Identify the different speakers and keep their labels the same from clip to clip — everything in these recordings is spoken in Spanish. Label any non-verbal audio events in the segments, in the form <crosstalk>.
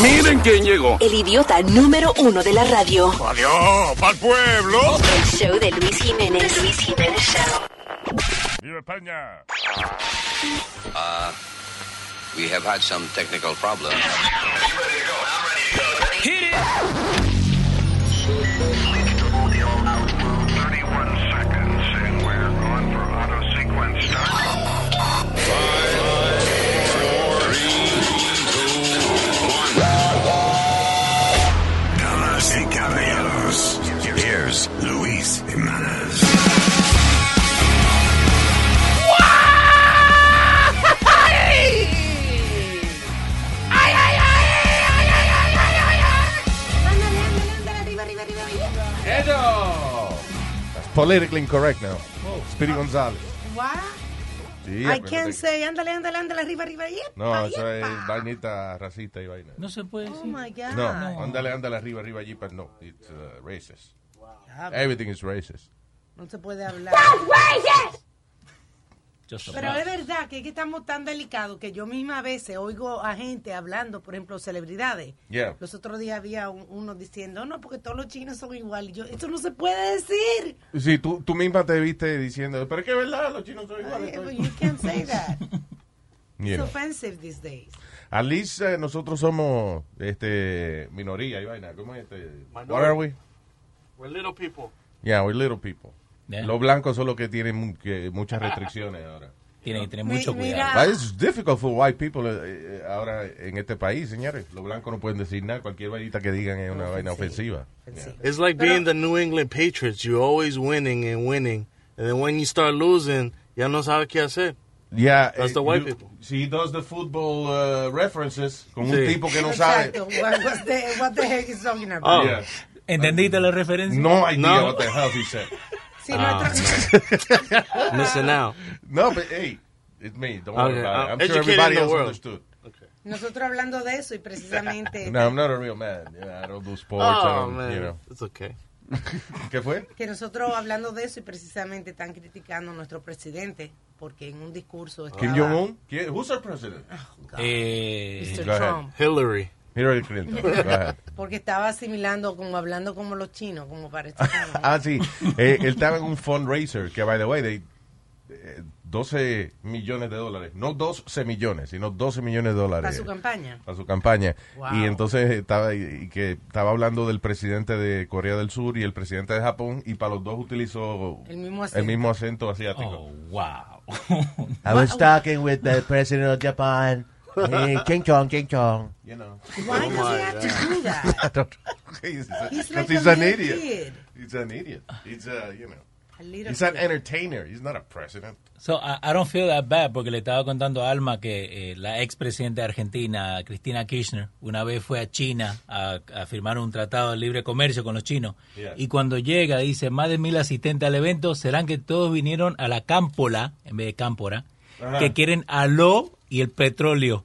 Speaker 1: Miren quién llegó.
Speaker 2: El idiota número uno de la radio.
Speaker 1: Adiós, pa'l pueblo.
Speaker 2: El show de Luis Jiménez. Luis Jiménez Show.
Speaker 3: ¡Viva España!
Speaker 4: Uh, we have had some technical problems.
Speaker 5: Damas y caballeros, here's Luis Jimenez.
Speaker 6: Oh.
Speaker 7: Edo!
Speaker 6: That's politically incorrect now. Speedy González.
Speaker 8: What?
Speaker 6: Sí,
Speaker 8: I
Speaker 6: acuérdate
Speaker 8: can't
Speaker 6: que-
Speaker 8: say, ándale, ándale, ándale, arriba, arriba, yepa,
Speaker 6: No, eso
Speaker 8: yepa.
Speaker 6: es vainita racista y vaina.
Speaker 9: No se puede decir.
Speaker 8: Oh my God.
Speaker 6: No, ándale, ándale arriba, arriba allí, pero no, it's uh, racist. Everything is racist.
Speaker 8: No se puede hablar. Pero es verdad que, es que estamos tan delicados que yo misma a veces oigo a gente hablando, por ejemplo, celebridades.
Speaker 6: Yeah.
Speaker 8: Los otros días había un- uno diciendo, no, porque todos los chinos son iguales. Yo, esto no se puede decir.
Speaker 6: Sí, tú, tú misma te viste diciendo, pero es que es verdad, los chinos son
Speaker 8: Ay,
Speaker 6: iguales.
Speaker 8: but you can't say that.
Speaker 6: You
Speaker 8: It's
Speaker 6: know.
Speaker 8: offensive these days.
Speaker 6: At least eh, nosotros somos este, minoría y vaina. ¿Cómo es este? What are we?
Speaker 10: We're little people.
Speaker 6: Yeah, we're little people.
Speaker 9: Yeah.
Speaker 6: Los blancos son los que tienen mu- que muchas restricciones ahora.
Speaker 9: Tienen que tener
Speaker 8: Mi-
Speaker 9: mucho
Speaker 8: mira.
Speaker 9: cuidado.
Speaker 6: But it's difficult for white people eh, eh, ahora en este país, señores. Los blancos no pueden decir nada. Cualquier vainita que digan es una vaina
Speaker 10: <laughs>
Speaker 6: ofensiva. Yeah.
Speaker 10: It's like
Speaker 6: uh,
Speaker 10: being the New England Patriots. You're always winning and winning. And then when you start losing, ya no sabe qué hacer.
Speaker 6: Yeah,
Speaker 10: That's
Speaker 6: eh,
Speaker 10: the white
Speaker 6: you-
Speaker 10: people.
Speaker 6: She does the football uh, references con un
Speaker 10: Sí.
Speaker 6: tipo que no sabe.
Speaker 8: Exacto. What, what's the, what the heck is talking about?
Speaker 10: Oh.
Speaker 6: Yeah. Um,
Speaker 9: ¿Entendiste la referencia?
Speaker 6: No idea
Speaker 10: No.
Speaker 6: what the hell he said. Ah.
Speaker 8: Si
Speaker 10: <laughs>
Speaker 8: nuestra-
Speaker 10: Missing out.
Speaker 6: No, but hey, it's me. Don't worry
Speaker 10: Okay,
Speaker 6: about it. I'm
Speaker 10: I'm
Speaker 6: sure
Speaker 10: educated
Speaker 6: everybody
Speaker 10: in the
Speaker 6: else
Speaker 10: world.
Speaker 6: understood.
Speaker 8: nosotros hablando de eso y precisamente
Speaker 6: <laughs> No, I'm not a real man. Yeah, I don't do sports. I
Speaker 10: Oh,
Speaker 6: don't,
Speaker 10: man.
Speaker 6: You know.
Speaker 10: It's okay.
Speaker 6: <laughs> ¿Qué fue?
Speaker 8: que nosotros hablando de eso y precisamente están criticando a nuestro presidente porque en un discurso estaba
Speaker 6: Kim Jong-un? ¿Quién- Who's our
Speaker 8: <laughs>
Speaker 6: president?
Speaker 9: Eh,
Speaker 8: Mr.
Speaker 6: Go ahead.
Speaker 8: Trump
Speaker 10: Hillary.
Speaker 6: Hillary Clinton. Go ahead.
Speaker 8: <laughs> porque estaba asimilando como hablando como los chinos como parece como-
Speaker 6: Ah, sí. Eh, él estaba en un fundraiser que, by the way, they, eh, 12 millones de dólares. No 12 millones, sino 12 millones de dólares.
Speaker 8: para su campaña
Speaker 6: a su campaña.
Speaker 8: Wow.
Speaker 6: Y entonces estaba y que estaba hablando del presidente de Corea del Sur y el presidente de Japón y para los dos utilizó
Speaker 8: El mismo acento.
Speaker 6: mismo acento asiático.
Speaker 9: oh, wow.
Speaker 11: I was talking with the president of Japan. Hey, King Chong, King Chong.
Speaker 6: You know.
Speaker 8: why does he have to do that
Speaker 6: <laughs> he's,
Speaker 8: he's
Speaker 6: 'cause
Speaker 8: like
Speaker 6: he's
Speaker 8: a
Speaker 6: an
Speaker 8: little
Speaker 6: idiot.
Speaker 8: kid.
Speaker 6: He's an idiot. He's a, you know.
Speaker 8: A little
Speaker 6: He's an
Speaker 8: kid.
Speaker 6: entertainer. He's not a president.
Speaker 9: So, I, I don't feel that bad porque le estaba contando a Alma que eh, la expresidenta de Argentina, Cristina Kirchner, una vez fue a China a, a firmar un tratado de libre comercio con los chinos.
Speaker 6: Yeah.
Speaker 9: Y cuando llega, dice, más de mil asistentes al evento, serán que todos vinieron a la cámpola, en vez de cámpora,
Speaker 6: Ajá.
Speaker 9: que quieren aló y el petróleo,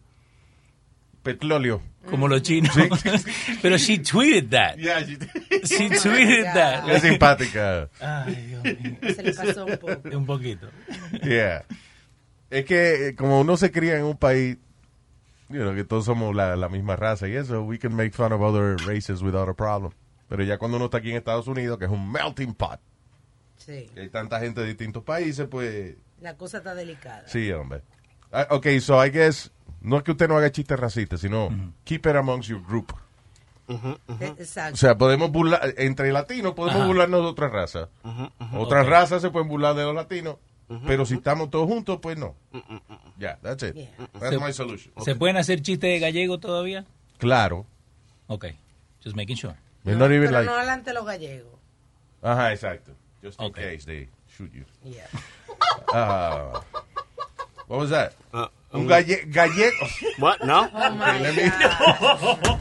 Speaker 6: Petróleo.
Speaker 9: como los chinos. <laughs> Pero she tweeted that.
Speaker 6: Yeah, she-
Speaker 8: <laughs>
Speaker 9: She tweeted that.
Speaker 6: es simpática.
Speaker 8: se le pasó un poco
Speaker 9: Un poquito.
Speaker 6: Yeah. Es que eh, como uno se cría en un país, you know, que todos somos la, la misma raza y eso, we can make fun of other races without a problem. Pero ya cuando uno está aquí en Estados Unidos, que es un melting pot,
Speaker 8: sí
Speaker 6: y hay tanta gente de distintos países, pues
Speaker 8: la cosa está delicada
Speaker 6: sí, hombre. Ah, ok, so I guess, no es que usted no haga chistes racistas, sino keep it amongst your group.
Speaker 8: De-
Speaker 6: O
Speaker 8: exacto
Speaker 6: sea, podemos burlar, entre latinos podemos burlarnos de otras razas. Otras
Speaker 9: Ok.
Speaker 6: razas se pueden burlar de los latinos, pero si estamos todos juntos, pues no.
Speaker 8: Mm,
Speaker 6: Ya, that's it.
Speaker 8: Yeah.
Speaker 6: That's
Speaker 9: Se-
Speaker 6: my solution.
Speaker 9: ¿Se pueden hacer chistes de gallego todavía?
Speaker 6: Claro.
Speaker 9: Ok. Just making sure.
Speaker 6: They're not even
Speaker 8: pero
Speaker 6: like-
Speaker 8: no adelante los gallegos
Speaker 6: Ajá, exacto. Just in
Speaker 9: Ok.
Speaker 6: case they shoot you. Ah.
Speaker 8: Yeah.
Speaker 6: What was that?
Speaker 10: Uh,
Speaker 6: Un
Speaker 10: um,
Speaker 6: galle gallego.
Speaker 10: <laughs> what? No?
Speaker 8: Oh my
Speaker 6: let me-
Speaker 8: God.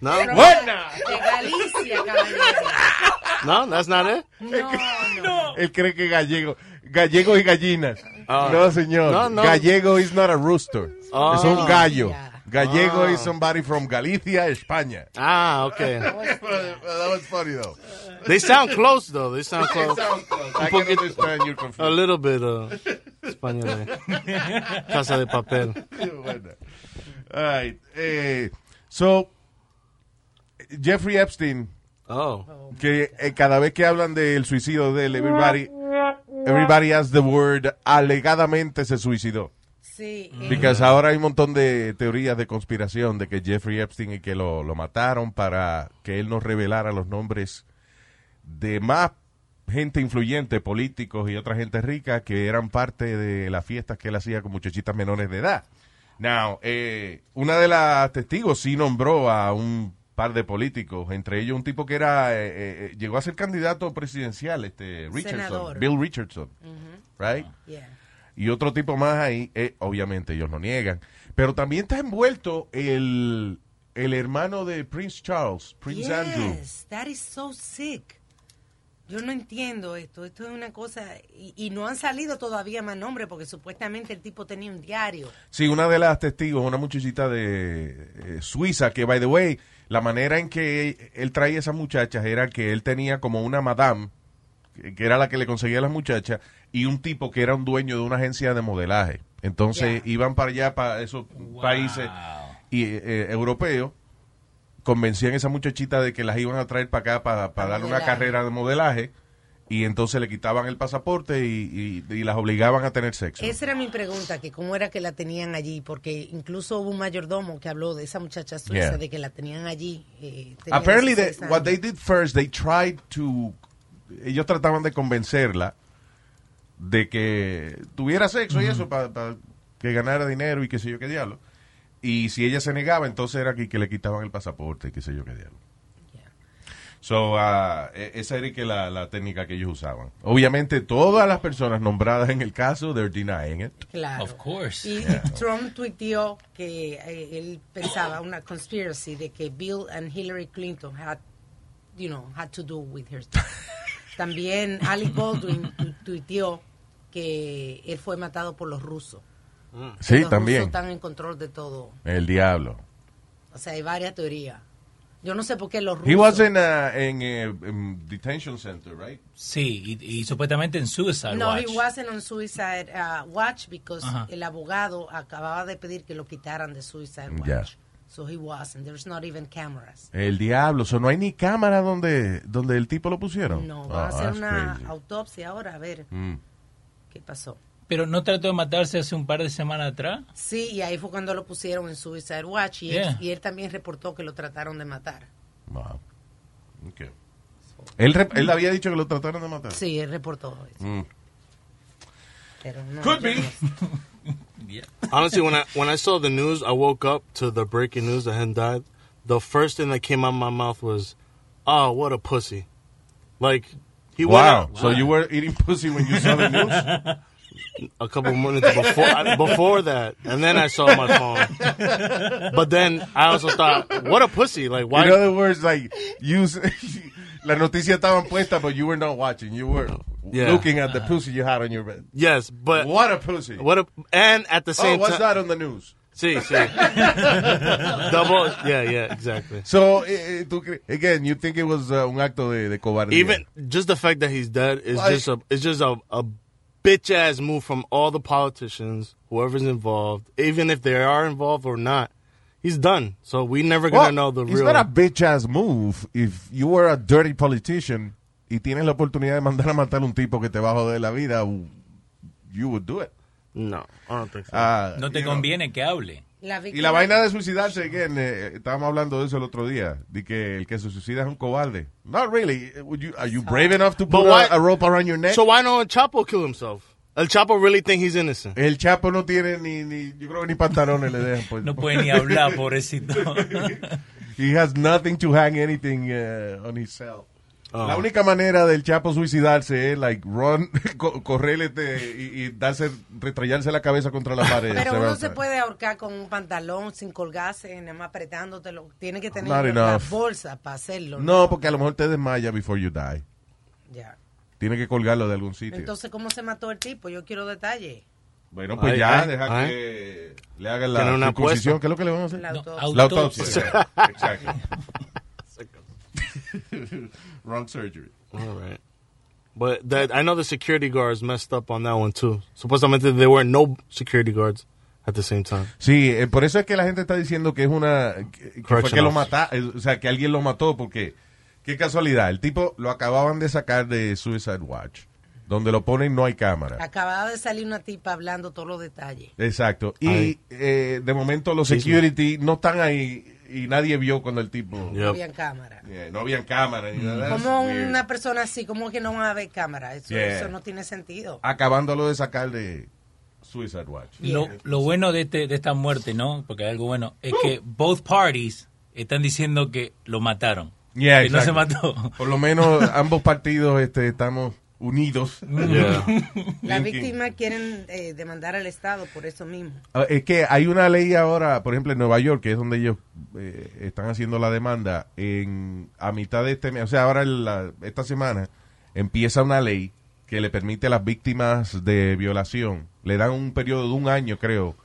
Speaker 10: No?
Speaker 6: <laughs> What?
Speaker 8: De Galicia, caballero.
Speaker 10: No? That's not it?
Speaker 8: No, no.
Speaker 6: Él cree que gallego. Gallego y gallinas.
Speaker 10: Ah.
Speaker 6: no, señor.
Speaker 10: No, no.
Speaker 6: Gallego is not a rooster.
Speaker 10: Ah.
Speaker 6: Es un gallo.
Speaker 8: Yeah.
Speaker 6: Gallego is somebody from Galicia, España. <laughs>
Speaker 10: Ah, okay.
Speaker 6: that was funny, though.
Speaker 10: They sound close, though. They sound close.
Speaker 6: I can understand your confusion.
Speaker 10: A little bit of Español. eh. Casa de papel.
Speaker 6: Qué buena. All right. Eh, So, Jeffrey Epstein,
Speaker 10: Oh.
Speaker 6: que eh, cada vez que hablan del suicidio de él, everybody, everybody has the word alegadamente se suicidó.
Speaker 8: Sí. eh.
Speaker 6: Because ahora hay un montón de teorías de conspiración de que Jeffrey Epstein y que lo, lo mataron para que él nos revelara los nombres de más gente influyente, políticos y otra gente rica que eran parte de las fiestas que él hacía con muchachitas menores de edad. Now, eh, una de las testigos sí nombró a un par de políticos, entre ellos un tipo que era eh, eh, llegó a ser candidato presidencial, este Richardson,
Speaker 8: Senador.
Speaker 6: Bill Richardson, right?
Speaker 8: Ah. Yeah.
Speaker 6: y otro tipo más ahí, eh, obviamente ellos lo niegan. Pero también está envuelto el, el hermano de Prince Charles, Prince
Speaker 8: yes,
Speaker 6: Andrew.
Speaker 8: that is so sick. Yo no entiendo esto. Esto es una cosa. Y, y no han salido todavía más nombres porque supuestamente el tipo tenía un diario.
Speaker 6: Sí, una de las testigos, una muchachita de eh, Suiza, que, by the way, la manera en que él traía esas muchachas era que él tenía como una madame, que que era la que le conseguía a las muchachas, y un tipo que era un dueño de una agencia de modelaje. Entonces iban para allá, para esos países y, eh, europeos, convencían a esa muchachita de que las iban a traer para acá para, para darle una
Speaker 8: modelaje.
Speaker 6: carrera de modelaje, y entonces le quitaban el pasaporte y, y- y las obligaban a tener sexo.
Speaker 8: Esa era mi pregunta, que cómo era que la tenían allí, porque incluso hubo un mayordomo que habló de esa muchacha suiza,
Speaker 6: Yeah.
Speaker 8: de que la tenían allí. eh, tenía
Speaker 6: Apparently, they,
Speaker 8: 16
Speaker 6: what they
Speaker 8: años.
Speaker 6: did first, they tried to. Ellos trataban de convencerla de que tuviera sexo y eso para que ganara dinero y qué sé yo qué diablo. Y si ella se negaba, entonces era que, que le quitaban el pasaporte y qué sé yo qué diablo. So, ah, e- esa era que la, la técnica que ellos usaban. Obviamente, todas las personas nombradas en el caso, they're denying it.
Speaker 8: Claro.
Speaker 9: Of course.
Speaker 8: Y, y
Speaker 6: Yeah.
Speaker 8: Trump tuiteó que eh, él pensaba una conspiracy de que Bill and Hillary Clinton had, you know, had to do with
Speaker 6: <laughs>
Speaker 8: her. También Ali Baldwin tu- tuiteó que él fue matado por los rusos. Que
Speaker 6: Sí,
Speaker 8: los
Speaker 6: también.
Speaker 8: rusos están en control de todo.
Speaker 6: El diablo.
Speaker 8: O sea, hay varias teorías. Yo no sé por qué los rusos.
Speaker 6: He was in, a- en, eh, em, detention center, right?
Speaker 9: Sí, y, y supuestamente en Suicide
Speaker 8: No,
Speaker 9: Watch.
Speaker 8: he wasn't on Suicide uh, Watch because
Speaker 9: Ajá.
Speaker 8: el abogado acababa de pedir que lo quitaran de Suicide Watch.
Speaker 6: Ya.
Speaker 8: So he wasn't. There's not even cameras.
Speaker 6: El diablo, o sea, no hay ni cámara donde, donde el tipo lo pusieron.
Speaker 8: No, van a
Speaker 6: Oh,
Speaker 8: hacer
Speaker 6: that's
Speaker 8: una
Speaker 6: crazy.
Speaker 8: autopsia ahora a ver
Speaker 6: Mm.
Speaker 8: qué pasó.
Speaker 9: Pero no trató de matarse hace un par de semanas atrás.
Speaker 8: Sí, y ahí fue cuando lo pusieron en Suicide Watch y, él,
Speaker 9: Yeah.
Speaker 8: y él también reportó que lo trataron de matar.
Speaker 6: Wow. Ok. Él, rep- él había dicho que lo trataron de matar.
Speaker 8: Sí, él reportó eso.
Speaker 6: Ah. Mm.
Speaker 8: Pero no,
Speaker 6: Could
Speaker 8: yo
Speaker 9: <laughs>
Speaker 6: be.
Speaker 8: no sé.
Speaker 10: Honestly, when I when I saw the news, I woke up to the breaking news that had died. The first thing that came out of my mouth was, "Oh, what a pussy!" Like he went
Speaker 6: wow.
Speaker 10: out
Speaker 6: So you were eating pussy when you saw the news?
Speaker 10: <laughs> a couple minutes before before that, and then I saw my phone. But then I also thought, "What a pussy!" Like why?
Speaker 6: In other words, like, you, s- <laughs> la noticia estaban puesta, but you were not watching. You were
Speaker 10: Yeah.
Speaker 6: looking at the pussy you had on your bed.
Speaker 10: yes, but what?
Speaker 6: What a pussy.
Speaker 10: a and at the
Speaker 6: oh,
Speaker 10: same
Speaker 6: what's
Speaker 10: time,
Speaker 6: that on the news?
Speaker 10: see,
Speaker 6: <laughs>
Speaker 10: see, double, yeah, yeah, exactly.
Speaker 6: So, eh, eh, tú cre- again, you think it was uh, un acto de, de cobardía.
Speaker 10: Even just the fact that he's dead is
Speaker 6: Like-
Speaker 10: just a it's just a, a bitch ass move from all the politicians, whoever's involved, even if they are involved or not. He's done, so we never
Speaker 6: Well,
Speaker 10: gonna know the
Speaker 6: it's
Speaker 10: real.
Speaker 6: not a bitch ass move if you were a dirty politician y tienes la oportunidad de mandar a matar a un tipo que te va a joder la vida, you would do it.
Speaker 10: no, I don't think so.
Speaker 6: Ah,
Speaker 9: No te
Speaker 6: you know.
Speaker 9: conviene que hable.
Speaker 8: La
Speaker 6: Y
Speaker 8: víctima-
Speaker 6: la vaina de suicidarse, again, eh, estábamos hablando de eso el otro día, de que el que se suicida es un cobarde. Not really. Would you- are you brave enough to
Speaker 10: But
Speaker 6: put
Speaker 10: why-
Speaker 6: a, a rope around your neck?
Speaker 10: so why don't Chapo kill himself? El Chapo really think he's innocent.
Speaker 6: el Chapo no tiene ni, ni yo creo que ni pantalones le dejan. pues.
Speaker 9: No puede
Speaker 6: <laughs>
Speaker 9: ni hablar, pobrecito.
Speaker 6: He has nothing to hang anything uh, on his cell.
Speaker 10: Oh.
Speaker 6: La única manera del Chapo suicidarse es, like, run, <laughs> co- correr este, y, y darse, restrellarse la cabeza contra la pared.
Speaker 8: Pero
Speaker 6: Se va
Speaker 8: uno
Speaker 6: a-
Speaker 8: se puede ahorcar con un pantalón sin colgarse, nada más apretándotelo. Tiene que tener
Speaker 6: Ah, Not
Speaker 8: la
Speaker 6: enough.
Speaker 8: bolsa para hacerlo.
Speaker 6: No, porque a lo mejor te desmaya before you die.
Speaker 8: Ya.
Speaker 6: Tiene que colgarlo de algún sitio.
Speaker 8: Entonces, ¿cómo se mató el tipo? Yo quiero detalles.
Speaker 6: bueno, pues
Speaker 10: Ay,
Speaker 6: ya,
Speaker 10: ay,
Speaker 6: deja
Speaker 10: ay.
Speaker 6: que le hagan
Speaker 10: Tiene
Speaker 6: la
Speaker 10: una
Speaker 6: circuncisión.
Speaker 10: apuesta.
Speaker 6: ¿Qué es lo que le van a hacer?
Speaker 8: La
Speaker 9: No,
Speaker 8: autopsia.
Speaker 6: La autopsia. <laughs>
Speaker 9: autopsia.
Speaker 10: <laughs>
Speaker 6: Exacto. Wrong surgery.
Speaker 10: All right. But that I know the security guards messed up on that one too. Supuestamente there were no security guards at the same time.
Speaker 6: Sí, eh, por eso es que la gente está diciendo que es una. eh, que- que fue
Speaker 10: Correction
Speaker 6: que lo
Speaker 10: officer.
Speaker 6: mata, eh, o sea, que alguien lo mató, porque. Qué casualidad, el tipo lo acababan de sacar de Suicide Watch. Donde lo ponen no hay cámara.
Speaker 8: Acababa de salir una tipa hablando todos los detalles.
Speaker 6: Exacto. Y
Speaker 8: Ay.
Speaker 6: eh, de momento los
Speaker 8: Sí, sí.
Speaker 6: security no están ahí y nadie vio cuando el tipo.
Speaker 8: No había cámara.
Speaker 6: Yeah, no habían cámara ni nada. That's
Speaker 8: Como
Speaker 6: weird.
Speaker 8: una persona así, como que no va a haber cámara. Eso,
Speaker 6: Yeah.
Speaker 8: eso no tiene
Speaker 6: <laughs>
Speaker 8: sentido.
Speaker 6: Acabándolo de sacar de Suicide Watch.
Speaker 9: Lo, lo bueno de, este, de esta muerte, ¿no? Porque hay algo bueno, es
Speaker 6: <gasps>
Speaker 9: que both parties están diciendo que lo mataron.
Speaker 6: Yeah,
Speaker 9: que no se
Speaker 6: exacto.
Speaker 9: mató.
Speaker 6: Por lo menos ambos partidos este, estamos unidos.
Speaker 9: Yeah.
Speaker 8: Las
Speaker 6: Thinking.
Speaker 8: víctimas quieren eh, demandar al Estado por eso mismo.
Speaker 6: Ah, Es que hay una ley ahora, por ejemplo, en Nueva York, que es donde ellos eh, están haciendo la demanda, en, a mitad de este mes, o sea, ahora en la- esta semana, empieza una ley que le permite a las víctimas de violación, le dan un periodo de un año, creo,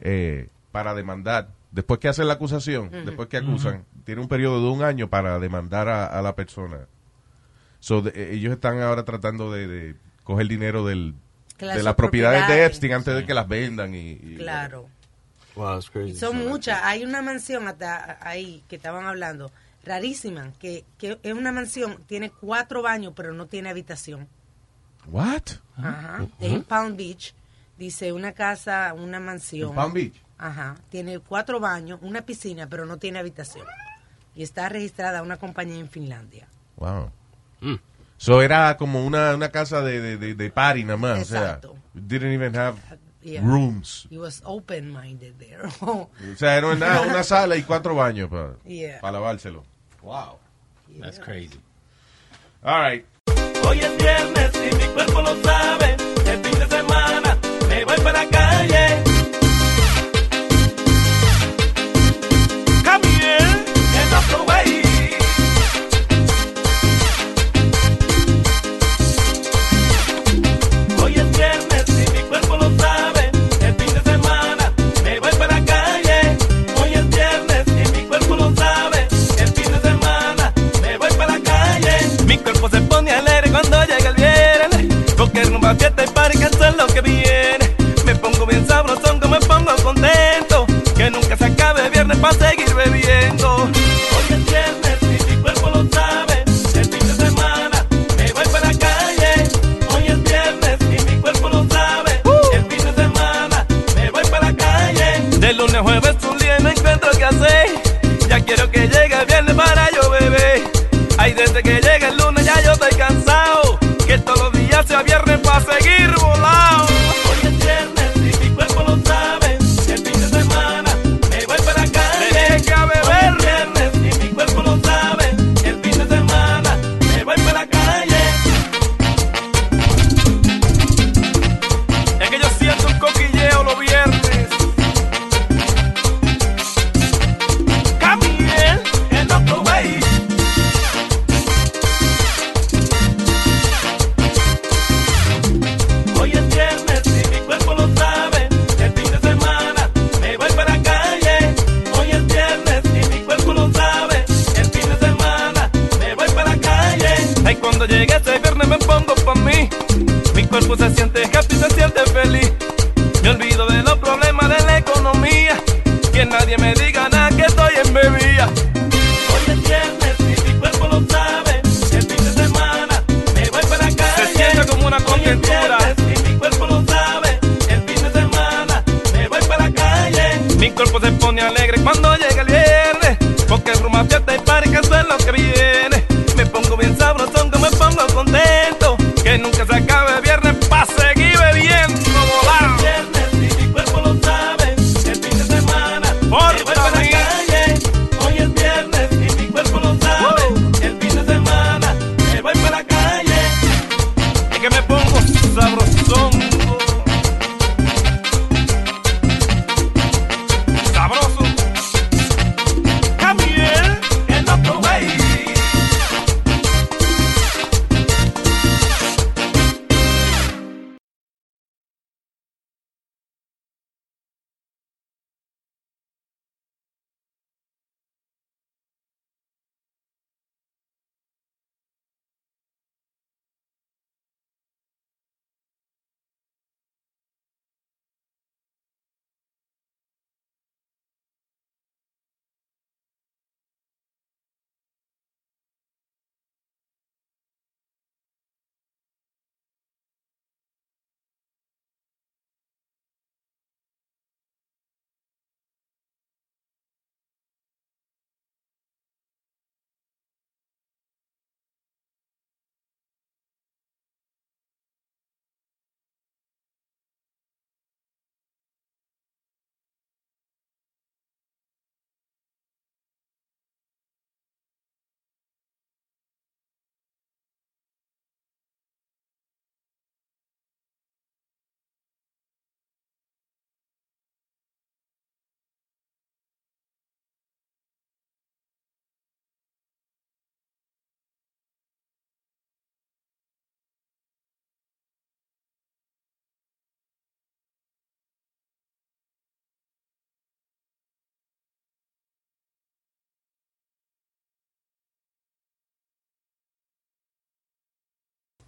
Speaker 6: eh, para demandar. Después que hacen la acusación,
Speaker 12: Ujú.
Speaker 6: después que acusan, tiene un periodo de un año para demandar a, a la persona. So, de- eh, ellos están ahora tratando de, de coger dinero del,
Speaker 8: Claro,
Speaker 6: de
Speaker 8: sus
Speaker 6: las propiedades, de
Speaker 8: propiedades.
Speaker 6: Epstein antes de que las vendan y- y
Speaker 8: Claro.
Speaker 10: Wow, that's crazy.
Speaker 8: Son muchas. Hay una mansión hasta ahí que estaban hablando, rarísima, que, que es una mansión, tiene cuatro baños, pero no tiene habitación.
Speaker 6: What?
Speaker 8: Ajá. En Palm Beach, dice una casa, una mansión.
Speaker 6: ¿En Palm Beach?
Speaker 8: Ajá. Tiene cuatro baños, una piscina, pero no tiene habitación. Y está registrada una compañía en Finlandia.
Speaker 6: Wow.
Speaker 10: Mm.
Speaker 6: So era como una, una casa de, de, de, de party nada más.
Speaker 8: Exacto.
Speaker 6: O
Speaker 8: Uh,
Speaker 6: sea, didn't even have
Speaker 8: Yeah.
Speaker 6: rooms.
Speaker 8: He was open-minded there. <laughs> Oh.
Speaker 6: O sea, era una, una sala y cuatro baños para
Speaker 8: Yeah.
Speaker 6: lavárselo.
Speaker 13: Wow.
Speaker 9: That's crazy.
Speaker 6: All right.
Speaker 13: Hoy es viernes y mi cuerpo lo sabe. El fin de semana me voy para la calle. Come here, get off the way. Hoy es viernes y mi cuerpo lo sabe. El fin de semana me voy para la calle. Hoy es viernes y mi cuerpo lo sabe. El fin de semana me voy para la calle. Mi cuerpo se pone alegre cuando llega el viernes. Porque rumba fiesta y party que eso es lo que viene. Me pongo bien sabrosón, que me pongo contento. Que nunca se acabe el viernes para seguir bebiendo. Hoy es viernes y mi cuerpo lo sabe. El fin de semana me voy para la calle. Hoy es viernes y mi cuerpo lo sabe. El fin de semana me voy para la calle. De lunes a jueves un día no encuentro qué hacer. Ya quiero que llegue el viernes para yo beber. Ay, desde que llega el lunes ya yo estoy cansado. Que todos los días sea viernes para seguir volado. Hoy es viernes y mi cuerpo lo sabe. El fin de semana me voy para la calle. Me a beber. Hoy es viernes y mi cuerpo lo sabe. El fin de semana me voy para la calle. Es que yo siento un coquilleo los viernes. Camille, el otro way. Hoy es viernes y mi cuerpo lo sabe. El fin de semana me voy para la calle. Hoy es viernes y mi cuerpo lo sabe. El fin de semana me voy para la calle. Ay, cuando llegue este viernes me pongo por mí. Mi cuerpo se siente happy, se siente feliz. Me olvido de los problemas de la economía. Que nadie me diga nada que estoy en bebida. Hoy es viernes y mi cuerpo lo sabe. El fin de semana me voy para la calle. Se siente como una contentura. Y mi cuerpo lo sabe. El fin de semana me voy para la calle. Mi cuerpo se pone alegre cuando llega el viernes. Porque rumba fiesta y party este que eso es lo que viene. Me pongo bien sabrosón que me pongo contento. Que nunca se acabe el viernes para seguir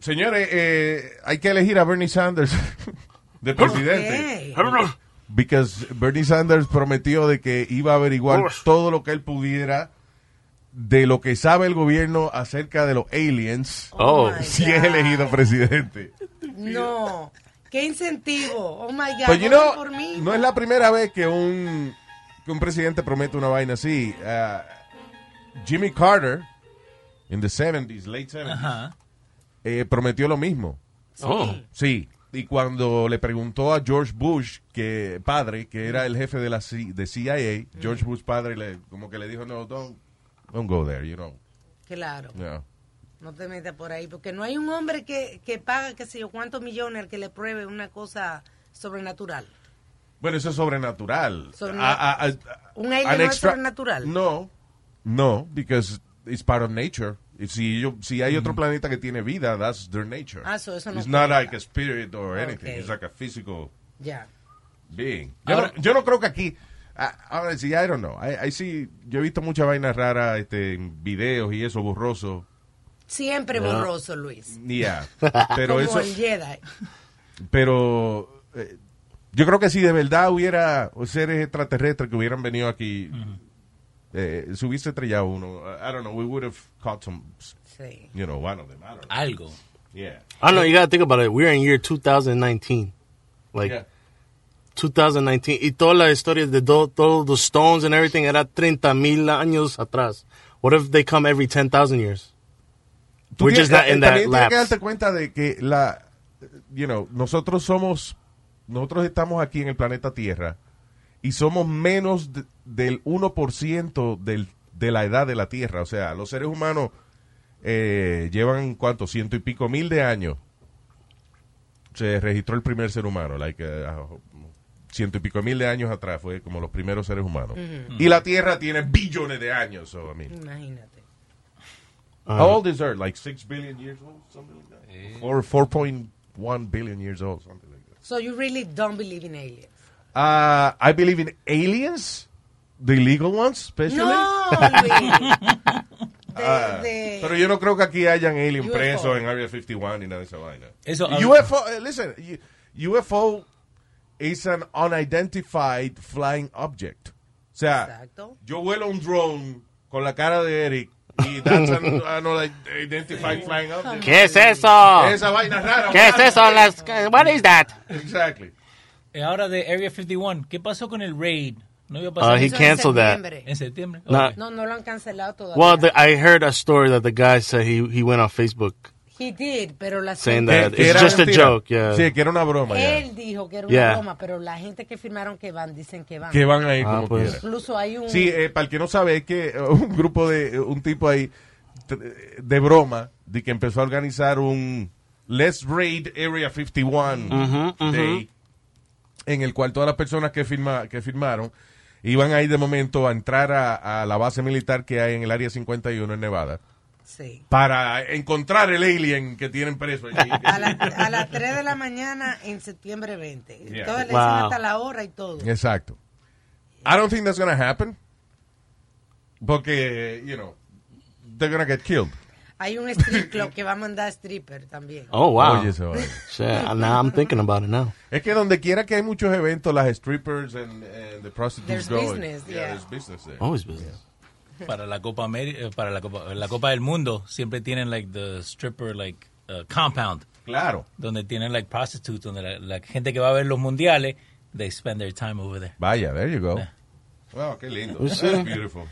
Speaker 6: Señores, eh, hay que elegir a Bernie Sanders <laughs> de presidente. Because Bernie Sanders prometió de que iba a averiguar todo lo que él pudiera de lo que sabe el gobierno acerca de los aliens
Speaker 10: Oh, my
Speaker 6: si es elegido presidente.
Speaker 8: No. Qué incentivo. Oh my God.
Speaker 6: Pues, you
Speaker 8: voten
Speaker 6: know,
Speaker 8: por mí.
Speaker 6: no es la primera vez que un, que un presidente promete una vaina así. Ah, Jimmy Carter, in the 70s, late 70s, eh, prometió lo mismo.
Speaker 10: Sí. Oh.
Speaker 6: Sí. Y cuando le preguntó a George Bush, que padre, que era el jefe de la C- de CIA, George Bush padre le, como que le dijo, no, don't, don't go there, you know.
Speaker 8: Claro.
Speaker 6: Yeah.
Speaker 8: No te metas por ahí, porque no hay un hombre que, que paga, qué sé yo, cuántos millones al que le pruebe una cosa sobrenatural.
Speaker 6: Bueno, eso es sobrenatural.
Speaker 8: Sobrenat-
Speaker 6: A- a- a-
Speaker 8: Un alien
Speaker 6: an
Speaker 8: no es
Speaker 6: extra-
Speaker 8: sobrenatural.
Speaker 6: No, no, because it's part of nature. Y Si, yo- si hay
Speaker 10: Mm.
Speaker 6: otro planeta que tiene vida, that's their nature.
Speaker 8: Ah, so eso no
Speaker 6: it's not
Speaker 8: cuenta.
Speaker 6: like a spirit or anything.
Speaker 8: Ok.
Speaker 6: It's like a physical
Speaker 8: Ya.
Speaker 6: being. Yo, no, yo no creo que aquí... a- Ahora sí, I don't know. I, I see- yo he visto muchas vainas raras este, en videos y eso, borroso.
Speaker 8: Siempre
Speaker 6: Ya.
Speaker 8: borroso, Luis. <laughs>
Speaker 6: Yeah. Pero
Speaker 8: Como
Speaker 6: eso...
Speaker 8: el Jedi.
Speaker 6: pero eh, yo creo que si de verdad hubiera seres extraterrestres que hubieran venido aquí, eh, se hubiese estrellado uno. I don't know, we would have caught some,
Speaker 8: Sí.
Speaker 6: you know, one of them. I don't know.
Speaker 9: Algo.
Speaker 6: Yeah. Eh,
Speaker 10: I don't know. You gotta think about it. We're in year 2019, like
Speaker 6: Yeah.
Speaker 10: 2019. Y todas las historias de do, todos los stones and everything era 30 mil años atrás. What if they come every 10,000 years?
Speaker 6: Tú
Speaker 10: We're
Speaker 6: tienes-
Speaker 10: just not in
Speaker 6: eh,
Speaker 10: that
Speaker 6: También tienes que
Speaker 10: lapse.
Speaker 6: darte cuenta de que la, you know, nosotros somos, nosotros estamos aquí en el planeta Tierra y somos menos de- del 1% del, de la edad de la Tierra. O sea, los seres humanos eh, llevan, ¿cuánto? Ciento y pico mil de años. Se registró el primer ser humano, like, eh, ah, ciento y pico mil de años atrás, fue como los primeros seres humanos.
Speaker 8: Ujú.
Speaker 6: Y la Tierra tiene billones de años, so, I mean,
Speaker 8: Mm-hmm. Imagínate.
Speaker 10: Uh-huh.
Speaker 6: How old is Earth? Like 6 billion years old? Something like that? Or 4.1 billion years old, something like that.
Speaker 8: So you really don't believe in aliens.
Speaker 6: Uh, I believe in aliens, the illegal ones, especially. <laughs>
Speaker 8: No, Luis.
Speaker 6: Ah,
Speaker 8: de-
Speaker 6: Pero yo no creo que aquí hayan alien
Speaker 8: UFO.
Speaker 6: presos en Area 51 ni nada de esa vaina.
Speaker 9: Eso-
Speaker 6: UFO, eh, listen, U- UFO is an unidentified flying object. O sea, yo vuelo un drone con la cara de Eric y that's an unidentified flying object.
Speaker 10: ¿Qué es eso?
Speaker 6: Esa vaina rara.
Speaker 10: ¿Qué es eso? Las- what is that?
Speaker 6: Exactly.
Speaker 9: Eh, Ahora de Area 51, ¿qué pasó con el raid? No iba a pasar.
Speaker 10: Uh, he Eso en canceled that. septiembre.
Speaker 9: En septiembre.
Speaker 10: Nah.
Speaker 8: No, no lo han cancelado todavía.
Speaker 10: Well, the, I heard a story that the guy said he, he went on Facebook.
Speaker 8: He did, pero la
Speaker 10: Saying
Speaker 8: gente-
Speaker 10: that it's just a joke, yeah.
Speaker 6: Sí, que era una broma. ya.
Speaker 8: Él dijo que era
Speaker 6: Yeah.
Speaker 8: una broma, pero la gente que firmaron que van dicen que van.
Speaker 6: Que van a ir
Speaker 10: Ah,
Speaker 6: como
Speaker 10: pues.
Speaker 6: quiera.
Speaker 8: Incluso hay un-
Speaker 6: Sí, eh, para el que no sabe, es que eh, un grupo de. eh, Un tipo ahí. t- De broma. De que empezó a organizar un. Let's Raid Area 51
Speaker 10: Ujú, ujú.
Speaker 6: Day. En el cual todas las personas que, firma, que firmaron. Iban ahí de momento a entrar a, a la base militar que hay en el área 51 en Nevada.
Speaker 8: Sí.
Speaker 6: Para encontrar el alien que tienen preso allí.
Speaker 8: A, la- a las 3 de la mañana en septiembre 20.
Speaker 6: Yeah.
Speaker 8: Entonces le
Speaker 6: Wow.
Speaker 8: dicen hasta la hora y todo.
Speaker 6: Exacto. I don't think that's gonna happen. Porque, you know, they're gonna get killed.
Speaker 8: Hay un strip club que va a mandar stripper también.
Speaker 10: Oh, wow.
Speaker 6: Oye, esa vaina.
Speaker 10: Shit, now I'm thinking about it now.
Speaker 6: Es que donde quiera que hay muchos eventos, las strippers and, and the prostitutes
Speaker 8: There's
Speaker 6: go.
Speaker 8: business,
Speaker 6: yeah,
Speaker 8: yeah.
Speaker 6: there's business there.
Speaker 10: Always business.
Speaker 9: Para la Copa Ameri- eh, para la Copa, la Copa del Mundo siempre tienen like the stripper like uh, compound.
Speaker 6: Claro.
Speaker 9: Donde tienen like prostitutes, donde la, la gente que va a ver los mundiales, they spend their time over there.
Speaker 6: Vaya, there you go. Wow, qué lindo.
Speaker 10: Pues
Speaker 6: That's
Speaker 10: sí.
Speaker 6: beautiful.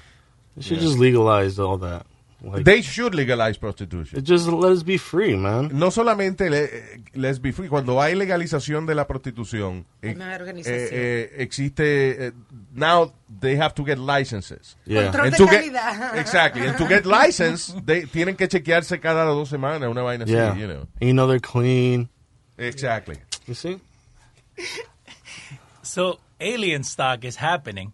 Speaker 10: They should
Speaker 6: Yeah.
Speaker 10: just legalize all that. Like,
Speaker 6: They should legalize prostitution.
Speaker 10: it just let us be free, man.
Speaker 6: No solamente le- les be free, cuando hay legalización de la prostitución,
Speaker 8: Hay
Speaker 6: eh,
Speaker 8: más organización.
Speaker 6: eh, eh, existe, eh, now they have to get licenses.
Speaker 10: Yeah.
Speaker 8: Control
Speaker 6: And
Speaker 8: de
Speaker 6: to get-
Speaker 8: calidad.
Speaker 6: exactly. And to get
Speaker 8: <laughs>
Speaker 6: license, they tienen que chequearse cada dos semanas, una vaina
Speaker 10: Yeah.
Speaker 6: así, you know.
Speaker 10: And you know they're clean.
Speaker 6: Exactly.
Speaker 10: You see?
Speaker 9: So, Alien Stock is happening.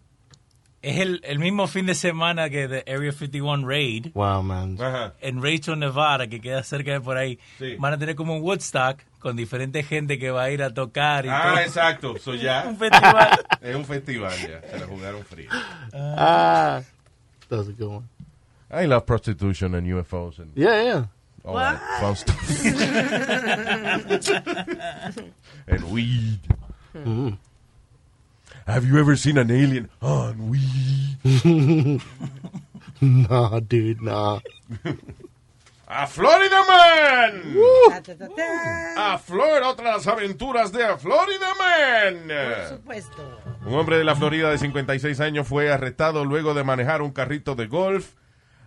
Speaker 9: Es el, el mismo fin de semana que the Area 51 Raid.
Speaker 10: Wow, man.
Speaker 9: En Rachel, Nevada, que queda cerca de por ahí. Van a tener como un Woodstock con diferente gente que va a ir a tocar y todo.
Speaker 6: Ah, exacto. So ya.
Speaker 9: <laughs> Un festival.
Speaker 6: <laughs> es un festival ya. Se la jugaron frío.
Speaker 10: Ah, that was a good one.
Speaker 6: I love prostitution and UFOs. And
Speaker 10: Yeah, yeah.
Speaker 6: All that fun <laughs> stuff.
Speaker 8: <laughs>
Speaker 6: <laughs> and weed.
Speaker 10: Mm-hmm.
Speaker 3: Mm.
Speaker 6: Have you ever seen an alien on weed?
Speaker 10: nah, dude,
Speaker 6: <laughs>
Speaker 10: nah.
Speaker 6: ¡A Florida Man!
Speaker 8: ¡A
Speaker 6: Florida! Otras aventuras de A Florida
Speaker 8: Por
Speaker 6: Man.
Speaker 8: supuesto.
Speaker 6: Un hombre de la Florida de 56 años fue arrestado luego de manejar un carrito de golf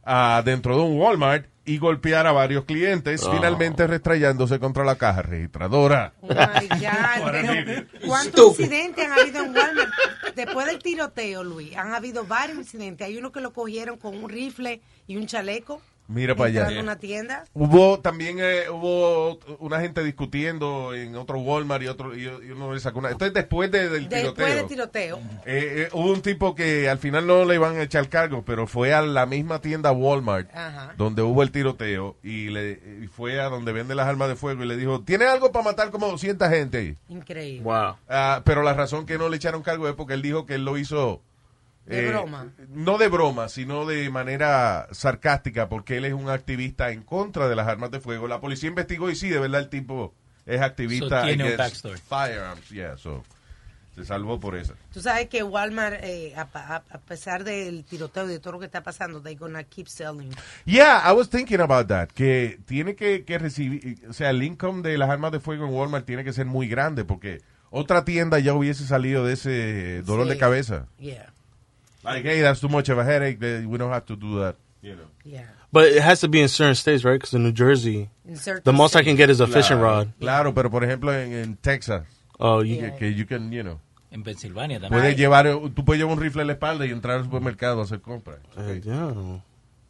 Speaker 6: ah, dentro de un Walmart y golpear a varios clientes,
Speaker 10: Oh.
Speaker 6: finalmente restrayándose contra la caja registradora.
Speaker 8: Oh <laughs>
Speaker 6: <laughs>
Speaker 8: Ya,
Speaker 3: What a
Speaker 8: pero
Speaker 3: idiot.
Speaker 8: ¿Cuántos
Speaker 3: Stupid.
Speaker 8: incidentes han habido en Walmart? Después del tiroteo, Luis, han habido varios incidentes. Hay uno que lo cogieron con un rifle y un chaleco.
Speaker 6: Mira para allá.
Speaker 8: entrando a una tienda.
Speaker 6: Hubo también eh, hubo una gente discutiendo en otro Walmart y otro y, y uno le sacó una. Entonces después de- del
Speaker 8: Después
Speaker 6: tiroteo.
Speaker 8: del tiroteo.
Speaker 6: Eh, eh, hubo un tipo que al final no le iban a echar cargo, pero fue a la misma tienda Walmart
Speaker 8: Ajá.
Speaker 6: donde hubo el tiroteo y, le, y fue a donde vende las armas de fuego y le dijo, ¿tiene algo para matar como 200 gente? ahí?"
Speaker 8: Increíble.
Speaker 6: Ah, pero la razón que no le echaron cargo es porque él dijo que él lo hizo... eh,
Speaker 8: De broma.
Speaker 6: No de broma, sino de manera sarcástica, porque él es un activista en contra de las armas de fuego. La policía investigó y sí, de verdad el tipo es activista.
Speaker 9: So, tiene un
Speaker 6: against
Speaker 9: backstory.
Speaker 6: Firearms, yeah, so, se salvó por eso.
Speaker 8: Tú sabes que Walmart, eh, a, pa- a- a pesar del tiroteo y de todo lo que está pasando, they gonna keep selling.
Speaker 6: Yeah, I was thinking about that. Que tiene que, que recibir, o sea, el income de las armas de fuego en Walmart tiene que ser muy grande porque otra tienda ya hubiese salido de ese dolor
Speaker 8: Sí.
Speaker 6: de cabeza.
Speaker 8: Yeah,
Speaker 6: Like, hey, that's too much of a headache. that We don't have to do that. You know.
Speaker 8: yeah.
Speaker 10: But it has to be in certain states, right? Because in New Jersey,
Speaker 8: In certain
Speaker 10: the most I can get is a fishing
Speaker 6: Claro,
Speaker 10: rod.
Speaker 6: Claro, pero por ejemplo en, en Texas.
Speaker 10: Oh, you-
Speaker 6: que, que you can, you know.
Speaker 9: En Pensilvania también.
Speaker 6: Puedes llevar, tú puedes llevar un rifle en la espalda y entrar al supermercado a hacer compras.
Speaker 10: Eh,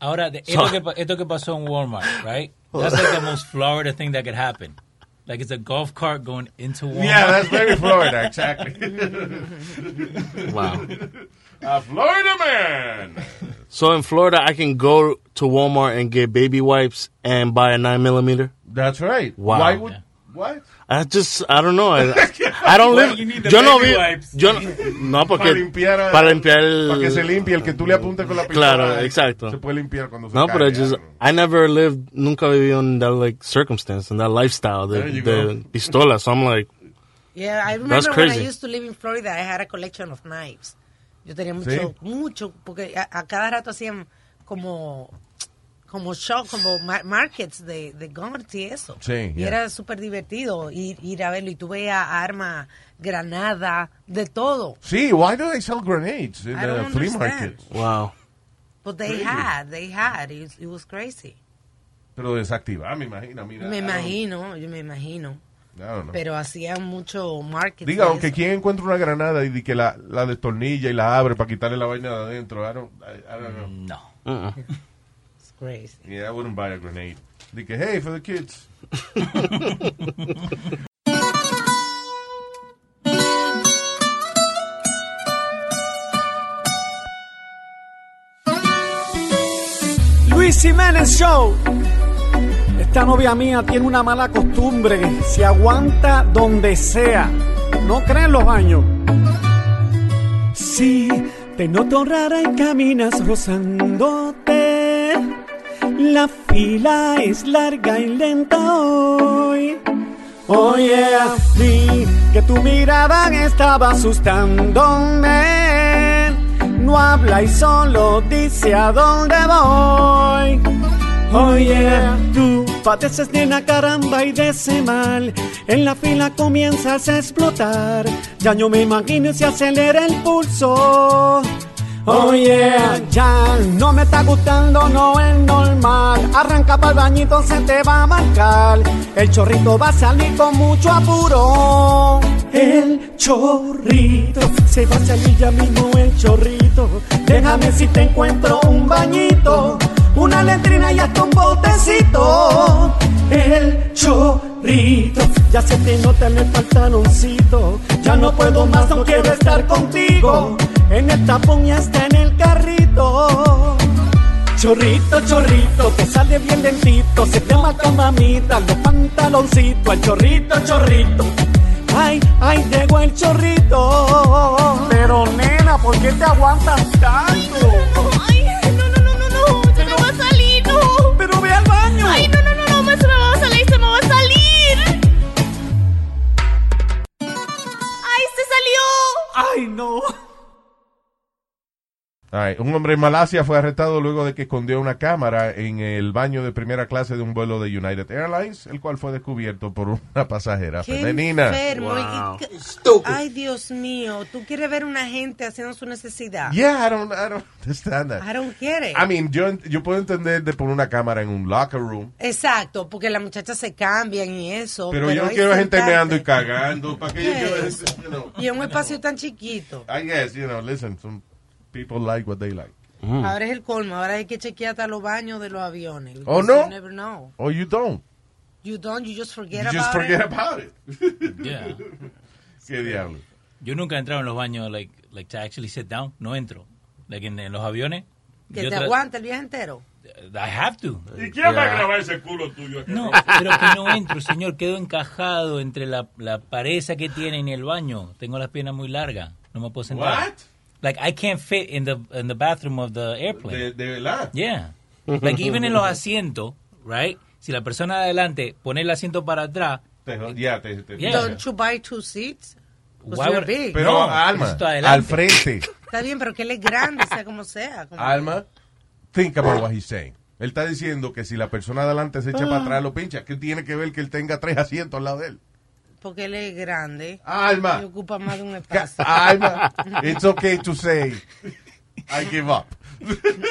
Speaker 9: Ahora, de-
Speaker 6: So-
Speaker 9: esto, que, pa- esto que pasó en Walmart, right? That's like the most Florida thing that could happen. Like it's a golf cart going into Walmart.
Speaker 6: Yeah, that's very Florida, exactly.
Speaker 10: Wow.
Speaker 6: A Florida man.
Speaker 10: So in Florida, I can go to Walmart and get baby wipes and buy a nine millimeter.
Speaker 6: That's right.
Speaker 10: Wow.
Speaker 6: Why would, what?
Speaker 10: I just, I don't know. I,
Speaker 6: <laughs>
Speaker 10: I don't
Speaker 6: Why
Speaker 10: live.
Speaker 6: you need the
Speaker 10: yo no
Speaker 6: baby
Speaker 10: vi-
Speaker 6: wipes?
Speaker 10: Yo no, no, porque
Speaker 6: para limpiar, a-
Speaker 10: para limpiar el-
Speaker 6: para que se limpie el que tú le apuntes con la pistola. eh,
Speaker 10: Claro, exacto.
Speaker 6: Se puede limpiar cuando se
Speaker 10: No,
Speaker 6: cae,
Speaker 10: pero I
Speaker 6: ya.
Speaker 10: just, I never lived, nunca viví in that like circumstance and that lifestyle, the,
Speaker 6: There you
Speaker 10: the pistola. So I'm like,
Speaker 8: Yeah, I remember
Speaker 10: That's
Speaker 8: when I
Speaker 10: crazy.
Speaker 8: used to live in Florida, I had a collection of knives. Yo tenía mucho,
Speaker 10: Sí.
Speaker 8: mucho, porque a, a cada rato hacían como como show, como ma- markets de, de guns y eso.
Speaker 6: Sí,
Speaker 8: y
Speaker 6: yeah.
Speaker 8: era súper divertido ir, ir a verlo. Y tú veías armas, granada, de todo.
Speaker 6: Sí, why do they sell grenades in
Speaker 8: I
Speaker 6: the
Speaker 8: don't
Speaker 6: flea
Speaker 8: understand.
Speaker 6: market?
Speaker 10: Wow.
Speaker 8: But they
Speaker 6: Really?
Speaker 8: had, they had. It, was- it was crazy.
Speaker 6: Pero desactivar, me imagino. Mira,
Speaker 8: me
Speaker 6: I don't-
Speaker 8: imagino, yo me imagino.
Speaker 6: I don't know.
Speaker 8: Pero hacían mucho marketing.
Speaker 6: Diga, aunque quien encuentra una granada y di que la, la destornilla y la abre para quitarle la vaina de adentro, I don't, I, I don't know.
Speaker 9: No.
Speaker 10: Uh-uh.
Speaker 8: It's crazy.
Speaker 6: Yeah, I wouldn't buy a grenade. Di que, hey, for the
Speaker 10: <laughs>
Speaker 6: kids.
Speaker 14: Luis Jiménez Show. Esta novia mía tiene una mala costumbre, se aguanta donde sea. No cree en los baños. Sí, te noto rara y caminas rozándote. La fila es larga y lenta hoy. Oye, a mí que tu mirada estaba asustándome. No habla y solo dice a dónde voy. Oye, tú padeces de una caramba y de ese mal. En la fila comienzas a explotar. Ya no me imagino si acelera el pulso. Oye, ya no me está gustando, no es normal. Arranca para el bañito, se te va a marcar. El chorrito va a salir con mucho apuro. El chorrito, se va a salir ya mismo el chorrito. Déjame si te encuentro un bañito, una letrina y hasta un botecito. El chorrito, ya se te nota en el pantaloncito. Ya no puedo más, no quiero estar contigo. En el tapón y hasta en el carrito. Chorrito, chorrito, te sale bien dentito, se te marca mamita, los pantaloncitos, el chorrito, chorrito. Ay, ay, llegó el chorrito. Pero nena, ¿por qué te aguantas tanto?
Speaker 7: Ay, no, no, no, no, no, ya me va a salir, no.
Speaker 14: Pero ve al baño.
Speaker 7: Ay, no, no, no, no,
Speaker 6: Alright, Un hombre en Malasia fue arrestado luego de que escondió una cámara en el baño de primera clase de un vuelo de United Airlines, el cual fue descubierto por una pasajera
Speaker 8: Qué
Speaker 6: femenina.
Speaker 8: enfermo.
Speaker 6: Wow.
Speaker 8: Y qué- Ay, Dios mío. Tú quieres ver una gente haciendo su necesidad.
Speaker 6: Yeah, I don't, I don't understand that.
Speaker 8: I don't get it.
Speaker 6: I mean, yo, yo puedo entender de poner una cámara en un locker room,
Speaker 8: Exacto, porque las muchachas se cambian y eso.
Speaker 6: pero, yo no
Speaker 8: ahí
Speaker 6: quiero gente
Speaker 8: sentarse.
Speaker 6: meando y cagando. ¿Para qué yo quiero
Speaker 8: Yes.
Speaker 6: gente? You know,
Speaker 8: Y en un espacio tan chiquito.
Speaker 6: I guess, you know, listen, some people like what they like.
Speaker 9: Mm.
Speaker 8: Ahora es el colmo. Ahora hay que chequear hasta los baños de los aviones.
Speaker 6: Oh,
Speaker 8: because
Speaker 6: no.
Speaker 8: You never know.
Speaker 6: Or you don't.
Speaker 8: You don't, you just forget
Speaker 6: You
Speaker 8: about
Speaker 6: just
Speaker 8: it.
Speaker 6: forget about it.
Speaker 9: Yeah.
Speaker 6: <laughs> Qué diablo.
Speaker 9: Yo nunca he entrado en los baños, like, like to actually sit down. No entro. Like en, en los aviones.
Speaker 8: Que
Speaker 9: yo
Speaker 8: te
Speaker 9: tra-
Speaker 8: aguanta el viaje entero.
Speaker 9: I have to.
Speaker 3: ¿Y quién va a
Speaker 9: Yeah.
Speaker 3: grabar ese culo tuyo acá?
Speaker 9: No, pero que no entro, señor. Quedo encajado entre la, la pareza que tiene en el baño. Tengo las piernas muy largas. No me puedo sentar.
Speaker 6: What?
Speaker 9: Like, I can't fit in the, in the bathroom of the airplane.
Speaker 6: De, de verdad.
Speaker 9: Yeah. Like, even en los asientos, right? Si la persona de adelante pone el asiento para atrás,
Speaker 6: Te jo- yeah, te- te-
Speaker 9: Yeah.
Speaker 8: Don't you buy two seats? 'Cause
Speaker 9: Why
Speaker 8: you're
Speaker 9: would-
Speaker 8: big.
Speaker 6: Pero Alma,
Speaker 9: esto adelante.
Speaker 6: al frente.
Speaker 8: Está bien, pero que él es grande, sea como sea. como-
Speaker 6: Alma, think about what he's saying. Él está diciendo que si la persona de adelante se echa
Speaker 8: Ah.
Speaker 6: para atrás, lo pincha. ¿Qué tiene que ver que él tenga tres asientos al lado de él?
Speaker 8: Porque él es grande.
Speaker 6: Alma.
Speaker 8: Y ocupa más de un espacio. <laughs>
Speaker 6: Alma, it's okay to say, I give up.
Speaker 9: <laughs>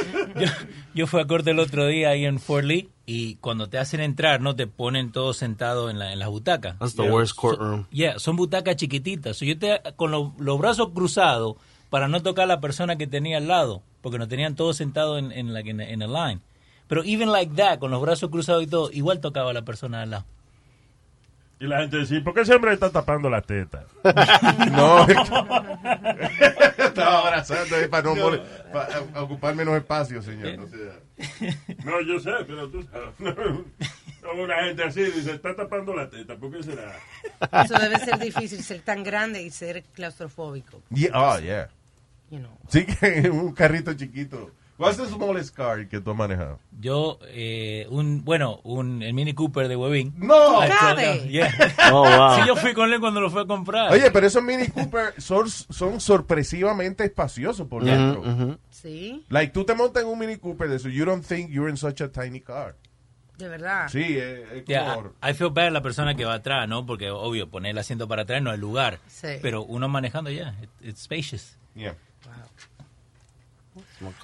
Speaker 9: Yo fui a corte el otro día ahí en Fort Lee y cuando te hacen entrar, no te ponen todos sentados en, la, en las butacas.
Speaker 10: That's the worst courtroom.
Speaker 9: Yeah, son butacas chiquititas. So, yo te, con lo- los brazos cruzados para no tocar a la persona que tenía al lado, porque nos tenían todos sentados en, en, like, en, en a line. Pero even like that, con los brazos cruzados y todo, igual tocaba a la persona al lado.
Speaker 3: Y la gente dice, ¿por qué ese hombre está tapando la teta?
Speaker 6: <laughs> No.
Speaker 3: <laughs>
Speaker 6: Estaba abrazando ahí para no, mole- para eh, ocupar menos espacio, señor. No sea-
Speaker 3: No, yo sé, pero tú sabes. No, una gente así dice, está tapando la teta, ¿por qué será?
Speaker 8: Eso debe ser difícil, ser tan grande y ser claustrofóbico.
Speaker 6: Yeah, oh, yeah.
Speaker 8: You know.
Speaker 6: Sí <laughs> que un carrito chiquito. What's the smallest car que tú has manejado?
Speaker 9: Yo, eh, un, bueno, un, el Mini Cooper de Webin.
Speaker 6: ¡No!
Speaker 9: Actual-
Speaker 6: ¡Cabe!
Speaker 9: Yeah.
Speaker 6: Oh, wow.
Speaker 9: <laughs> Sí, yo fui con él cuando lo fue a comprar.
Speaker 6: <laughs> Oye, pero esos Mini Cooper son, son sorpresivamente espaciosos por dentro.
Speaker 8: Sí,
Speaker 6: Like, tú te montas en un Mini Cooper de eso, you don't think you're in such a tiny car.
Speaker 8: de verdad.
Speaker 6: Sí, eh. es, es
Speaker 9: Yeah,
Speaker 6: como...
Speaker 9: I I feel bad la persona que va atrás, ¿no? Porque, obvio, poner el asiento para atrás no hay lugar.
Speaker 8: Sí.
Speaker 9: Pero uno manejando, ya, yeah, it- it's spacious.
Speaker 6: Yeah.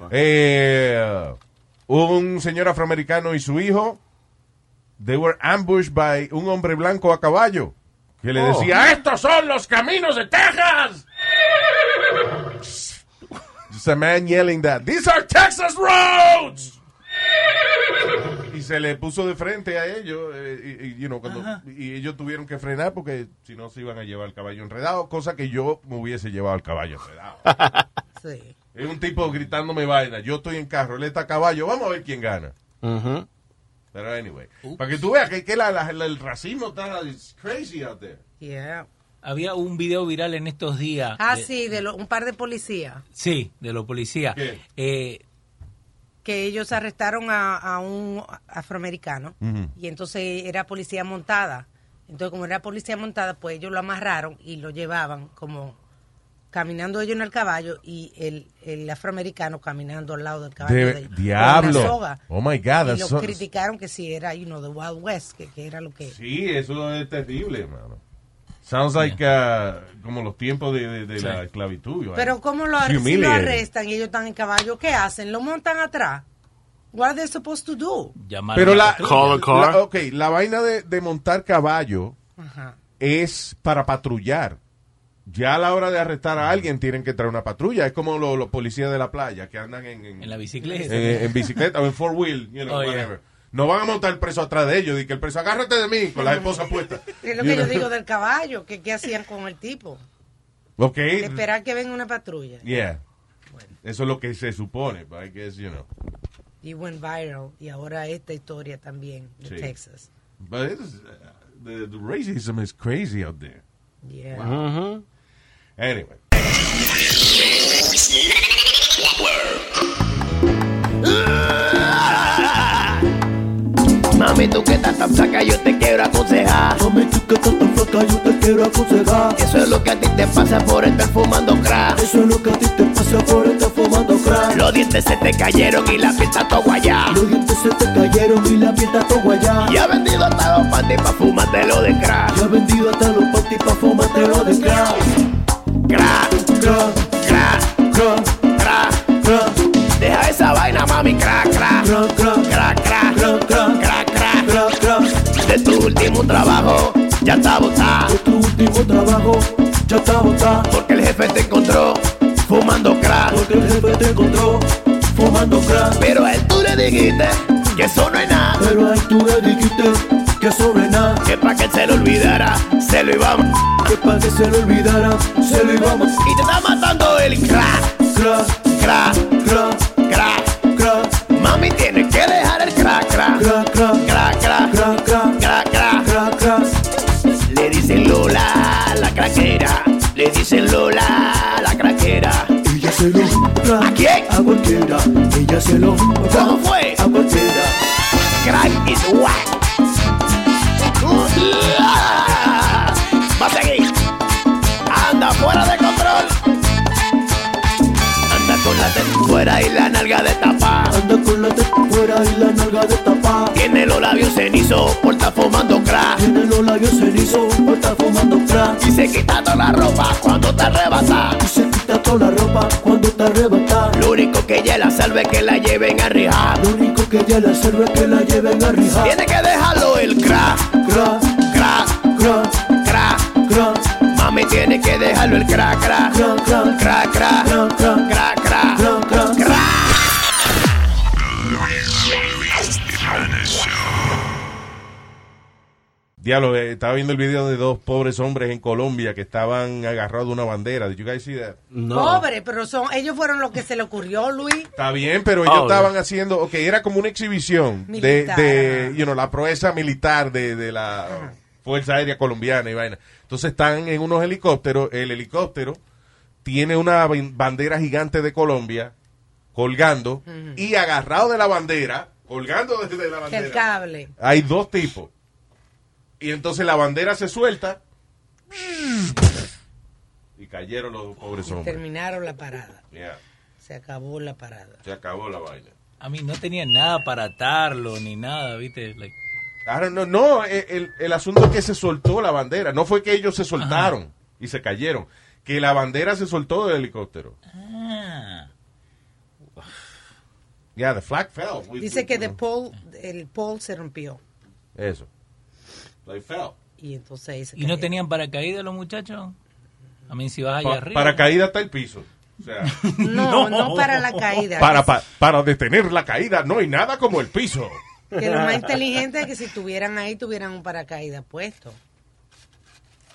Speaker 6: Eh, un señor afroamericano y su hijo, they were ambushed by un hombre blanco a caballo, que le
Speaker 3: Oh.
Speaker 6: decía, "Esto
Speaker 3: ¡Estos son los caminos de Texas!
Speaker 6: It's a man yelling that. These are Texas roads. Y se le puso de frente a ellos, eh, y, y, you know, cuando- y ellos tuvieron que frenar porque si no se iban a llevar el caballo enredado, cosa que yo me hubiese llevado el caballo
Speaker 8: <laughs>
Speaker 6: enredado.
Speaker 8: Sí.
Speaker 6: Es un tipo gritándome vaina, yo estoy en carro, él está a caballo, vamos a ver quién gana. Pero anyway, para que tú veas que, que la- la- la- el racismo está it's crazy out there.
Speaker 8: Yeah.
Speaker 9: Había un video viral en estos días.
Speaker 8: Ah,
Speaker 9: de-
Speaker 8: sí, de lo- un par de policías
Speaker 9: Sí, de los policías. Eh,
Speaker 8: que ellos arrestaron a, a un afroamericano
Speaker 9: Ujú.
Speaker 8: y entonces era policía montada. Entonces, como era policía montada, pues ellos lo amarraron y lo llevaban como caminando ellos en el caballo y el, el afroamericano caminando al lado del caballo.
Speaker 6: De-
Speaker 8: de ellos, con
Speaker 6: diablo.
Speaker 8: una soga.
Speaker 6: Oh, my God,
Speaker 8: Y
Speaker 6: that's
Speaker 8: lo
Speaker 6: so-
Speaker 8: criticaron que si era, you know, the Wild West, que, que era lo que.
Speaker 6: Sí, eso es terrible, hermano. Sounds like uh, como los tiempos de, de- de la esclavitud. ¿vale?
Speaker 8: Pero ¿cómo lo, ar- si lo
Speaker 6: Humiliating.
Speaker 8: arrestan y ellos están en caballo? ¿Qué hacen? ¿Lo montan atrás? What are they supposed to do?
Speaker 9: llamar
Speaker 6: Pero
Speaker 9: a
Speaker 6: la,
Speaker 9: patrulla.
Speaker 6: la- oh, ok, la vaina de, de montar caballo
Speaker 8: Ajá.
Speaker 6: es para patrullar. Ya a la hora de arrestar a alguien tienen que traer una patrulla. Es como lo- los policías de la playa que andan en, en,
Speaker 9: En la bicicleta.
Speaker 6: eh, en bicicleta o en four wheel, you know,
Speaker 9: Oh, yeah.
Speaker 6: whatever. No van a montar preso atrás de ellos. Y que el preso, agárrate de mí con las esposas puestas.
Speaker 8: <laughs> Es lo
Speaker 6: You
Speaker 8: que yo
Speaker 6: know.
Speaker 8: digo del caballo, que qué hacían con el tipo.
Speaker 6: <laughs> Ok.
Speaker 8: Esperar que venga una patrulla.
Speaker 6: Yeah. Eso es lo que se supone. but I guess, you know.
Speaker 8: Y went viral. Y ahora esta historia también de
Speaker 6: Sí.
Speaker 8: Texas.
Speaker 6: But it's, uh, the, the racism is crazy out there.
Speaker 8: Yeah.
Speaker 6: Wow. Anyway.
Speaker 13: My
Speaker 15: Mami, tú que estás tan flaca, yo te quiero aconsejar. Mami, tú que estás tan flaca, yo te quiero aconsejar. Eso es lo que a ti te pasa por estar fumando crack. Eso es lo que a ti te pasa por estar fumando crack. Los dientes se te cayeron y la piel está todo guayá. Los dientes se te cayeron y la piel está todo guayá. Y ha vendido hasta los panties pa' fumártelo de crack. Y ha vendido hasta los panties pa' fumártelo de crack. Crack, crack, crack, crack, crack, crack. Deja esa vaina, mami, crack, crack, crack, crack, crack, crack, crack, crack, crack. De tu último trabajo ya está botado. De tu último trabajo ya está botado. Porque el jefe te encontró fumando crack. Porque el jefe te encontró fumando crack. Pero a él tú le dijiste que eso no es nada. Pero a él tú le dijiste que eso no es nada. Que pa' que se lo olvidara, se lo íbamos. Que pa' que se lo olvidara, se lo íbamos. Y te está matando el crack, crack, crack, crack, crack, crack. Mami, tienes que dejar el crack, crack, crack, crack, crack, crack, crack, crack, crack, crack, crack. Le dicen Lola, la craquera. Le dicen Lola, la craquera. Ella se lo ¿A quién? A cualquiera. Ella se lo ¿Cómo fue? A cualquiera. Crack is whack. Va a seguir. Anda fuera de control. Anda con la teta fuera y la nalga de tapa. Anda con la teta fuera y la nalga de tapa. Tiene los labios cenizos por estar fumando crack. Tiene los labios cenizos por estar fumando crack. Y se quita toda la ropa cuando te arrebata. Y se quita toda la ropa cuando te arrebata. Lo único que ella la salve es que la lleven a rehab. Lo único que ella la salve es que la lleven a rehab. Tiene que dejarlo el crack, crack, crack, crack, crack, crack. Mami tiene que dejarlo el crack, crack, crack, crack, crack, crack, crack, crack, crack, crack.
Speaker 6: Diablo, eh, estaba viendo el video de dos pobres hombres en Colombia que estaban agarrados de una bandera. Did you guys see that?
Speaker 8: Pobre, pero son, ellos fueron los que se le ocurrió, Luis.
Speaker 6: Está bien, pero ellos
Speaker 8: Oh, yeah.
Speaker 6: estaban haciendo, ok, era como una exhibición de,
Speaker 8: Militar.
Speaker 6: de, you know, la proeza militar de, de la Fuerza Aérea Colombiana y vaina. Entonces están en unos helicópteros, el helicóptero tiene una ban- bandera gigante de Colombia colgando y agarrado de la bandera, colgando desde la
Speaker 8: Que el
Speaker 6: bandera,
Speaker 8: cable.
Speaker 6: hay dos tipos. Y entonces la bandera se suelta y cayeron los pobres hombres.
Speaker 8: Terminaron la parada.
Speaker 6: Yeah,
Speaker 8: Se acabó la parada.
Speaker 6: se acabó la vaina.
Speaker 9: <laughs> A mí no tenía nada para atarlo ni nada, ¿viste? Like,
Speaker 6: I don't know. No, eh, el, el asunto es que se soltó la bandera. No fue que ellos se soltaron y se cayeron. Que la bandera se soltó del helicóptero.
Speaker 9: ah.
Speaker 6: Yeah, the flag fell. We-
Speaker 8: Dice
Speaker 6: we-
Speaker 8: que de Paul, el Paul se rompió.
Speaker 6: Eso.
Speaker 8: Y entonces ahí se
Speaker 9: ¿Y no
Speaker 8: cayó.
Speaker 9: tenían paracaídas los muchachos? A mí si vas allá
Speaker 6: Pa-
Speaker 9: arriba.
Speaker 6: para caída hasta el piso. O sea, <laughs>
Speaker 8: No, no para la caída.
Speaker 6: para, pa- para detener la caída no hay nada como el piso.
Speaker 8: Que lo más inteligente es que si estuvieran ahí, tuvieran un paracaídas puesto.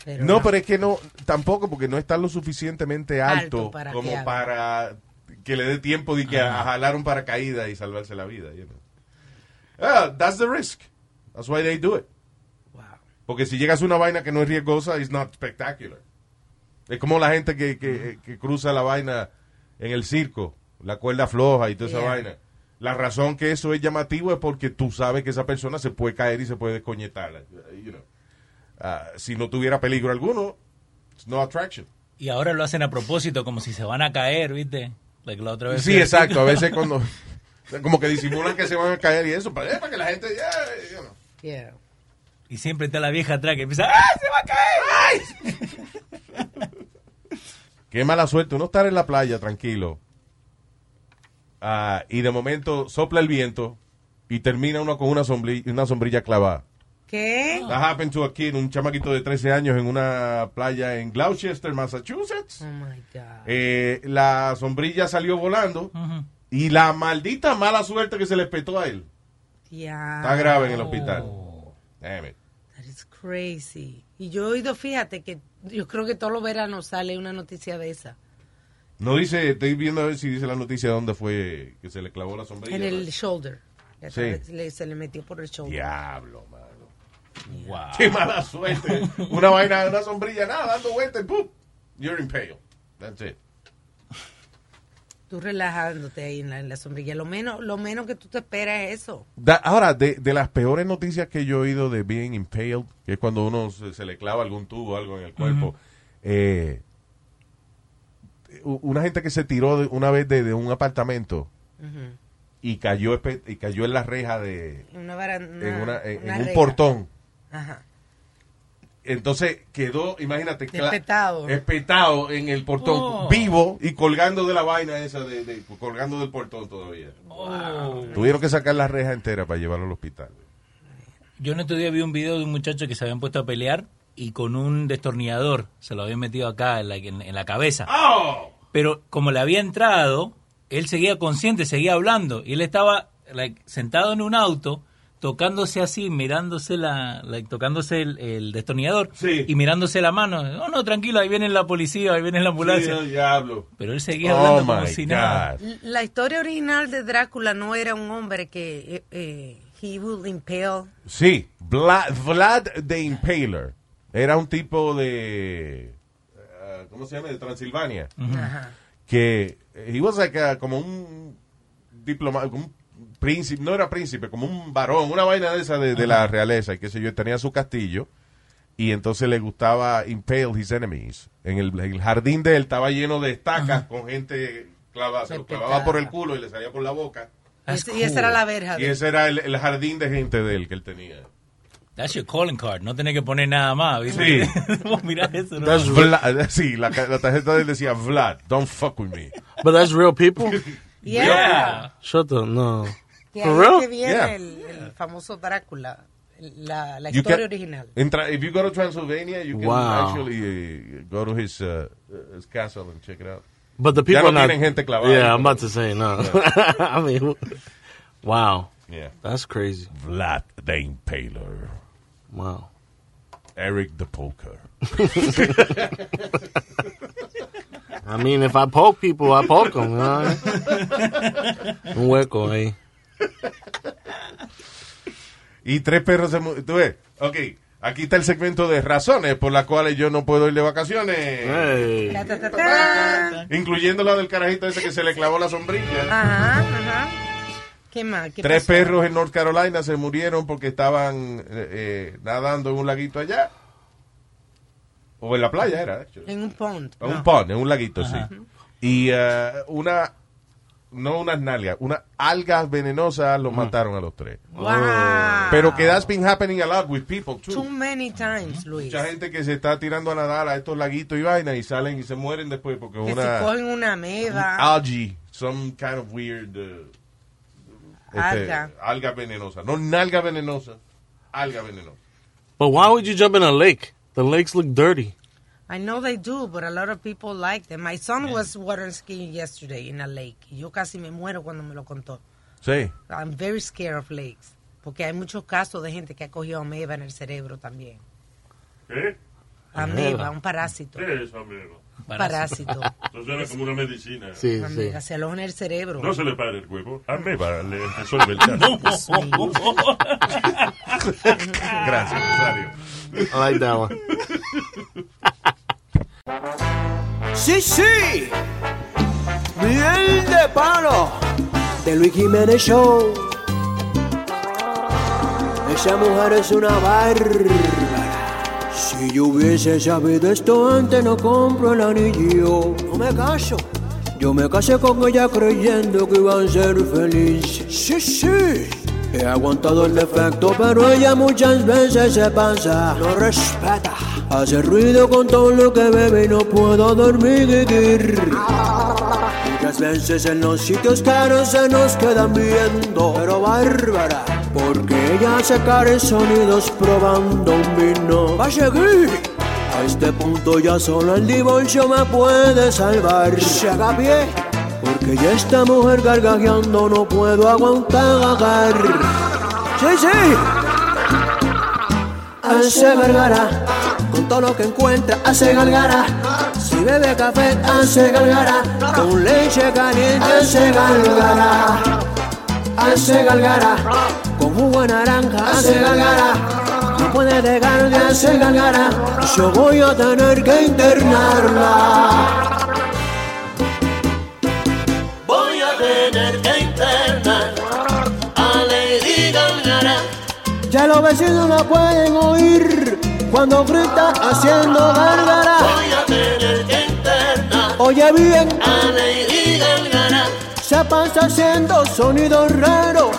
Speaker 8: Pero
Speaker 6: no, pero es que no, tampoco, porque no está lo suficientemente alto,
Speaker 8: Alto para
Speaker 6: como
Speaker 8: que haga.
Speaker 6: para que le dé tiempo de que a, a jalar un paracaídas y salvarse la vida. you know. Ah, that's the risk. That's why they do it. Porque si llegas a una vaina que no es riesgosa, it's not spectacular. Es como la gente que, que- que cruza la vaina en el circo, la cuerda floja y toda esa
Speaker 16: Yeah.
Speaker 6: vaina. La razón que eso es llamativo es porque tú sabes que esa persona se puede caer y se puede descoñetar. you know. Ah, si no tuviera peligro alguno, it's no attraction.
Speaker 9: Y ahora lo hacen a propósito, como si se van a caer, ¿viste? Like la otra vez.
Speaker 6: Sí, exacto. A veces cuando... <laughs> Como que disimulan que se van a caer y eso. Para, eh, para que la gente... ya, you know.
Speaker 8: Yeah.
Speaker 9: <laughs> Y siempre está la vieja atrás que empieza, ¡ah, se va a caer!
Speaker 6: Qué mala suerte. Uno estar en la playa tranquilo. ah, y de momento sopla el viento y termina uno con una sombrilla, una sombrilla clavada.
Speaker 8: ¿Qué?
Speaker 6: That happened to a kid, un chamaquito de 13 años en una playa en Gloucester, Massachusetts.
Speaker 8: Oh my God.
Speaker 6: Eh, la sombrilla salió volando
Speaker 8: Ujú.
Speaker 6: y la maldita mala suerte que se le espetó a él.
Speaker 8: Ya.
Speaker 6: Está grave en el hospital. Damn it.
Speaker 8: That is crazy. Y yo he oído, fíjate, que yo creo que todos los veranos sale una noticia de esa.
Speaker 6: No dice, estoy viendo a ver si dice la noticia dónde fue que se le clavó la sombrilla.
Speaker 8: En el shoulder. Le-
Speaker 6: Sí.
Speaker 8: le- se le metió por el shoulder.
Speaker 6: Diablo, mano.
Speaker 9: Wow.
Speaker 6: Qué mala suerte. una vaina, una sombrilla, nada, dando vueltas, ¡pum! You're in pale. That's it.
Speaker 8: Tú relajándote ahí en la, en la sombrilla. Lo menos, lo menos que tú te esperas es eso.
Speaker 6: Da- ahora, de, de las peores noticias que yo he oído de being impaled, que es cuando uno se, se le clava algún tubo o algo en el cuerpo, eh, u- una gente que se tiró de- una vez de, de un apartamento
Speaker 8: Ujú.
Speaker 6: y cayó, espe- y cayó en la reja de...
Speaker 8: Una varan-
Speaker 6: en, una- en-
Speaker 8: una
Speaker 6: en un
Speaker 8: reja.
Speaker 6: portón.
Speaker 8: Ajá.
Speaker 6: Entonces quedó, imagínate, cla-
Speaker 8: Espetado.
Speaker 6: espetado en el portón,
Speaker 8: Oh.
Speaker 6: vivo y colgando de la vaina esa, de, de- colgando del portón todavía. Tuvieron que sacar la reja entera para llevarlo al hospital.
Speaker 9: Yo en estos días vi un video de un muchacho que se habían puesto a pelear y con un destornillador se lo habían metido acá en la, en- en la cabeza.
Speaker 6: ¡Oh!
Speaker 9: Pero como le había entrado, él seguía consciente, seguía hablando. Y él estaba like, sentado en un auto, tocándose así, mirándose la, like, tocándose el, el destornillador y mirándose la mano. No, no, tranquilo, ahí viene la policía, ahí viene la ambulancia.
Speaker 6: Sí, diablo.
Speaker 9: Pero él seguía
Speaker 6: Oh,
Speaker 9: hablando como
Speaker 6: my
Speaker 9: si nada.
Speaker 8: La historia original de Drácula no era un hombre que eh, eh, he will impale.
Speaker 6: Sí, Vlad, Vlad the Impaler. Era un tipo de. eh, ¿Cómo se llama? De Transilvania.
Speaker 8: Ajá.
Speaker 6: Que. eh, He was like a- como un diplomado, como un príncipe, no era príncipe, como un varón, una vaina de esa de, de la realeza, y qué sé yo. Tenía su castillo. Y entonces le gustaba impale his enemies. En el, el jardín de él estaba lleno de estacas con gente clavada. Se lo clavaba por el culo y le salía por la boca.
Speaker 8: Ese- Y esa era la verja.
Speaker 6: Y
Speaker 8: de-
Speaker 6: ese era el, el jardín de gente de él que él tenía.
Speaker 9: That's your calling card, no tenés que poner nada más. ¿viste?
Speaker 6: Sí.
Speaker 9: <laughs> Vos mirás eso. ¿no?
Speaker 6: That's Vlad. <laughs> Sí, la, ca- la tarjeta de él decía Vlad, don't fuck with me.
Speaker 10: But that's real people?
Speaker 8: <laughs> Yeah.
Speaker 10: Shut up, no.
Speaker 8: de
Speaker 10: For
Speaker 8: ahí
Speaker 10: real?
Speaker 8: que viene
Speaker 6: Yeah.
Speaker 8: el, el famoso Drácula, la, la
Speaker 6: You
Speaker 8: historia
Speaker 6: can-
Speaker 8: original.
Speaker 6: in Tra- if you go to Transylvania, you can
Speaker 10: Wow.
Speaker 6: actually uh, go to his, uh, his castle and check it out.
Speaker 10: But the
Speaker 6: ya
Speaker 10: people
Speaker 6: no
Speaker 10: are not.
Speaker 6: tienen gente clavada.
Speaker 10: Yeah, I'm about to say no. <laughs> I mean, who- wow.
Speaker 6: Yeah.
Speaker 10: that's crazy.
Speaker 6: Vlad the Impaler.
Speaker 10: Wow.
Speaker 6: Eric the Poker.
Speaker 10: <laughs> I mean, if I poke people, I poke them. You know? <laughs> Un hueco ahí.
Speaker 6: Y tres perros se... mu- ¿Tú ves? Ok, aquí está el segmento de razones por las cuales yo no puedo ir de vacaciones.
Speaker 8: Ta, ta, ta, ta.
Speaker 6: Incluyendo la del carajito ese que se le clavó la sombrilla.
Speaker 8: Ajá, ajá. ¿Qué más? ¿Qué
Speaker 6: Tres
Speaker 8: pasó?
Speaker 6: perros en North Carolina se murieron porque estaban eh, eh, nadando en un laguito allá. O en la playa era, de hecho.
Speaker 8: En un pond.
Speaker 6: En Un
Speaker 8: No.
Speaker 6: pond, en un laguito, sí. Y eh, una, no unas nalgas, unas algas venenosas los mataron a los tres.
Speaker 8: Wow.
Speaker 6: Pero que that's been happening a lot with people, too.
Speaker 8: Too many times, Luis.
Speaker 6: Mucha gente que se está tirando a nadar a estos laguitos y vainas y salen y se mueren después porque
Speaker 8: que
Speaker 6: una
Speaker 8: si cogen una ameba.
Speaker 6: algae, some kind of weird uh, este,
Speaker 8: Alga.
Speaker 6: alga venenosa, no nalga venenosa, alga venenosa.
Speaker 10: But why would you jump in a lake? The lakes look dirty.
Speaker 8: I know they do, but a lot of people like them. My son was water skiing yesterday in a lake. Y Yo casi me muero cuando me lo contó.
Speaker 6: Sí.
Speaker 8: I'm very scared of lakes. Porque hay muchos casos de gente que ha cogido ameba en el cerebro también.
Speaker 3: ¿Qué?
Speaker 8: Ameba, un parásito.
Speaker 3: ¿Qué es ¿Eh? eso, amigo?
Speaker 8: Parásito.
Speaker 3: Entonces era como una medicina.
Speaker 10: Sí,
Speaker 8: Ameba, se aloja en el cerebro.
Speaker 3: No se le para el huevo. A mí va, le
Speaker 9: <laughs>
Speaker 3: resuelve el caso.
Speaker 6: Gracias, Rosario.
Speaker 10: I like that one.
Speaker 16: Sí, sí. Miel de palo. De Luis Jiménez Show. Esa mujer es una bárbara. Si yo hubiese sabido esto antes, no compro el anillo. No me caso. Yo me casé con ella creyendo que iban a ser felices. Sí, sí. He aguantado el defecto, pero ella muchas veces se pasa. No respeta. Hace ruido con todo lo que bebe y no puedo dormir. Muchas veces en los sitios caros se nos quedan viendo, pero bárbara, porque ella hace caros sonidos probando un vino. ¡Va a seguir! A este punto ya solo el divorcio me puede salvar. ¡Se haga pie! Porque ya esta mujer gargajeando no puedo aguantar. ¡Sí, sí! Hace gargara, con todo lo que encuentra hace gargara. Si bebe café, hace gargara. Con leche caliente, hace gargara. Hace gargara. Con jugo de naranja, hace gargara. No puede dejar de hacer gargara. Yo voy a tener que internarla.
Speaker 17: energía interna. A Lady Gaga.
Speaker 16: Ya los vecinos la pueden oír cuando grita haciendo gárgara.
Speaker 17: Voy a tener que interna.
Speaker 16: Oye bien,
Speaker 17: A Lady Gaga.
Speaker 16: se pasa haciendo sonidos raros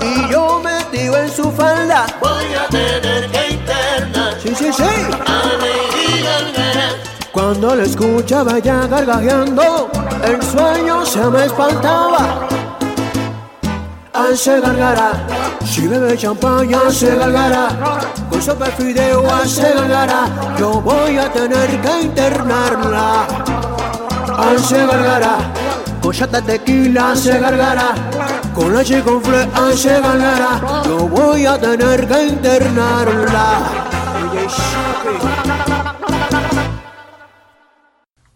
Speaker 16: y yo metido en su falda.
Speaker 17: Voy a tener que interna.
Speaker 16: Sí, sí, sí.
Speaker 17: A Lady Gaga.
Speaker 16: Cuando la escuchaba ya gargajeando, el sueño se me espantaba. Hace gargara, si bebe champaña hace gargara, con sopa de fideo hace gargara, yo voy a tener que internarla. Hace gargara, con chata de tequila hace gargara, con leche con fle hace gargara, yo voy a tener que internarla. Oye, Shaki.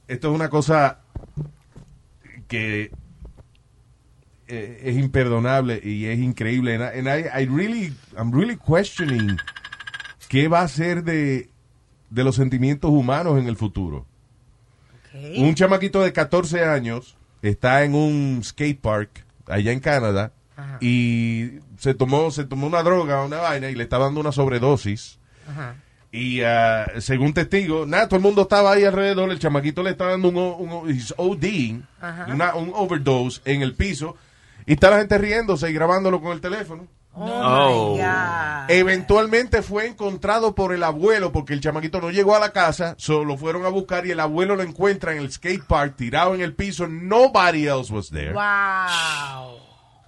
Speaker 6: Esto es una cosa que eh, es imperdonable y es increíble. And I, and I- I really, I'm really questioning qué va a ser de, de los sentimientos humanos en el futuro. Un chamaquito de 14 años está en un skate park allá en Canadá y se tomó, se tomó una droga, una vaina y le estaba dando una sobredosis. Y ah, según testigo, nada, todo el mundo estaba ahí alrededor, el chamaquito le está dando un, o- un o- he's ODing,
Speaker 8: Ajá.
Speaker 6: una- un overdose en el piso, y está la gente riéndose y grabándolo con el teléfono.
Speaker 8: Oh, my
Speaker 6: Oh.
Speaker 8: God.
Speaker 6: Eventualmente fue encontrado por el abuelo porque el chamaquito no llegó a la casa, solo fueron a buscar y el abuelo lo encuentra en el skate park tirado en el piso. Nobody else was there.
Speaker 8: Wow.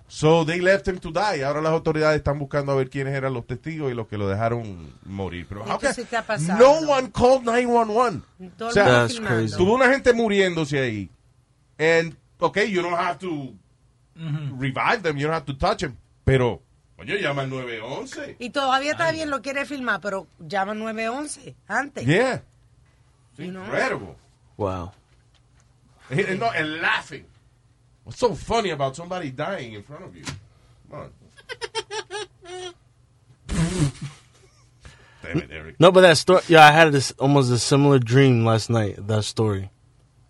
Speaker 6: So they left him to die. Ahora las autoridades están buscando a ver quiénes eran los testigos y los que lo dejaron morir. Pero how
Speaker 8: ¿Qué
Speaker 6: can-
Speaker 8: se te ha pasado?
Speaker 6: no one called 911.
Speaker 8: Todo
Speaker 6: o sea,
Speaker 8: el mundo That's filmando. crazy.
Speaker 6: tuvo una gente muriéndose ahí. And okay, you don't have to revive them, you don't have to touch them, pero Oye, llama al 911.
Speaker 8: Y todavía está bien, lo quiere filmar, pero llama 911 antes.
Speaker 6: Yeah.
Speaker 8: You know?
Speaker 6: Incredible.
Speaker 10: Wow.
Speaker 6: And, and, no, and laughing. What's so funny about somebody dying in front of you? Come on. Damn it, Eric.
Speaker 10: No, but that story. Yeah, I had this almost a similar dream last night. That story.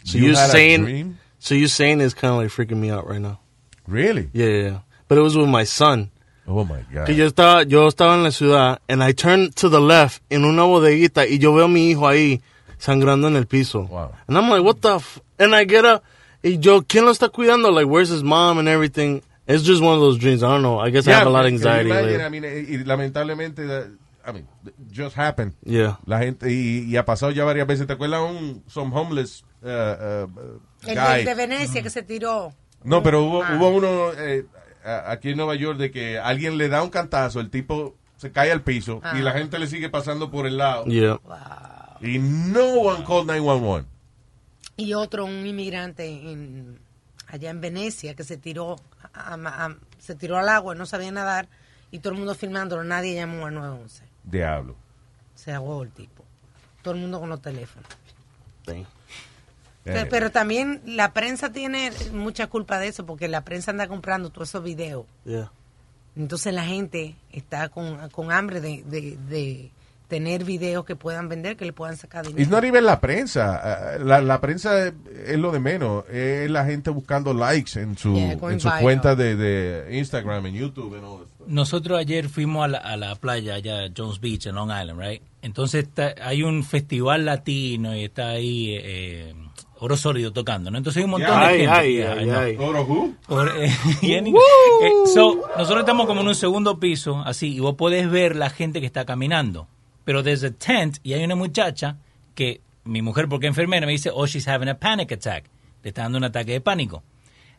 Speaker 10: So
Speaker 6: You
Speaker 10: you,
Speaker 6: had a
Speaker 10: saying,
Speaker 6: dream?
Speaker 10: so you saying is kind of like freaking me out right now.
Speaker 6: Really?
Speaker 10: Yeah, yeah. yeah. But it was with my son.
Speaker 6: Oh my god.
Speaker 10: Que yo estaba, yo estaba en la ciudad, and I turned to the left en una bodeguita, y yo veo a mi hijo ahí sangrando en el piso. Wow. And I'm like, what the? F and I get up, y yo, ¿quién lo está cuidando? Like, where's his mom and everything? It's just one of those dreams. I don't know. I guess I have a lot of
Speaker 6: can you
Speaker 10: anxiety.
Speaker 6: imagine?
Speaker 10: later.
Speaker 6: I mean, eh, y lamentablemente, that- I mean, just happened.
Speaker 10: Yeah.
Speaker 6: La gente, y, y ha pasado ya varias veces. ¿Te acuerdas un, some homeless uh, uh, uh,
Speaker 8: El
Speaker 6: guy?
Speaker 8: del de Venecia que se tiró.
Speaker 6: No, pero hubo,
Speaker 8: Ah.
Speaker 6: hubo uno eh, a- aquí en Nueva York de que alguien le da un cantazo, el tipo se cae al piso
Speaker 8: Ah.
Speaker 6: y la gente le sigue pasando por el lado.
Speaker 10: Yeah.
Speaker 6: Y no one called 911.
Speaker 8: Y otro, un inmigrante en- allá en Venecia que se tiró, a- a- a- se tiró al agua, no sabía nadar, y todo el mundo filmándolo, nadie llamó a 911.
Speaker 6: Diablo.
Speaker 8: Se ahogó el tipo. Todo el mundo con los teléfonos.
Speaker 6: Eh,
Speaker 8: Pe- Pero, también la prensa tiene mucha culpa de eso, porque la prensa anda comprando todos esos videos.
Speaker 10: Yeah.
Speaker 8: Entonces la gente está con, con hambre de, de- de tener videos que puedan vender, que le puedan sacar dinero.
Speaker 6: It's not even la prensa. Ah, La, la prensa es- es lo de menos. Es la gente buscando likes en su,
Speaker 8: Yeah, going
Speaker 6: en su
Speaker 8: viral.
Speaker 6: cuenta de, de Instagram, en YouTube, and all that stuff.
Speaker 9: Nosotros ayer fuimos a la, a la playa allá, Jones Beach, en Long Island, right? Entonces está- hay un festival latino y está ahí eh, eh, Oro Sólido tocando, ¿no? Entonces hay un montón
Speaker 10: Yeah.
Speaker 9: de
Speaker 10: Ay,
Speaker 9: gente.
Speaker 10: ay,
Speaker 9: Yeah,
Speaker 10: ay,
Speaker 9: I know.
Speaker 10: ay.
Speaker 6: Oro who?
Speaker 9: Oro- eh, <laughs> y en- eh, so, nosotros estamos como en un segundo piso, así, y vos podés ver la gente que está caminando. Pero desde el tent, y hay una muchacha que, mi mujer, porque es enfermera, me dice, oh, she's having a panic attack. Le está dando un ataque de pánico.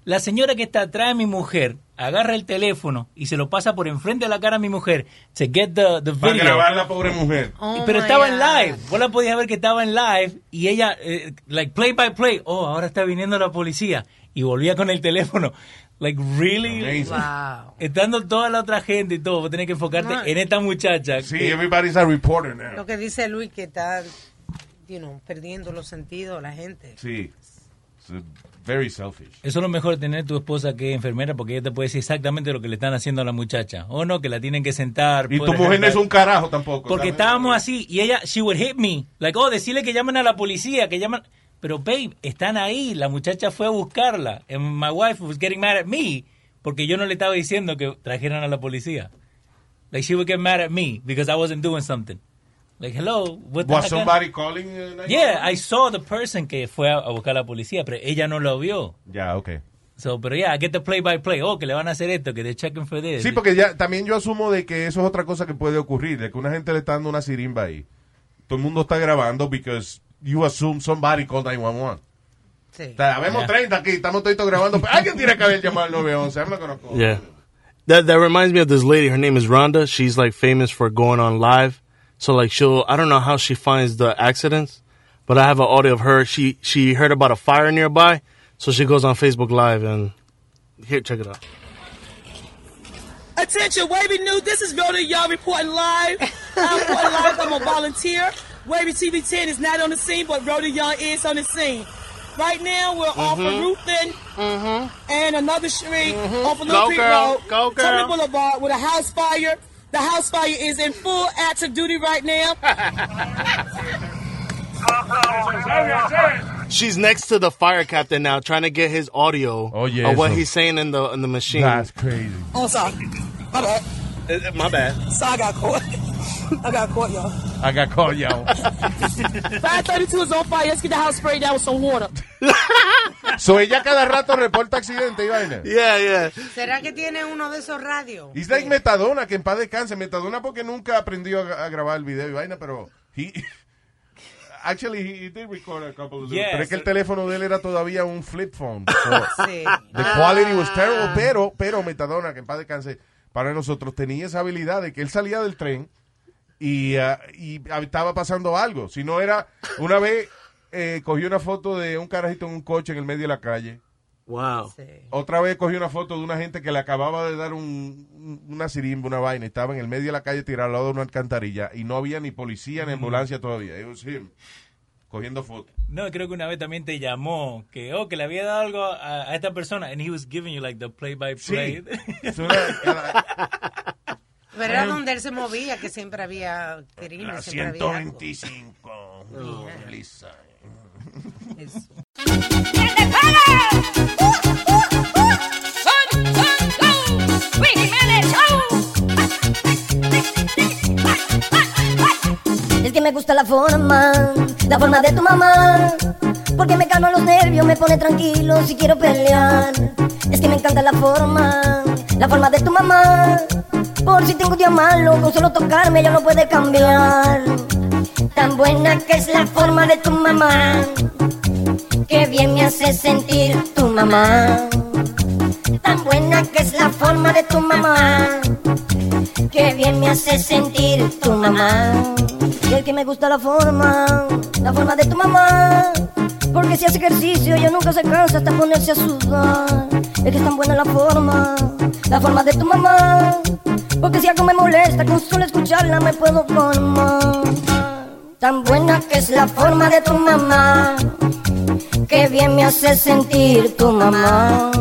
Speaker 9: La señora que está atrás de mi mujer agarra el teléfono y se lo pasa por enfrente de la cara a mi mujer to get the, the
Speaker 6: Para
Speaker 9: video.
Speaker 6: grabar la pobre mujer.
Speaker 9: Y- pero estaba en live. Vos la podías ver que estaba en live y ella, eh, like play by play, oh, ahora está viniendo la policía. Y volvía con el teléfono. Like, really?
Speaker 8: Wow.
Speaker 9: Estando toda la otra gente y todo, vos tenés que enfocarte
Speaker 8: No.
Speaker 9: en esta muchacha.
Speaker 6: Sí, everybody's a reporter now.
Speaker 8: Lo que dice Luis, que está you know, perdiendo los sentidos la gente.
Speaker 6: Sí. It's uh, very selfish.
Speaker 9: Eso es lo mejor tener tu esposa que es enfermera porque ella te puede decir exactamente lo que le están haciendo a la muchacha. O no, que la tienen que sentar.
Speaker 6: Y tu
Speaker 9: poder
Speaker 6: mujer no es
Speaker 9: sentar.
Speaker 6: un carajo tampoco.
Speaker 9: Porque
Speaker 6: ¿sabes?
Speaker 9: estábamos así y ella, she would hit me. Like, oh, decirle que llamen a la policía, que llaman. Pero, babe, están ahí. La muchacha fue a buscarla. And my wife was getting mad at me porque yo no le estaba diciendo que trajeran a la policía. Like, she would get mad at me because I wasn't doing something. Like, hello, what the
Speaker 6: Was
Speaker 9: heck?
Speaker 6: somebody calling? uh, 911?
Speaker 9: Yeah, I saw the person que fue a, a buscar a la policía, pero ella no lo vio.
Speaker 6: Ya, okay.
Speaker 9: So, pero yeah, I get the play-by-play. Oh, que le van a hacer esto, que they're checking for this.
Speaker 6: Sí, porque ya también yo asumo de que eso es otra cosa que puede ocurrir, de que una gente le está dando una sirimba ahí. Todo el mundo está grabando because you assume somebody called 911.
Speaker 8: Sí.
Speaker 6: Sabemos
Speaker 10: Yeah.
Speaker 6: 30 aquí, estamos toditos grabando. pero Alguien tiene que haber llamado al 911, I'm not gonna call.
Speaker 10: Yeah. That that reminds me of this lady. Her name is Rhonda. She's like famous for going on live. So like she'll I don't know how she finds the accidents, but I have an audio of her. She she heard about a fire nearby, so she goes on Facebook Live and here check it out.
Speaker 18: Attention, Wavy News, this is Rhoda Y'all reporting live. I'm reporting live, I'm a volunteer. Wavy TV 10 is not on the scene, but Rhoda Y'all is on the scene. Right now, we're off of
Speaker 19: Mm-hmm.
Speaker 10: Mhm.
Speaker 18: Ruthin Mm-hmm. and another street off of
Speaker 10: Mm-hmm. Go,
Speaker 18: Little Creek
Speaker 10: girl.
Speaker 18: Road,
Speaker 10: Go, girl.
Speaker 18: Terminal Boulevard, with a house fire. The house fire is in full active duty right
Speaker 10: <laughs>
Speaker 18: now.
Speaker 10: She's next to the fire captain now, trying to get his audio oh,
Speaker 6: yeah,
Speaker 10: of what
Speaker 6: so-
Speaker 10: he's saying in the in the machine. Uh,
Speaker 6: That's crazy.
Speaker 18: I'm sorry. My bad.
Speaker 10: My bad.
Speaker 18: So I got caught. I got caught, y'all.
Speaker 6: I got called, yo.
Speaker 18: <laughs>
Speaker 10: Mm-hmm.
Speaker 18: 532 is on fire. Let's get the house sprayed down with some water.
Speaker 6: so ella cada rato reporta accidente y vaina.
Speaker 10: Yeah, yeah.
Speaker 8: ¿Será que tiene uno de esos radios?
Speaker 6: It's like Metadona, que en paz descanse. Metadona porque nunca aprendió a, a grabar el video y vaina, pero... he- <laughs> actually, he, he did record a couple of little-
Speaker 3: Yeah,
Speaker 6: Pero es que el
Speaker 3: so-
Speaker 6: teléfono de él era todavía un flip phone. so-
Speaker 8: Sí.
Speaker 6: The quality was terrible, pero, pero Metadona, que en paz descanse, para nosotros tenía esa habilidad de que él salía del tren y, ah, y estaba pasando algo. Si no era, una vez eh, cogió una foto de un carajito en un coche en el medio de la calle.
Speaker 10: Wow.
Speaker 6: Otra vez cogió una foto de una gente que le acababa de dar un- un- una sirimba, una vaina, y estaba en el medio de la calle tirado al lado de una alcantarilla y no había ni policía ni ambulancia todavía. It was him, cogiendo fotos.
Speaker 9: No, creo que una vez también te llamó que, oh, que le había dado algo a, a esta persona and he was giving you like the play by play.
Speaker 8: <laughs> Pero
Speaker 6: Eh.
Speaker 8: era donde él se movía, que siempre había
Speaker 6: Ah,
Speaker 8: crimen, siempre había algo.
Speaker 6: Lisa.
Speaker 8: Eso. Oh,
Speaker 20: Es que me gusta la forma, la forma de tu mamá. Porque me calma los nervios, me pone tranquilo si quiero pelear. Es que me encanta la forma, la forma de tu mamá. Por si tengo un día malo, con solo tocarme ya no puede cambiar. Tan buena que es la forma de tu mamá. Que bien me hace sentir tu mamá. Tan buena que es la forma de tu mamá. Que bien me hace sentir tu mamá. Y el que me gusta la forma, la forma de tu mamá. Porque si hace ejercicio, ella nunca se cansa hasta ponerse a sudar. Es que es tan buena la forma, la forma de tu mamá. Porque si algo me molesta, con solo escucharla me puedo formar. Tan buena que es la forma de tu mamá. Que bien me hace sentir tu mamá.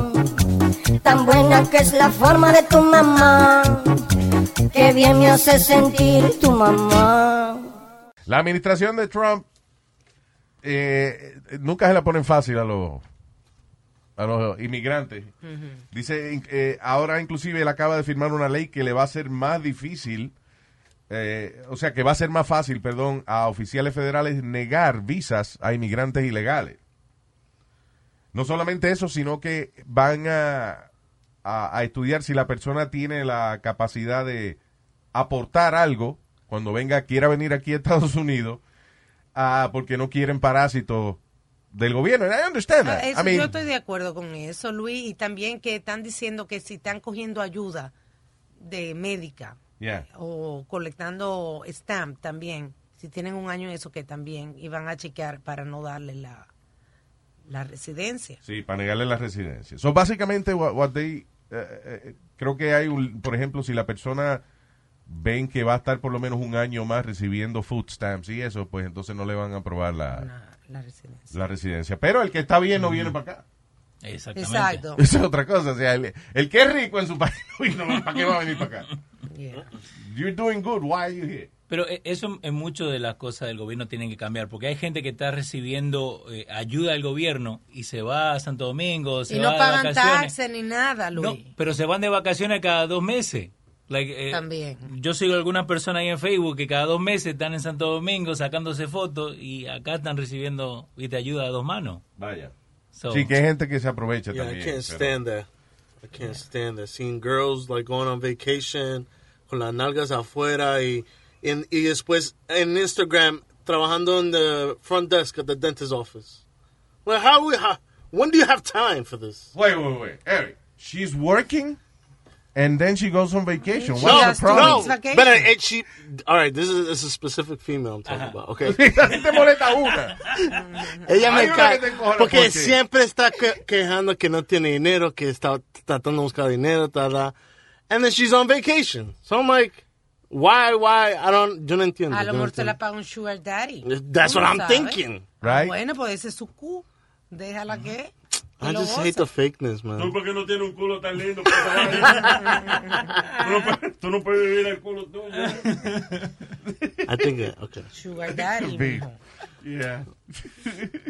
Speaker 20: Tan buena que es la forma de tu mamá. Que bien me hace sentir tu mamá.
Speaker 6: La administración de Trump eh, nunca se la ponen fácil a los, a los inmigrantes. Dice, in- eh, ahora inclusive él acaba de firmar una ley que le va a ser más difícil, eh, o sea, que va a ser más fácil, perdón, a oficiales federales negar visas a inmigrantes ilegales. No solamente eso, sino que van a, a- a estudiar si la persona tiene la capacidad de aportar algo cuando venga, quiera venir aquí a Estados Unidos, ah, porque no quieren parásitos del gobierno. And I understand that.
Speaker 8: Ah, Eso,
Speaker 6: I mean,
Speaker 8: yo estoy de acuerdo con eso, Luis, y también que están diciendo que si están cogiendo ayuda de médica
Speaker 6: yeah.
Speaker 8: o colectando stamp también, si tienen un año en eso que también iban a chequear para no darle la, la residencia.
Speaker 6: Sí, para negarle la residencia. So, básicamente, what, what they, eh, eh, creo que hay, un, por ejemplo, si la persona ven que va a estar por lo menos un año más recibiendo food stamps y eso, pues entonces no le van a aprobar la,
Speaker 8: la residencia.
Speaker 6: la residencia. Pero el que está bien no
Speaker 10: Mm.
Speaker 6: viene para acá.
Speaker 9: Exactamente.
Speaker 8: Exacto.
Speaker 6: Esa es otra cosa. O sea, el, el <laughs> que es rico en su país, no vino, ¿para qué va a venir para acá? You're doing good, why are you here?
Speaker 9: Pero e- eso en muchas de las cosas del gobierno tienen que cambiar, porque hay gente que está recibiendo eh, ayuda del gobierno y se va a Santo Domingo, se
Speaker 8: Y
Speaker 9: va
Speaker 8: no
Speaker 9: de
Speaker 8: pagan
Speaker 9: vacaciones.
Speaker 8: taxes ni nada, Luis.
Speaker 9: Pero se van de vacaciones cada dos meses. Like, eh,
Speaker 8: También.
Speaker 9: Yo sigo algunas personas ahí en Facebook que cada dos meses están en Santo Domingo sacándose fotos y acá están recibiendo y te ayuda a dos manos.
Speaker 6: Vaya.
Speaker 9: So-
Speaker 6: Sí, que hay gente que se aprovecha
Speaker 10: Yeah, I
Speaker 6: también.
Speaker 10: can't
Speaker 6: pero-
Speaker 10: stand that. I can't stand that. Seeing girls like going on vacation con las nalgas afuera y, en- y después en Instagram trabajando en the front desk at the dentist office. Well, how, we- how when do you have time for this?
Speaker 6: Wait, wait, wait, Eric. She's working, and then she goes on vacation.
Speaker 10: No,
Speaker 6: What's the problem?
Speaker 10: no, but uh, it, she. All right, this is this is a specific female I'm talking about. Okay.
Speaker 6: <laughs> Te molesta una.
Speaker 10: Ella me
Speaker 6: Hay una
Speaker 10: cae
Speaker 6: que te encojona,
Speaker 10: porque
Speaker 6: ¿por qué?
Speaker 10: siempre está que- quejando que no tiene dinero, que está tratando de buscar dinero, ta, ta. And then she's on vacation. So I'm like, why, why? I don't, yo no entiendo.
Speaker 8: A lo
Speaker 10: yo no
Speaker 8: mejor te la
Speaker 10: entiendo.
Speaker 8: paga un sugar daddy.
Speaker 10: That's
Speaker 8: Tú
Speaker 10: what
Speaker 8: no
Speaker 10: I'm
Speaker 8: sabes.
Speaker 10: thinking.
Speaker 8: Ah,
Speaker 10: Right.
Speaker 8: Bueno, pues ese es su cu. Déjala que.
Speaker 10: I just hate the fakeness,
Speaker 3: Tú
Speaker 10: man.
Speaker 3: porque no tienes un culo tan lindo. pues, tú no puedes- Tú no puedes vivir el culo tuyo.
Speaker 10: I think, uh, okay.
Speaker 8: Sugar daddy.
Speaker 6: Big.
Speaker 8: mijo.
Speaker 6: Yeah. <laughs>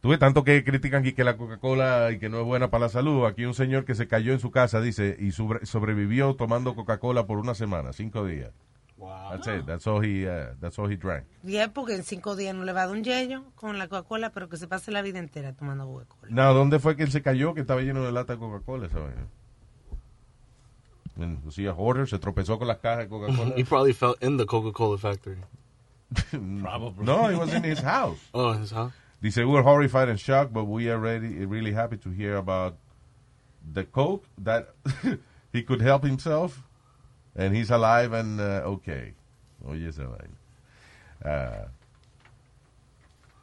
Speaker 6: Tuve tanto que critican aquí que la Coca-Cola y que no es buena para la salud. Aquí un señor que se cayó en su casa, dice, y sobre- sobrevivió tomando Coca-Cola por una semana, cinco días. Wow. That's it. That's all he, uh, that's all he drank.
Speaker 8: Y es porque en cinco días no le va a dar un yello con la Coca-Cola, pero que se pase la vida entera tomando hueco.
Speaker 6: No, ¿dónde fue que él se cayó? Que estaba lleno de lata de Coca-Cola esa vaina. En Lucía <laughs> Horror se tropezó con las cajas de Coca-Cola.
Speaker 10: He probably fell in the Coca-Cola factory.
Speaker 6: Probably. No, it was in his house.
Speaker 10: Oh, his house.
Speaker 6: Dice, we're horrified and shocked, but we are really, really happy to hear about the Coke, that <laughs> he could help himself, and he's alive and uh, okay. Oye, esa vaina. Ah,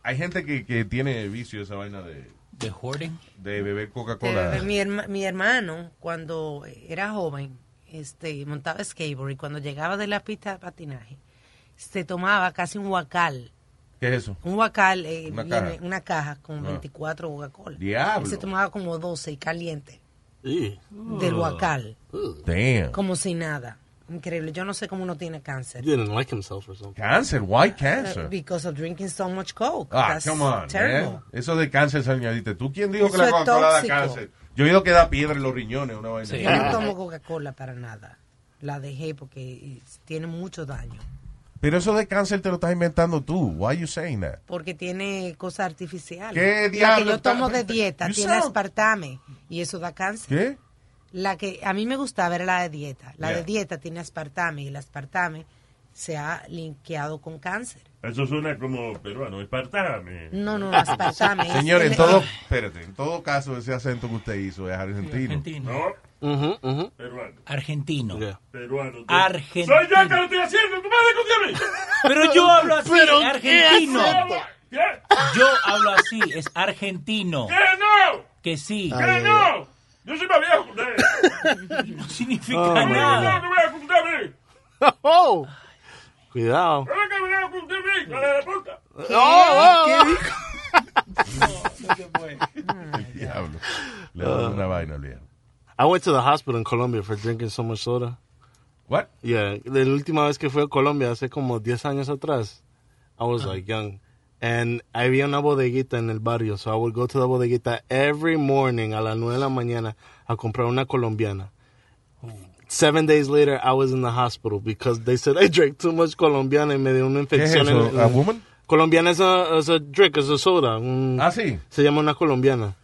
Speaker 6: hay gente que, que tiene vicio esa vaina de...
Speaker 9: ¿De hoarding?
Speaker 6: De beber Coca-Cola.
Speaker 8: Pero Eh, mi, herma- mi hermano, cuando era joven, este, montaba skateboard y cuando llegaba de la pista de patinaje, se tomaba casi un huacal.
Speaker 6: ¿Qué es eso?
Speaker 8: Un huacal eh,
Speaker 6: Una
Speaker 8: viene
Speaker 6: caja.
Speaker 8: una caja con
Speaker 6: Ah.
Speaker 8: 24 Coca-Cola.
Speaker 6: Diablo.
Speaker 8: Y se tomaba como 12 y caliente del
Speaker 10: Ugh.
Speaker 8: huacal,
Speaker 10: Ugh.
Speaker 6: Damn.
Speaker 8: como si nada. Increíble. Yo no sé cómo no tiene cáncer.
Speaker 10: He didn't like himself or something.
Speaker 6: Cáncer, why
Speaker 8: Uh,
Speaker 6: cancer?
Speaker 8: Because of drinking so much Coke.
Speaker 6: Ah,
Speaker 8: That's
Speaker 6: come on,
Speaker 8: terrible.
Speaker 6: man. Eso de cáncer, señorita. ¿Tú quién dijo que
Speaker 8: Eso
Speaker 6: la
Speaker 8: es
Speaker 6: Coca-Cola da
Speaker 8: tóxico.
Speaker 6: cáncer? Yo he oído que da piedra en los riñones, una vaina.
Speaker 8: Yo no tomo Coca-Cola para nada. La dejé porque tiene mucho daño.
Speaker 6: Pero eso de cáncer te lo estás inventando tú. Why you saying that?
Speaker 8: Porque tiene cosas artificiales.
Speaker 6: ¿Qué
Speaker 8: La que
Speaker 6: diablo
Speaker 8: yo
Speaker 6: está-
Speaker 8: tomo de dieta
Speaker 6: You
Speaker 8: tiene
Speaker 6: sound-
Speaker 8: aspartame y eso da cáncer.
Speaker 6: ¿Qué?
Speaker 8: La que a mí me gustaba era la de dieta. La
Speaker 3: Yeah.
Speaker 8: de dieta tiene aspartame y el aspartame se ha linkeado con cáncer.
Speaker 3: Eso suena como peruano, espartame.
Speaker 8: No, no, aspartame. es
Speaker 6: Señor, en
Speaker 8: el-
Speaker 6: todo, espérate, en todo caso ese acento que usted hizo es argentino.
Speaker 9: Argentino.
Speaker 3: No.
Speaker 10: Ujú, ujú.
Speaker 3: Peruano.
Speaker 9: Argentino.
Speaker 3: Peruano.
Speaker 9: Argentino.
Speaker 3: Soy yo que lo estoy haciendo, tú me discutirme.
Speaker 9: Pero
Speaker 3: <laughs>
Speaker 9: yo hablo así,
Speaker 3: Pero, ¿qué
Speaker 9: argentino.
Speaker 3: acento?
Speaker 9: Yo hablo así, es argentino.
Speaker 3: ¿Qué no?
Speaker 9: Que sí.
Speaker 3: ¿Qué no? Yo soy más viejo que <laughs> ustedes.
Speaker 9: No significa
Speaker 10: Oh, my
Speaker 3: No,
Speaker 9: nada.
Speaker 3: no voy a discutir a mí.
Speaker 10: <laughs> Oh, cuidado.
Speaker 3: No me voy a discutir a mí, hija de la puta.
Speaker 10: Oh, oh, oh.
Speaker 3: <laughs> oh,
Speaker 6: <laughs> Diablo. Le doy una vaina, Lía.
Speaker 10: I went to the hospital in Colombia for drinking so much soda.
Speaker 6: What?
Speaker 10: Yeah, la última vez que fui a Colombia hace como 10 años atrás, I was like young. And había una bodeguita en el barrio, so I would go to the bodeguita every morning a las 9 de la mañana a comprar una colombiana. Seven days later, I was in the hospital because they said I drank too much colombiana y me dio una
Speaker 6: ¿Qué es
Speaker 10: infección.
Speaker 6: eso?
Speaker 10: en el-
Speaker 6: ¿A woman?
Speaker 10: Colombiana es a, es a drink, es a soda. un-
Speaker 6: Ah, sí.
Speaker 10: Se llama una colombiana.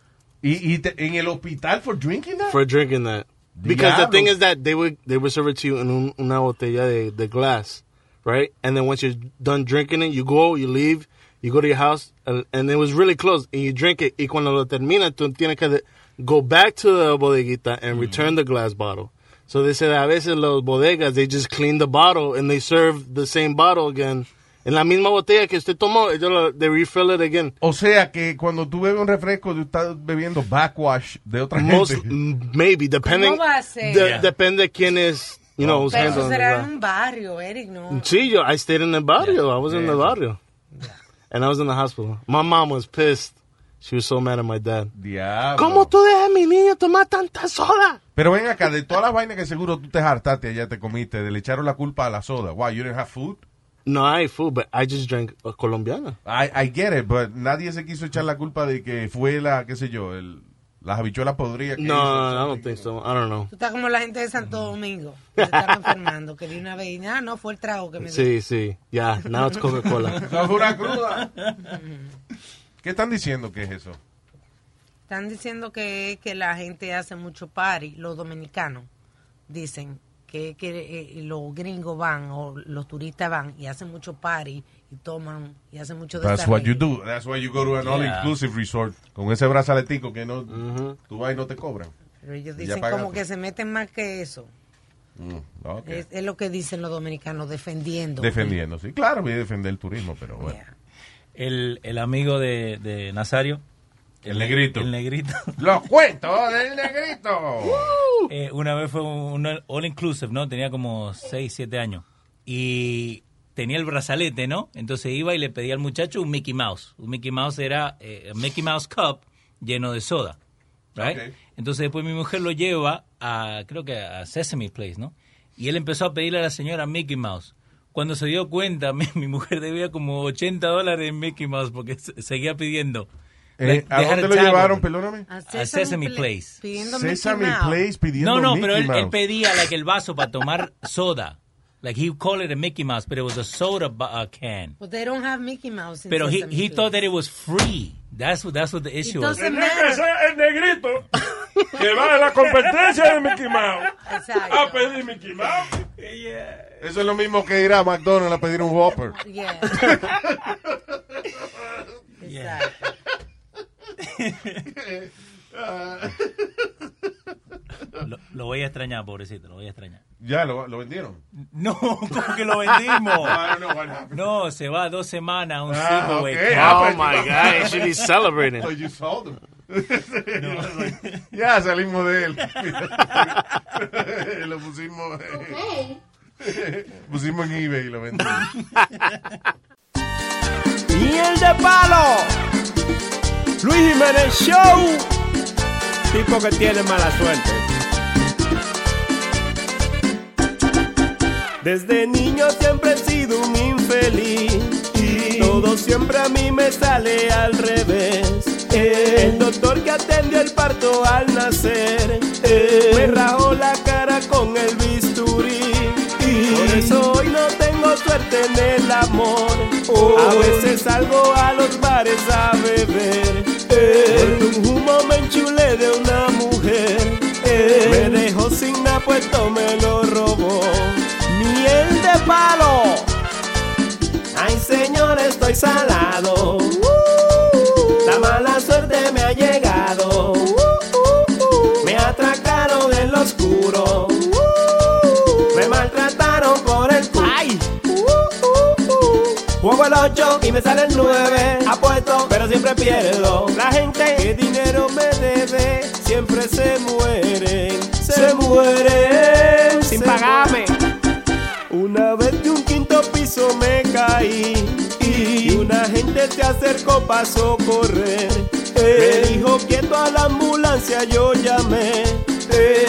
Speaker 6: ¿Y, y te- en el hospital for drinking that?
Speaker 10: for drinking that. Because the
Speaker 6: Diablo.
Speaker 10: thing is that they would they would serve it to you in un, una botella de, de glass, right? And then once you're done drinking it, you go, you leave, you go to your house, and, and it was really close. And you drink it. Y cuando lo termina, tú tienes que de- go back to the bodeguita and return the glass bottle. So they said a veces los bodegas they just clean the bottle and they serve the same bottle again. En la misma botella que usted tomó, ellos lo- they refill it again.
Speaker 6: O sea que cuando tú bebes un refresco, tú estás bebiendo backwash de otra
Speaker 10: Most
Speaker 6: gente.
Speaker 10: m- maybe depending
Speaker 8: ¿Cómo va a ser?
Speaker 10: de-
Speaker 8: Yeah.
Speaker 10: depende quién es you know who's
Speaker 8: Pero eso
Speaker 10: handling the
Speaker 8: será en
Speaker 10: glass.
Speaker 8: un barrio, Eric, ¿no?
Speaker 10: Sí, yo, I stayed in the barrio. I was in
Speaker 6: Yeah.
Speaker 10: the barrio. And I was in the hospital. My mom was pissed. She was so mad at my dad.
Speaker 6: Diablo.
Speaker 10: ¿Cómo tú dejas a mi niño tomar tanta soda?
Speaker 6: Pero ven acá, de todas las vainas que seguro tú te hartaste allá, te comiste, de le echaron la culpa a la soda. Why, you didn't have food?
Speaker 10: No, I ate food, but I just drank a colombiana.
Speaker 6: I, I get it, but nadie se quiso echar la culpa de que fue la, qué sé yo, el, las habichuelas podrías. que
Speaker 10: No,
Speaker 6: hizo.
Speaker 10: I don't think so. I don't know.
Speaker 8: Tú estás como la gente de Santo Domingo, que se está enfermando, que de una vez, ah, no, fue el trago que me dio.
Speaker 10: Sí, sí. Yeah, now it's
Speaker 6: <laughs>
Speaker 10: Coca-Cola.
Speaker 6: No, fue una cruda. ¿Qué están diciendo que es eso?
Speaker 8: Están diciendo que, que la gente hace mucho party, los dominicanos dicen que, que eh, los gringos van o los turistas van y hacen mucho party y toman y hacen mucho
Speaker 6: That's what
Speaker 8: desarreglo.
Speaker 6: you do. That's why you go to an
Speaker 8: Yeah.
Speaker 6: all-inclusive resort. Con ese brazaletico que no, tú vas y no te cobran.
Speaker 8: Pero ellos
Speaker 6: Y ya
Speaker 8: dicen como
Speaker 6: pagaste.
Speaker 8: que se meten más que eso.
Speaker 6: Mm, ok.
Speaker 8: Es, es lo que dicen los dominicanos defendiendo.
Speaker 6: Defendiendo, sí. Claro, voy a defender el turismo, pero bueno.
Speaker 9: El, el amigo de, de Nazario. El
Speaker 6: negrito.
Speaker 9: El negrito.
Speaker 6: Los cuentos del negrito.
Speaker 9: Eh, una vez fue un, un all inclusive, ¿no? Tenía como 6, 7 años. Y tenía el brazalete, ¿no? Entonces iba y le pedía al muchacho un Mickey Mouse. Un Mickey Mouse era eh, un Mickey Mouse Cup lleno de soda. right?
Speaker 21: Ok.
Speaker 9: Entonces después mi mujer lo lleva a, creo que a Sesame Place, ¿no? Y él empezó a pedirle a la señora Mickey Mouse. Cuando se dio cuenta, <laughs> mi, mi mujer debía como 80 dólares en Mickey Mouse porque se- seguía pidiendo.
Speaker 6: Eh, ¿A
Speaker 9: They had
Speaker 6: dónde lo
Speaker 9: tavern.
Speaker 6: llevaron, perdóname?
Speaker 9: A Sesame, Place.
Speaker 8: Pidiendo
Speaker 6: Sesame
Speaker 8: Mickey Mouse.
Speaker 6: Place pidiendo
Speaker 9: No, no,
Speaker 6: Mickey
Speaker 9: pero él, él
Speaker 6: Mouse.
Speaker 9: pedía like el vaso para tomar <laughs> soda. Like he called it a Mickey Mouse, but it was a soda bu- uh, can.
Speaker 8: But they don't have Mickey Mouse in
Speaker 9: Pero he,
Speaker 8: Sesame
Speaker 9: he
Speaker 8: Place.
Speaker 9: thought that it was free. That's what that's what the issue was.
Speaker 8: doesn't
Speaker 3: El negro es el negrito que va a la competencia de Mickey Mouse a pedir Mickey Mouse.
Speaker 6: Eso es lo mismo que ir a McDonald's a pedir un Whopper. <laughs>
Speaker 8: Yeah.
Speaker 9: Lo, lo voy a extrañar, pobrecito, lo voy a extrañar.
Speaker 6: Ya, lo, lo vendieron.
Speaker 9: No, porque lo vendimos.
Speaker 6: <laughs> I don't know what happened.
Speaker 9: No, se va dos semanas a un
Speaker 6: Ah,
Speaker 9: giveaway.
Speaker 6: okay.
Speaker 9: Claro.
Speaker 6: Ah, pues- <laughs> So
Speaker 9: No,
Speaker 6: you sold him. <laughs> ya salimos de él. <laughs> lo <laughs> pusimos. eh, pusimos en eBay y lo vendimos.
Speaker 4: Miel de palo. Luis Jiménez Show. Tipo que tiene mala suerte. Desde niño siempre he sido un infeliz. Todo siempre a mí me sale al revés. El doctor que atendió el parto al nacer me rajó la cara con el bisturí. Por eso hoy no tengo suerte en el amor. A veces salgo a los bares a beber. Porque un humo me enchulé de una mujer. Me dejó sin nada, puesto me lo robó. Miel de palo. Ay, señor, estoy salado. La mala suerte me ha llegado. Me atracaron en lo oscuro. Me maltrataron por el cu. Juego el 8 y me sale el 9. Apuesto, pero siempre pierdo. La gente que dinero me debe siempre se mueren. Se mueren sin pagarme. Una vez de un quinto piso me caí y una gente se acercó para socorrer. Me dijo quieto a la ambulancia, yo llamé.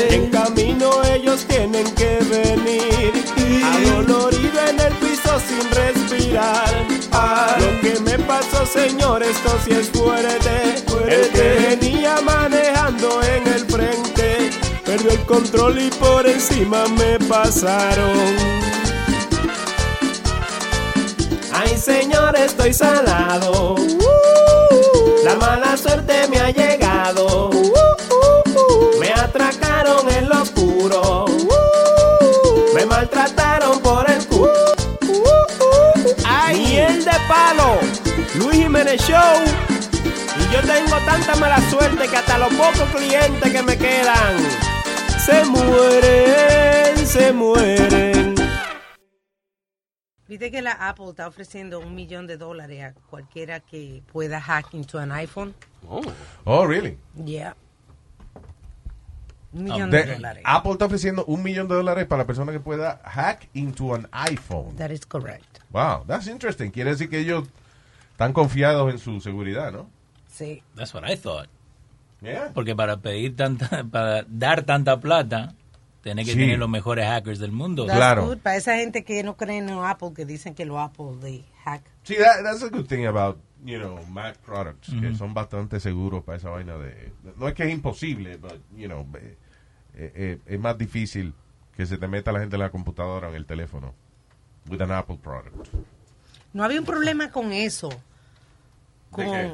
Speaker 4: Y en camino ellos tienen que venir. Adolorido en el piso sin respirar. Lo que me pasó, señor, esto sí es fuerte. El que venía manejando en el frente perdió el control y por encima me pasaron. Ay, señor, estoy salado. La mala suerte me ha llegado. Me atracaron en lo oscuro. Me maltrataron por el culo. Ay, miel de palo. Luis Jiménez Show. Y yo tengo tanta mala suerte que hasta los pocos clientes que me quedan se mueren, se mueren.
Speaker 8: Viste que la Apple está ofreciendo un millón de dólares a cualquiera que pueda hack into an iPhone.
Speaker 6: Oh, really?
Speaker 8: Yeah. Un millón
Speaker 6: Ah, De-
Speaker 8: de dólares.
Speaker 6: Apple está ofreciendo un millón de dólares para la persona que pueda hack into an iPhone.
Speaker 8: That is correct.
Speaker 6: Wow, that's interesting. Quiere decir que ellos están confiados en su seguridad, ¿no?
Speaker 8: Sí.
Speaker 9: That's what I thought.
Speaker 8: Yeah.
Speaker 9: Porque para pedir tanta, para dar tanta plata, tiene que
Speaker 6: Sí.
Speaker 9: tener los mejores hackers del mundo.
Speaker 8: That's good para esa gente que no cree en Apple, que dicen que lo Apple de hack.
Speaker 6: See, that, that's a good thing about, you know, Mac products, que
Speaker 9: Ujú.
Speaker 6: son bastante seguros para esa vaina de... No es que es imposible, but, you know, eh, eh, eh, es más difícil que se te meta la gente en la computadora o en el teléfono with an Apple product.
Speaker 8: No había un problema con eso. Con,
Speaker 6: qué?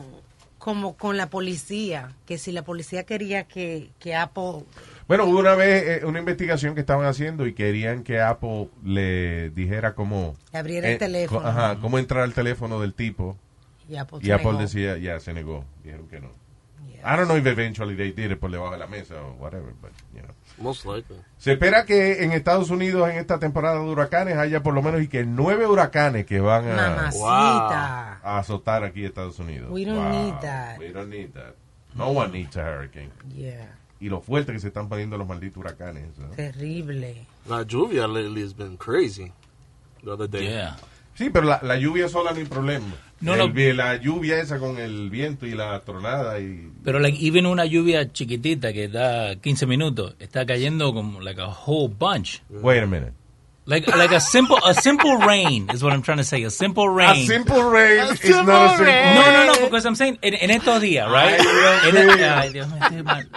Speaker 8: como con la policía, que si la policía quería que, que Apple...
Speaker 6: Bueno, hubo una vez eh, una investigación que estaban haciendo y querían que Apple le dijera cómo... eh,
Speaker 8: Que abriera el teléfono.
Speaker 6: co- Ajá, cómo entrar al teléfono del tipo.
Speaker 8: Y Apple
Speaker 6: y
Speaker 8: se
Speaker 6: Apple
Speaker 8: negó.
Speaker 6: decía, ya, se negó. Dijeron que no. I don't know if eventually they did it por debajo de pues la mesa o whatever, but, you know.
Speaker 10: Most likely.
Speaker 6: Se espera que en Estados Unidos en esta temporada de huracanes haya por lo menos y que nueve huracanes que van a,
Speaker 8: Mamacita.
Speaker 6: a azotar aquí Estados Unidos.
Speaker 8: <laughs> We don't
Speaker 6: Wow.
Speaker 8: need that.
Speaker 6: We don't need that. No one needs a hurricane.
Speaker 8: Yeah.
Speaker 6: Y lo fuerte que se están poniendo los malditos huracanes. ¿no?
Speaker 8: Terrible.
Speaker 10: La lluvia lately has been crazy. The other day.
Speaker 9: Yeah.
Speaker 6: Sí, pero la, la lluvia sola no hay problema.
Speaker 9: No,
Speaker 6: El
Speaker 9: no.
Speaker 6: vi- La lluvia esa con el viento y la tronada y...
Speaker 9: Pero like, even una lluvia chiquitita que da 15 minutos, está cayendo como like a whole bunch.
Speaker 6: Wait a minute.
Speaker 9: Like, like a simple a simple rain is what I'm trying to say. A simple rain.
Speaker 6: A simple rain
Speaker 9: A
Speaker 6: is not a simple rain.
Speaker 9: No, no, no, because I'm saying en, en estos días, right?
Speaker 6: Ay, Dios
Speaker 9: En-
Speaker 6: mío.
Speaker 9: ay, Dios mío, estoy mal.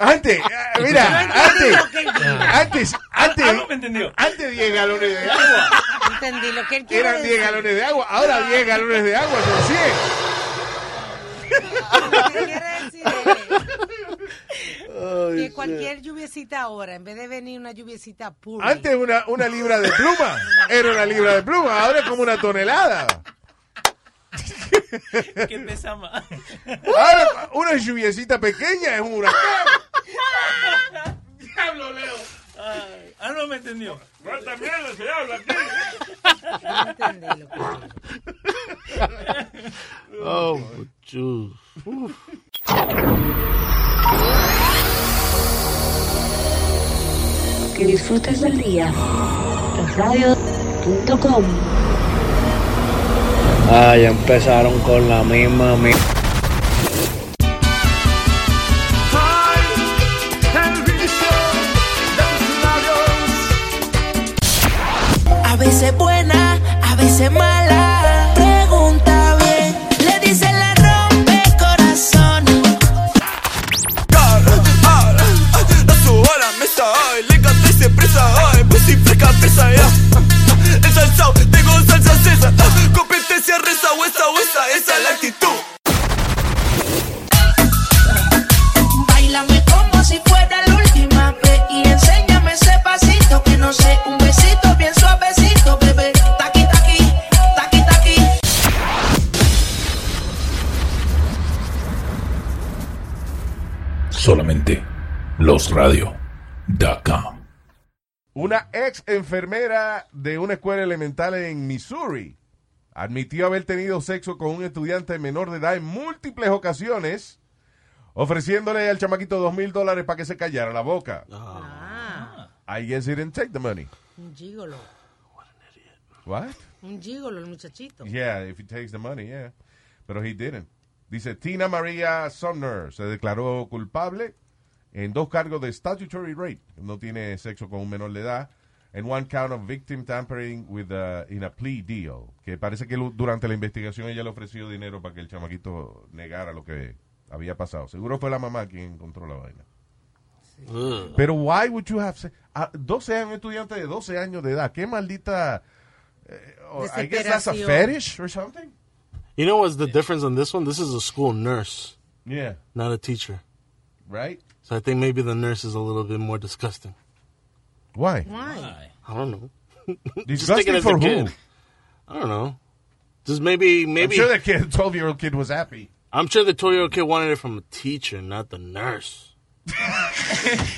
Speaker 6: Antes, <laughs> eh, mira, antes, antes,
Speaker 3: Ah,
Speaker 6: antes, antes 10 galones de agua.
Speaker 8: Entendí lo que él quiere
Speaker 6: Eran 10
Speaker 8: decir.
Speaker 6: galones de agua, ahora 10 galones de agua son 100.
Speaker 8: que cualquier lluviecita ahora, en vez de venir una lluviecita pura.
Speaker 6: Antes una, una libra de pluma, era una libra de pluma, ahora es como una tonelada.
Speaker 9: <laughs> ¿Qué pesa más?
Speaker 6: Ahora una lluviecita pequeña es un huracán.
Speaker 9: Diablo, Leo. Ay, Ah, no me entendió.
Speaker 3: ¿Cuánta mierda se habla aquí?
Speaker 10: <laughs> Oh, Dios.
Speaker 2: Que disfrutes del día. Radio.com
Speaker 21: Ah, ya empezaron con la misma mierda.
Speaker 17: A veces buena, a veces mala. Pregunta bien, le dicen la rompe corazón.
Speaker 13: Ahora me hoy, le canté sin prisa hoy, pussy fresca presa ya. Ensalzado, tengo salsa cesa, competencia reza, huesa, huesa, esa es la actitud.
Speaker 17: Bailame como si fuera la última vez. Y enséñame ese pasito que no sé. Un besito bien suavecito, bebé. Taqui, taqui, taqui, taqui.
Speaker 19: Solamente losradio.com.
Speaker 6: Una ex enfermera de una escuela elemental en Missouri admitió haber tenido sexo con un estudiante menor de edad en múltiples ocasiones, ofreciéndole al chamaquito dos mil dólares para que se callara la boca. I guess he didn't take the money.
Speaker 8: Ah, Un gigolo.
Speaker 6: What?
Speaker 8: Un gigolo, el muchachito.
Speaker 6: Yeah, if he takes the money, yeah. Pero he didn't. Dice Tina María Sumner se declaró culpable en dos cargos de statutory rape. No tiene sexo con un menor de edad. En one count of victim tampering with a, in a plea deal. Que parece que lu- durante la investigación ella le ofreció dinero para que el chamaquito negara lo que había pasado. Seguro fue la mamá quien encontró la vaina. Pero why would you have se- a 12 años, estudiante de 12 años de edad. Qué maldita eh, oh, I guess that's a
Speaker 10: Desesperación.
Speaker 6: fetish or something.
Speaker 10: You know what's the difference on this one? This is a school nurse.
Speaker 6: Yeah.
Speaker 10: Not a teacher.
Speaker 6: Right?
Speaker 10: So I think maybe the nurse is a little bit more disgusting.
Speaker 6: Why?
Speaker 8: Why?
Speaker 10: I don't know. <laughs> Just
Speaker 6: Disgusting
Speaker 10: taking it as
Speaker 6: for
Speaker 10: a
Speaker 6: who?
Speaker 10: kid. I don't know. Just maybe maybe
Speaker 6: I'm sure that kid, 12 year old kid was happy.
Speaker 10: I'm sure the 12 year old kid wanted it from a teacher, not the nurse.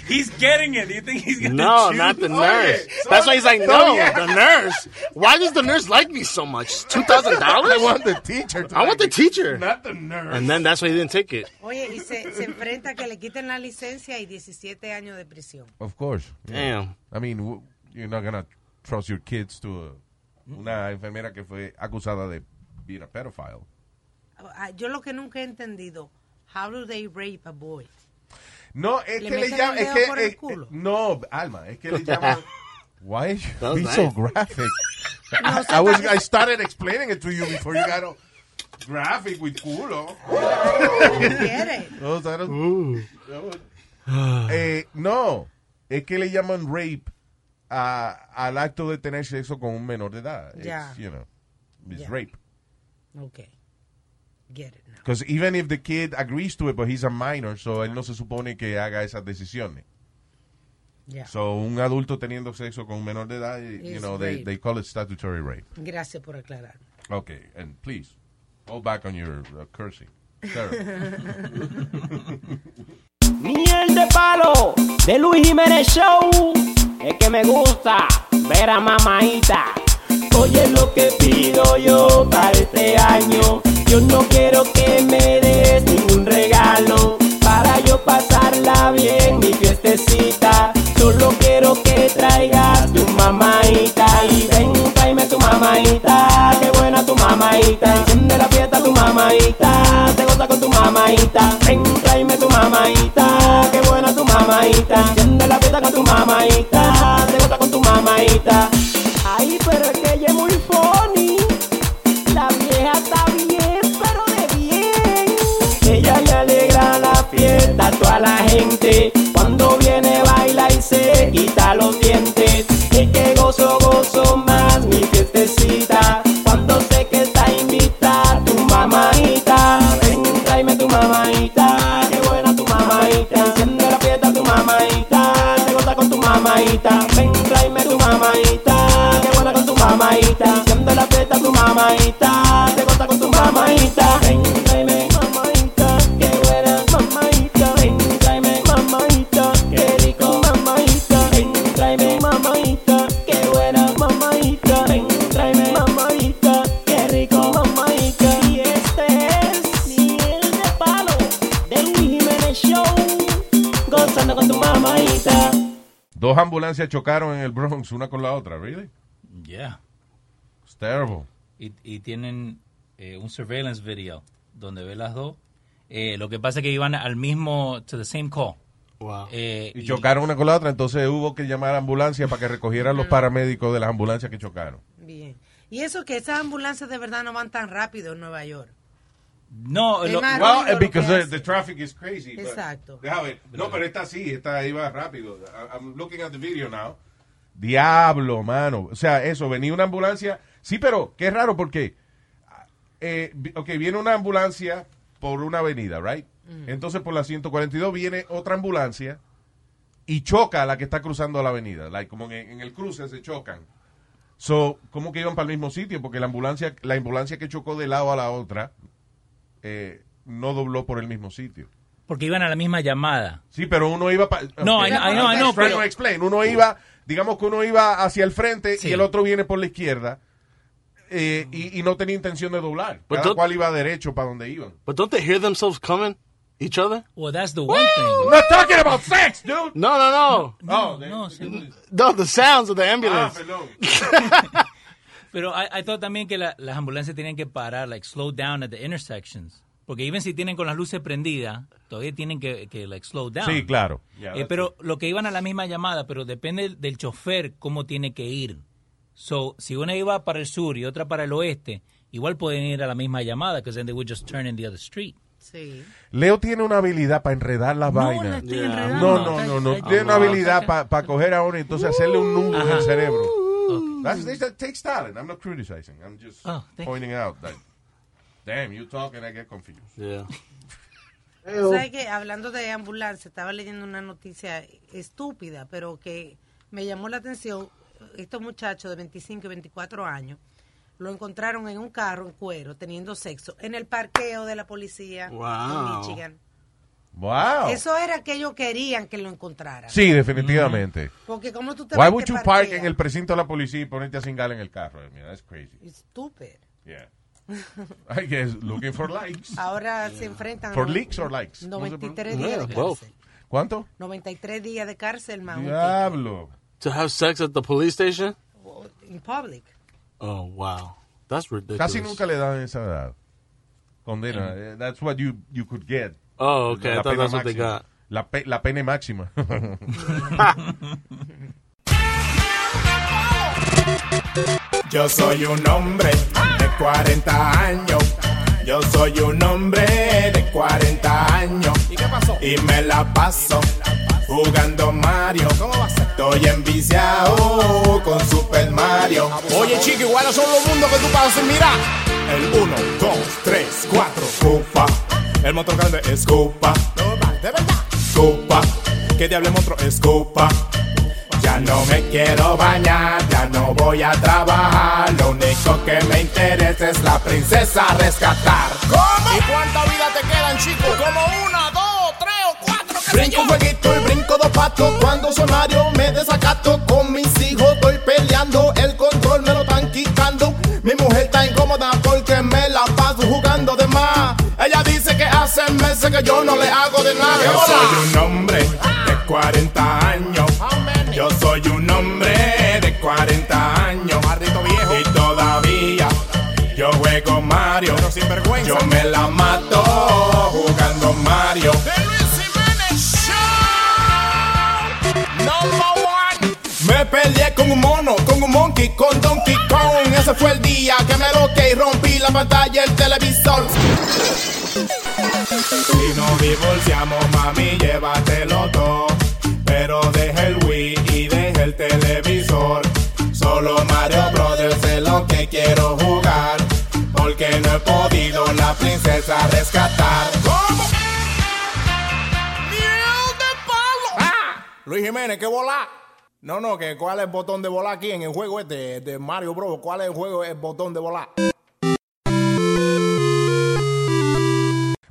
Speaker 9: He's getting it. Do you think he's gonna
Speaker 10: No,
Speaker 9: choose?
Speaker 10: not the
Speaker 9: Oh,
Speaker 10: nurse.
Speaker 9: yeah.
Speaker 10: That's why he's like,
Speaker 9: Oh,
Speaker 10: no,
Speaker 9: yeah.
Speaker 10: the nurse. Why does the nurse like me so much? Two thousand
Speaker 7: <laughs>
Speaker 10: dollars?
Speaker 6: I want the teacher. To
Speaker 10: I want the
Speaker 6: like me,
Speaker 10: teacher.
Speaker 6: not the nurse.
Speaker 10: And then that's why he didn't take it.
Speaker 8: Oye, y se, se enfrenta a que le quiten la licencia y 17 años de prisión.
Speaker 6: Of course.
Speaker 10: Damn.
Speaker 6: I mean, w- you're not going to trust your kids to a, una enfermera que fue acusada de being a pedophile.
Speaker 8: ah, yo lo que nunca he entendido, how do they rape a boy?
Speaker 6: No, es
Speaker 8: Le
Speaker 6: que le
Speaker 8: meten
Speaker 6: llaman.
Speaker 8: el
Speaker 6: Es
Speaker 8: dedo
Speaker 6: que,
Speaker 8: por el
Speaker 6: es- eh, no, Alma, es que le
Speaker 10: <laughs>
Speaker 6: llaman. Why is
Speaker 10: That was
Speaker 6: be so
Speaker 10: nice.
Speaker 9: <laughs>
Speaker 6: graphic?
Speaker 8: <laughs>
Speaker 6: I, I was, I started explaining it to you before you got all graphic with
Speaker 8: <laughs>
Speaker 6: culo. Those are- Eh, no, es que le llaman rape a, al acto de tener sexo con un menor de edad. It's,
Speaker 8: Ya.
Speaker 6: you know, it's
Speaker 8: Ya.
Speaker 6: rape.
Speaker 8: Okay. Get it.
Speaker 6: Because even if the kid agrees to it, but he's a minor, so él no se supone que haga esas decisiones.
Speaker 8: Yeah.
Speaker 6: So un adulto teniendo sexo con un menor de edad, you
Speaker 8: Is
Speaker 6: know, they,
Speaker 8: rape.
Speaker 6: they call it statutory rape.
Speaker 8: Gracias por aclarar.
Speaker 6: Okay, and please, go back on your uh, cursing. Terrible.
Speaker 19: Miel de palo de Luis Jiménez Show. Es que me gusta ver a mamaita. Oye lo que pido yo para este año. Yo no quiero que me des ningún regalo. Para yo pasarla bien mi fiestecita. Solo quiero que traigas tu mamaita. Y ven, tráeme tu mamaita. Qué buena tu mamaita. Enciende la fiesta tu mamaita. Te goza con tu mamaita. Ven, tráeme tu mamaita. Qué buena tu mamaita. Enciende la fiesta con tu mamaita. Te goza con tu mamaita. Ay, pero es que ella es muy funny. La vieja está bien, pero de bien. Ella le alegra la fiesta a toda la gente. Cuando viene baila y se quita los dientes. Y que gozo, gozo más mi fiestecita. Cuando sé que está invitada tu mamaita. Ven, tráeme tu mamaita. Qué buena tu mamaita. Enciende la fiesta tu mamaita. Te goza con tu mamaita. Ven, tráeme tu mamaita. Qué buena con tu mamaita. Enciende la fiesta tu mamaita. Te goza con tu mamaita. Ven, tráeme mamaita. Qué buena mamaita. Ven, tráeme mamaita. Qué rico mamaita. Ven, tráeme mamaita. Qué buena mamaita. Ven, tráeme mamaita. Qué rico mamaita. Y este es miel de palo de Luis Jiménez Show. Gozando con tu mamaita.
Speaker 6: Dos ambulancias chocaron en el Bronx, una con la otra, really?
Speaker 9: Yeah.
Speaker 6: It's terrible.
Speaker 9: Y, y tienen eh, un surveillance video donde ve las dos. Eh, lo que pasa es que iban al mismo, to the same call. Eh,
Speaker 6: Y chocaron una con la otra, entonces hubo que llamar a ambulancia para que recogieran los paramédicos de las ambulancias que chocaron.
Speaker 8: Bien. Y eso que esas ambulancias de verdad no van tan rápido en Nueva York.
Speaker 9: No,
Speaker 8: Es más
Speaker 6: well,
Speaker 8: ruido lo
Speaker 6: because
Speaker 8: que
Speaker 6: the,
Speaker 8: hace.
Speaker 6: the traffic is crazy. but-
Speaker 8: Exacto.
Speaker 6: Deja ver. No, pero esta sí, esta iba rápido. I- I'm looking at the video now. Diablo, mano. O sea, eso, venía una ambulancia. Sí, pero qué raro porque. Eh, vi- ok, viene una ambulancia por una avenida, right? Entonces por la 142 viene otra ambulancia y choca a la que está cruzando la avenida. Like, como en, en el cruce se chocan. So, ¿cómo que iban para el mismo sitio? Porque la ambulancia, la ambulancia que chocó de lado a la otra eh, no dobló por el mismo sitio.
Speaker 9: Porque iban a la misma llamada.
Speaker 6: Sí, pero uno iba para...
Speaker 9: No, I know, I know, I know, pero-
Speaker 6: explain. Uno iba, digamos que uno iba hacia el frente
Speaker 9: Sí.
Speaker 6: y el otro viene por la izquierda eh, y, y no tenía intención de doblar.
Speaker 9: Pues
Speaker 10: But
Speaker 6: Cada
Speaker 10: don't-
Speaker 6: cual iba derecho para donde iban.
Speaker 10: But don't they hear themselves coming? Each other?
Speaker 9: Well, that's the one
Speaker 10: thing.
Speaker 6: I'm not talking about sex, dude!
Speaker 10: No,
Speaker 6: Oh,
Speaker 10: no, no.
Speaker 9: No, no, sí.
Speaker 10: No, the sounds of
Speaker 6: Ah,
Speaker 10: the ambulance.
Speaker 9: Pero I, I thought también que la- las ambulancias tienen que parar, like slow down at the intersections. Porque even si tienen con las luces prendidas, todavía tienen que, que like, slow down.
Speaker 6: Sí, claro.
Speaker 9: Eh,
Speaker 6: Yeah, that's
Speaker 9: pero lo que iban a la misma llamada, pero depende del chofer cómo tiene que ir. So, si una iba para el sur y otra para el oeste, igual pueden ir a la misma llamada, because then they would just turn in the other street.
Speaker 8: Sí.
Speaker 6: Leo tiene una habilidad para enredar las
Speaker 9: la
Speaker 6: vainas.
Speaker 9: estoy Yeah. enredando.
Speaker 6: No, no, no, no.
Speaker 9: Ay,
Speaker 6: Tiene una
Speaker 9: ay,
Speaker 6: habilidad para coger a uno y entonces hacerle un nudo en el cerebro. That's,
Speaker 5: Okay.
Speaker 6: that takes talent. I'm not criticizing. I'm just
Speaker 5: Oh, thank
Speaker 6: pointing out that. Damn, you talk and I get confused.
Speaker 10: Yeah.
Speaker 8: ¿Sabes qué? Hablando de ambulancia, estaba leyendo una noticia estúpida, pero que me llamó la atención. Estos muchachos de 25 y 24 años lo encontraron en un carro en cuero teniendo sexo en el parqueo de la policía en
Speaker 6: Wow.
Speaker 8: Michigan.
Speaker 6: Wow.
Speaker 8: Eso era que ellos querían que lo encontraran.
Speaker 6: Sí, definitivamente.
Speaker 8: Porque como tú te
Speaker 6: Why
Speaker 8: vas y
Speaker 6: would
Speaker 8: te
Speaker 6: you park
Speaker 8: parqueas?
Speaker 6: en el precinto de la policía y ponerte a cingar en el carro? I mean, that's crazy.
Speaker 8: Estúpido.
Speaker 6: Yeah. I guess looking for likes.
Speaker 8: <laughs> Ahora se enfrentan
Speaker 6: For
Speaker 8: a-
Speaker 6: leaks or likes. No sé por-
Speaker 8: 93 días de
Speaker 6: Yeah, both.
Speaker 8: cárcel.
Speaker 6: <laughs> ¿Cuánto?
Speaker 8: 93 días de cárcel, más un
Speaker 6: Diablo.
Speaker 10: To have sex at the police station?
Speaker 8: ticket in public.
Speaker 10: Oh, wow. That's ridiculous. Mm.
Speaker 6: Casi nunca le dan esa edad. condena. Eh, That's what you, you could get.
Speaker 10: Oh, okay. I thought that's what they
Speaker 6: máxima.
Speaker 10: got.
Speaker 6: La, pe- la pena
Speaker 10: <laughs>
Speaker 6: máxima. <laughs>
Speaker 22: Yo soy un hombre de 40 años. Yo soy un hombre de 40 años. ¿Y qué pasó? Y me la paso jugando Mario. ¿Cómo va a ser? Estoy enviciado con Super Mario.
Speaker 23: Oye, chico, igual no son los mundos que tú pasas sin mirar.
Speaker 22: El 1, 2, 3, 4, Cupa. El monstruo grande es Cupa. De verdad. Cupa. Que diable monstruo es Cupa. Ya no me quiero bañar, ya no voy a trabajar. Lo único que me interesa es la princesa rescatar.
Speaker 23: ¿Cómo? ¿Y cuánta vida te quedan, chico? Como una, dos, tres o cuatro. qué sé Brinco yo. un jueguito y brinco dos patos. Cuando sonario me desacato con mis hijos. Estoy peleando, el control me lo están quitando. Mi mujer está incómoda porque me la paso jugando de más. Ella dice que hace meses que yo no le hago de nada.
Speaker 22: Yo
Speaker 23: Hola.
Speaker 22: soy un hombre de 40 años. Yo soy un hombre de 40 años. Y todavía yo juego Mario. Yo me la mato jugando Mario.
Speaker 23: Me peleé con un mono, con un monkey, con Donkey Kong. Ese fue el día que me loqué y rompí la pantalla del televisor.
Speaker 22: Si nos divorciamos, mami, llévatelo todo. Pero deja el Wii y deja el televisor. Solo Mario Brothers es lo que quiero jugar. Porque no he podido la princesa rescatar.
Speaker 8: Ah.
Speaker 23: Luis Jiménez, ¿qué volá? No, no, que cuál es el botón de volar aquí en el juego este de Mario Bros. ¿Cuál es el juego, el botón de volar?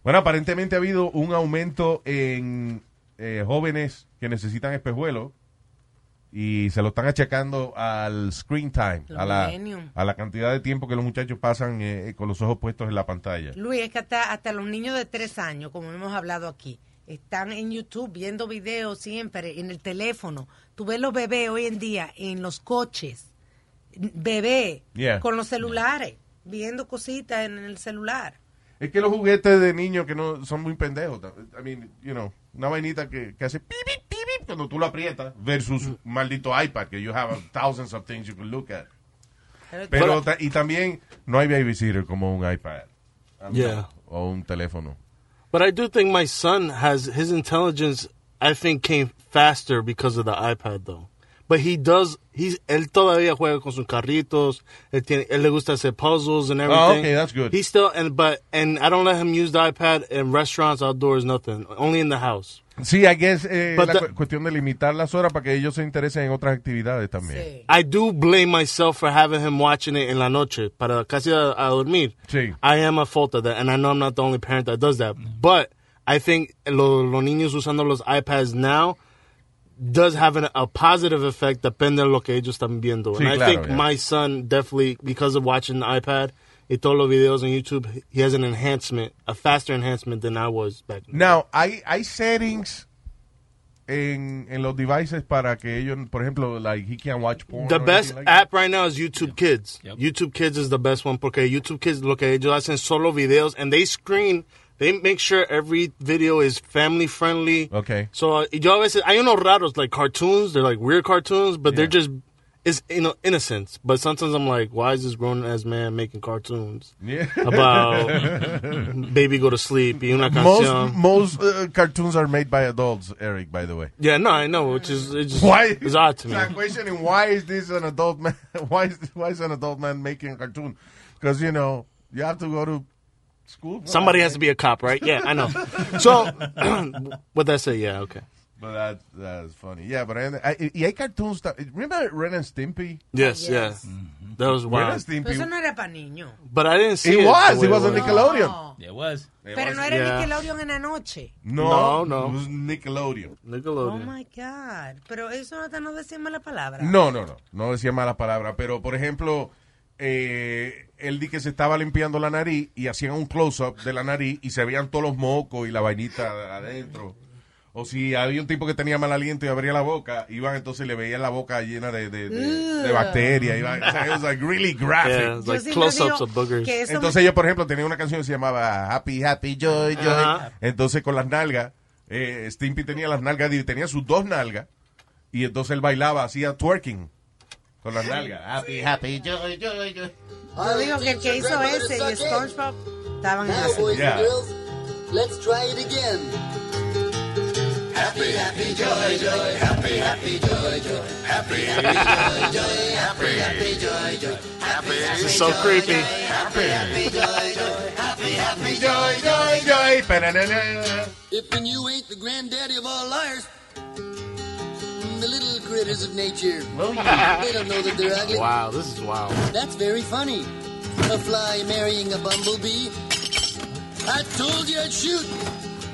Speaker 6: Bueno, aparentemente ha habido un aumento en eh, jóvenes que necesitan espejuelos y se lo están achacando al screen time,
Speaker 8: Los
Speaker 6: a la,
Speaker 8: millennials.
Speaker 6: a la cantidad de tiempo que los muchachos pasan eh, con los ojos puestos en la pantalla.
Speaker 8: Luis, es que hasta, hasta los niños de tres años, como hemos hablado aquí, están en YouTube viendo videos siempre, en el teléfono. Tú ves los bebés hoy en día en los coches, bebé,
Speaker 6: Yeah.
Speaker 8: con los celulares, viendo cositas en el celular.
Speaker 6: Es que los juguetes de niños que no son muy pendejos. I mean, you know, una vainita que, que hace pi, pi, pi, pi cuando tú la aprietas versus
Speaker 10: Mm.
Speaker 6: un maldito iPad que you have thousands of things you can look at. Pero ta- y también no hay babysitter como un iPad.
Speaker 10: Yeah.
Speaker 6: O un teléfono.
Speaker 10: But I do think my son has his intelligence. I think came faster because of the iPad, though. But he does. He's él todavía juega con sus carritos. Él, tiene, él le gusta hacer puzzles and everything.
Speaker 6: Oh, okay, that's good.
Speaker 10: He still and but and I don't let him use the iPad in restaurants, outdoors, nothing. Only in the house.
Speaker 6: Sí, I guess eh,
Speaker 10: But
Speaker 6: la
Speaker 10: the-
Speaker 6: cu- cuestión de limitar las horas para que ellos se interesen en otras actividades también.
Speaker 10: I do blame myself for having him watching it en la noche para casi a, a dormir.
Speaker 6: Sí.
Speaker 10: I am a fault of that, and I know I'm not the only parent that does that. But I think lo, los niños usando los iPads now does have an, a positive effect depende de lo que ellos están viendo.
Speaker 6: Sí,
Speaker 10: and I
Speaker 6: claro,
Speaker 10: think
Speaker 6: yeah.
Speaker 10: my son definitely, because of watching the iPad y todos los videos on YouTube, he has an enhancement, a faster enhancement than I was back then.
Speaker 6: Now, hay, hay settings en, en los devices para que ellos, por ejemplo, like he can watch porn.
Speaker 10: The
Speaker 6: or
Speaker 10: best
Speaker 6: anything like
Speaker 10: app right now is YouTube Kids. YouTube Kids is the best one porque YouTube Kids lo que ellos hacen solo videos and they screen, they make sure every video is family friendly.
Speaker 6: Okay.
Speaker 10: So y yo a veces hay unos raros like cartoons, they're like weird cartoons, but they're just it's you know innocence. But sometimes I'm like, why is this grown ass man making cartoons
Speaker 6: Yeah. <laughs>
Speaker 10: about <laughs> baby go to sleep y una
Speaker 6: Most,
Speaker 10: canción?
Speaker 6: most uh, cartoons are made by adults, Eric, by the way.
Speaker 10: yeah, no, I know, which is it's just,
Speaker 6: Why?
Speaker 10: it's odd to me.
Speaker 6: I'm questioning why is this an adult man? <laughs> Why is why is an adult man making a cartoon? Because you know you have to go to school. for
Speaker 10: Somebody
Speaker 6: that,
Speaker 10: has to
Speaker 6: right?
Speaker 10: be a cop, right? Yeah, I
Speaker 6: <laughs>
Speaker 10: know. So, <clears throat> what that say? Yeah, okay.
Speaker 6: But that that's funny. Yeah, but and I, y hay cartoons. that- Remember Ren and Stimpy?
Speaker 10: Yes, yes. That was
Speaker 6: Ren
Speaker 10: wild.
Speaker 6: and
Speaker 8: Pero eso
Speaker 6: Stimpy.
Speaker 8: no era para niños.
Speaker 10: But I didn't see
Speaker 6: It
Speaker 10: it.
Speaker 6: was,
Speaker 10: the way
Speaker 6: it was on Nickelodeon.
Speaker 9: It was.
Speaker 8: Pero no era Nickelodeon en la noche.
Speaker 6: No,
Speaker 10: No, no.
Speaker 6: It was Nickelodeon.
Speaker 8: Oh
Speaker 10: Nickelodeon.
Speaker 8: my God. Pero eso hasta no decimos la palabra.
Speaker 6: No, no, no. No decía malas palabras. Pero, por ejemplo, eh, él di que se estaba limpiando la nariz y hacían un close-up de la nariz y se veían todos los mocos y la vainita adentro. O si había un tipo que tenía mal aliento y abría la boca, iban entonces le veían la boca llena de, de, de, de bacterias. Iban, o sea, it was like really graphic.
Speaker 10: Yeah, it was like Yo sí close-ups digo of boogers. que eso
Speaker 6: Entonces
Speaker 10: me-
Speaker 6: ella, por ejemplo, tenía una canción que se llamaba Happy, Happy, Joy, Joy.
Speaker 10: Ajá.
Speaker 6: Entonces con las nalgas, eh, Stimpy tenía las nalgas, y tenía sus dos nalgas. Y entonces él bailaba, hacía twerking con las nalgas. Happy, Happy, Joy.
Speaker 8: Yo digo que el que hizo ese y SpongeBob estaban en la
Speaker 6: boys and Yeah. girls,
Speaker 1: let's try it again. Happy, happy, joy, joy, happy, happy, joy, joy, happy, happy, joy, joy, happy, happy, joy, joy, happy, happy,
Speaker 10: This is so
Speaker 1: joy, joy,
Speaker 10: creepy.
Speaker 1: happy,
Speaker 10: <laughs>
Speaker 1: happy, joy, joy, happy, happy, joy, joy, joy.
Speaker 6: joy.
Speaker 1: If and you ain't the granddaddy of all liars, the little critters of nature, they don't know that they're ugly.
Speaker 10: Wow, this is wild.
Speaker 1: That's very funny. A fly marrying a bumblebee. I told you I'd shoot,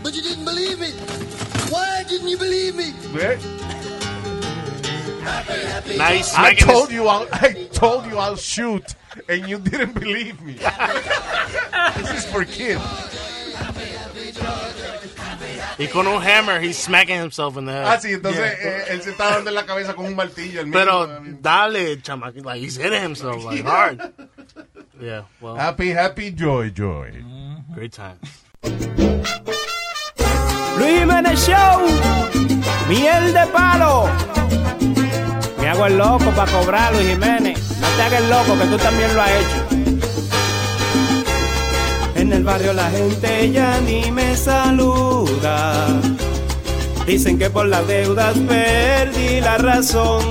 Speaker 1: but you didn't believe me. Why didn't you believe me?
Speaker 10: Nice.
Speaker 6: I
Speaker 10: Megan is-
Speaker 6: told you I'll, I told you I'll shoot, and you didn't believe me. this is for kids.
Speaker 10: Y con un hammer, he's smacking himself in the head.
Speaker 6: Ah, sí, entonces eh, él se está dando en la cabeza con un martillo. El mismo.
Speaker 10: Pero dale, chamaquito. Like, he's hitting himself like
Speaker 6: <laughs>
Speaker 10: hard. Yeah, well.
Speaker 6: happy, happy, joy, joy.
Speaker 10: Great time.
Speaker 19: Luis Jiménez Show, miel de palo. Me hago el loco para cobrar, Luis Jiménez. No te hagas el loco, que tú también lo has hecho.
Speaker 4: En el barrio la gente ya ni me saluda. Dicen que por las deudas perdí la razón.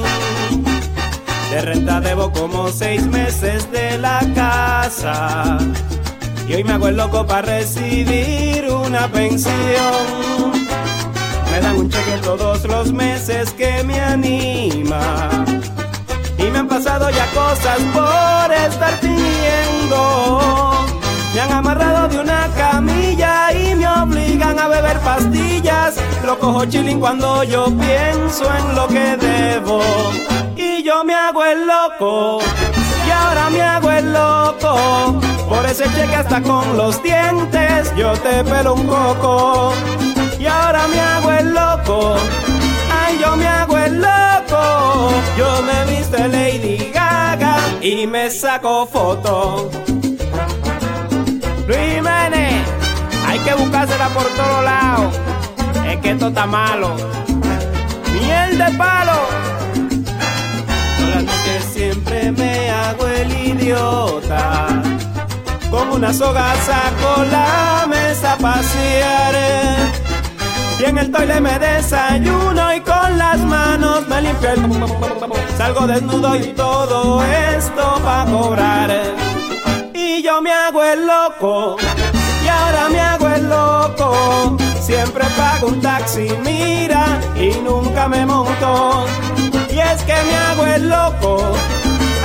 Speaker 4: De renta debo como seis meses de la casa. Y hoy me hago el loco para recibir una pensión. Me dan un cheque todos los meses que me anima. Y me han pasado ya cosas por estar fingiendo. Me han amarrado de una camilla y me obligan a beber pastillas. Lo cojo chilling cuando yo pienso en lo que debo. Y yo me hago el loco. Y ahora me hago el loco. Por ese cheque hasta con los dientes yo te pelo un coco. Y ahora me hago el loco. Ay, yo me hago el loco. Yo me visto de Lady Gaga y me saco foto. Luis Jiménez, hay que buscársela por todos lados. Es que esto está malo. Miel de palo. Por la noche siempre me hago el idiota. Con una soga saco la mesa a pasear. eh. Y en el toile me desayuno y con las manos me limpio el... Salgo desnudo y todo esto pa' cobrar. Y yo me hago el loco, y ahora me hago el loco. Siempre pago un taxi, mira, y nunca me monto. Y es que me hago el loco,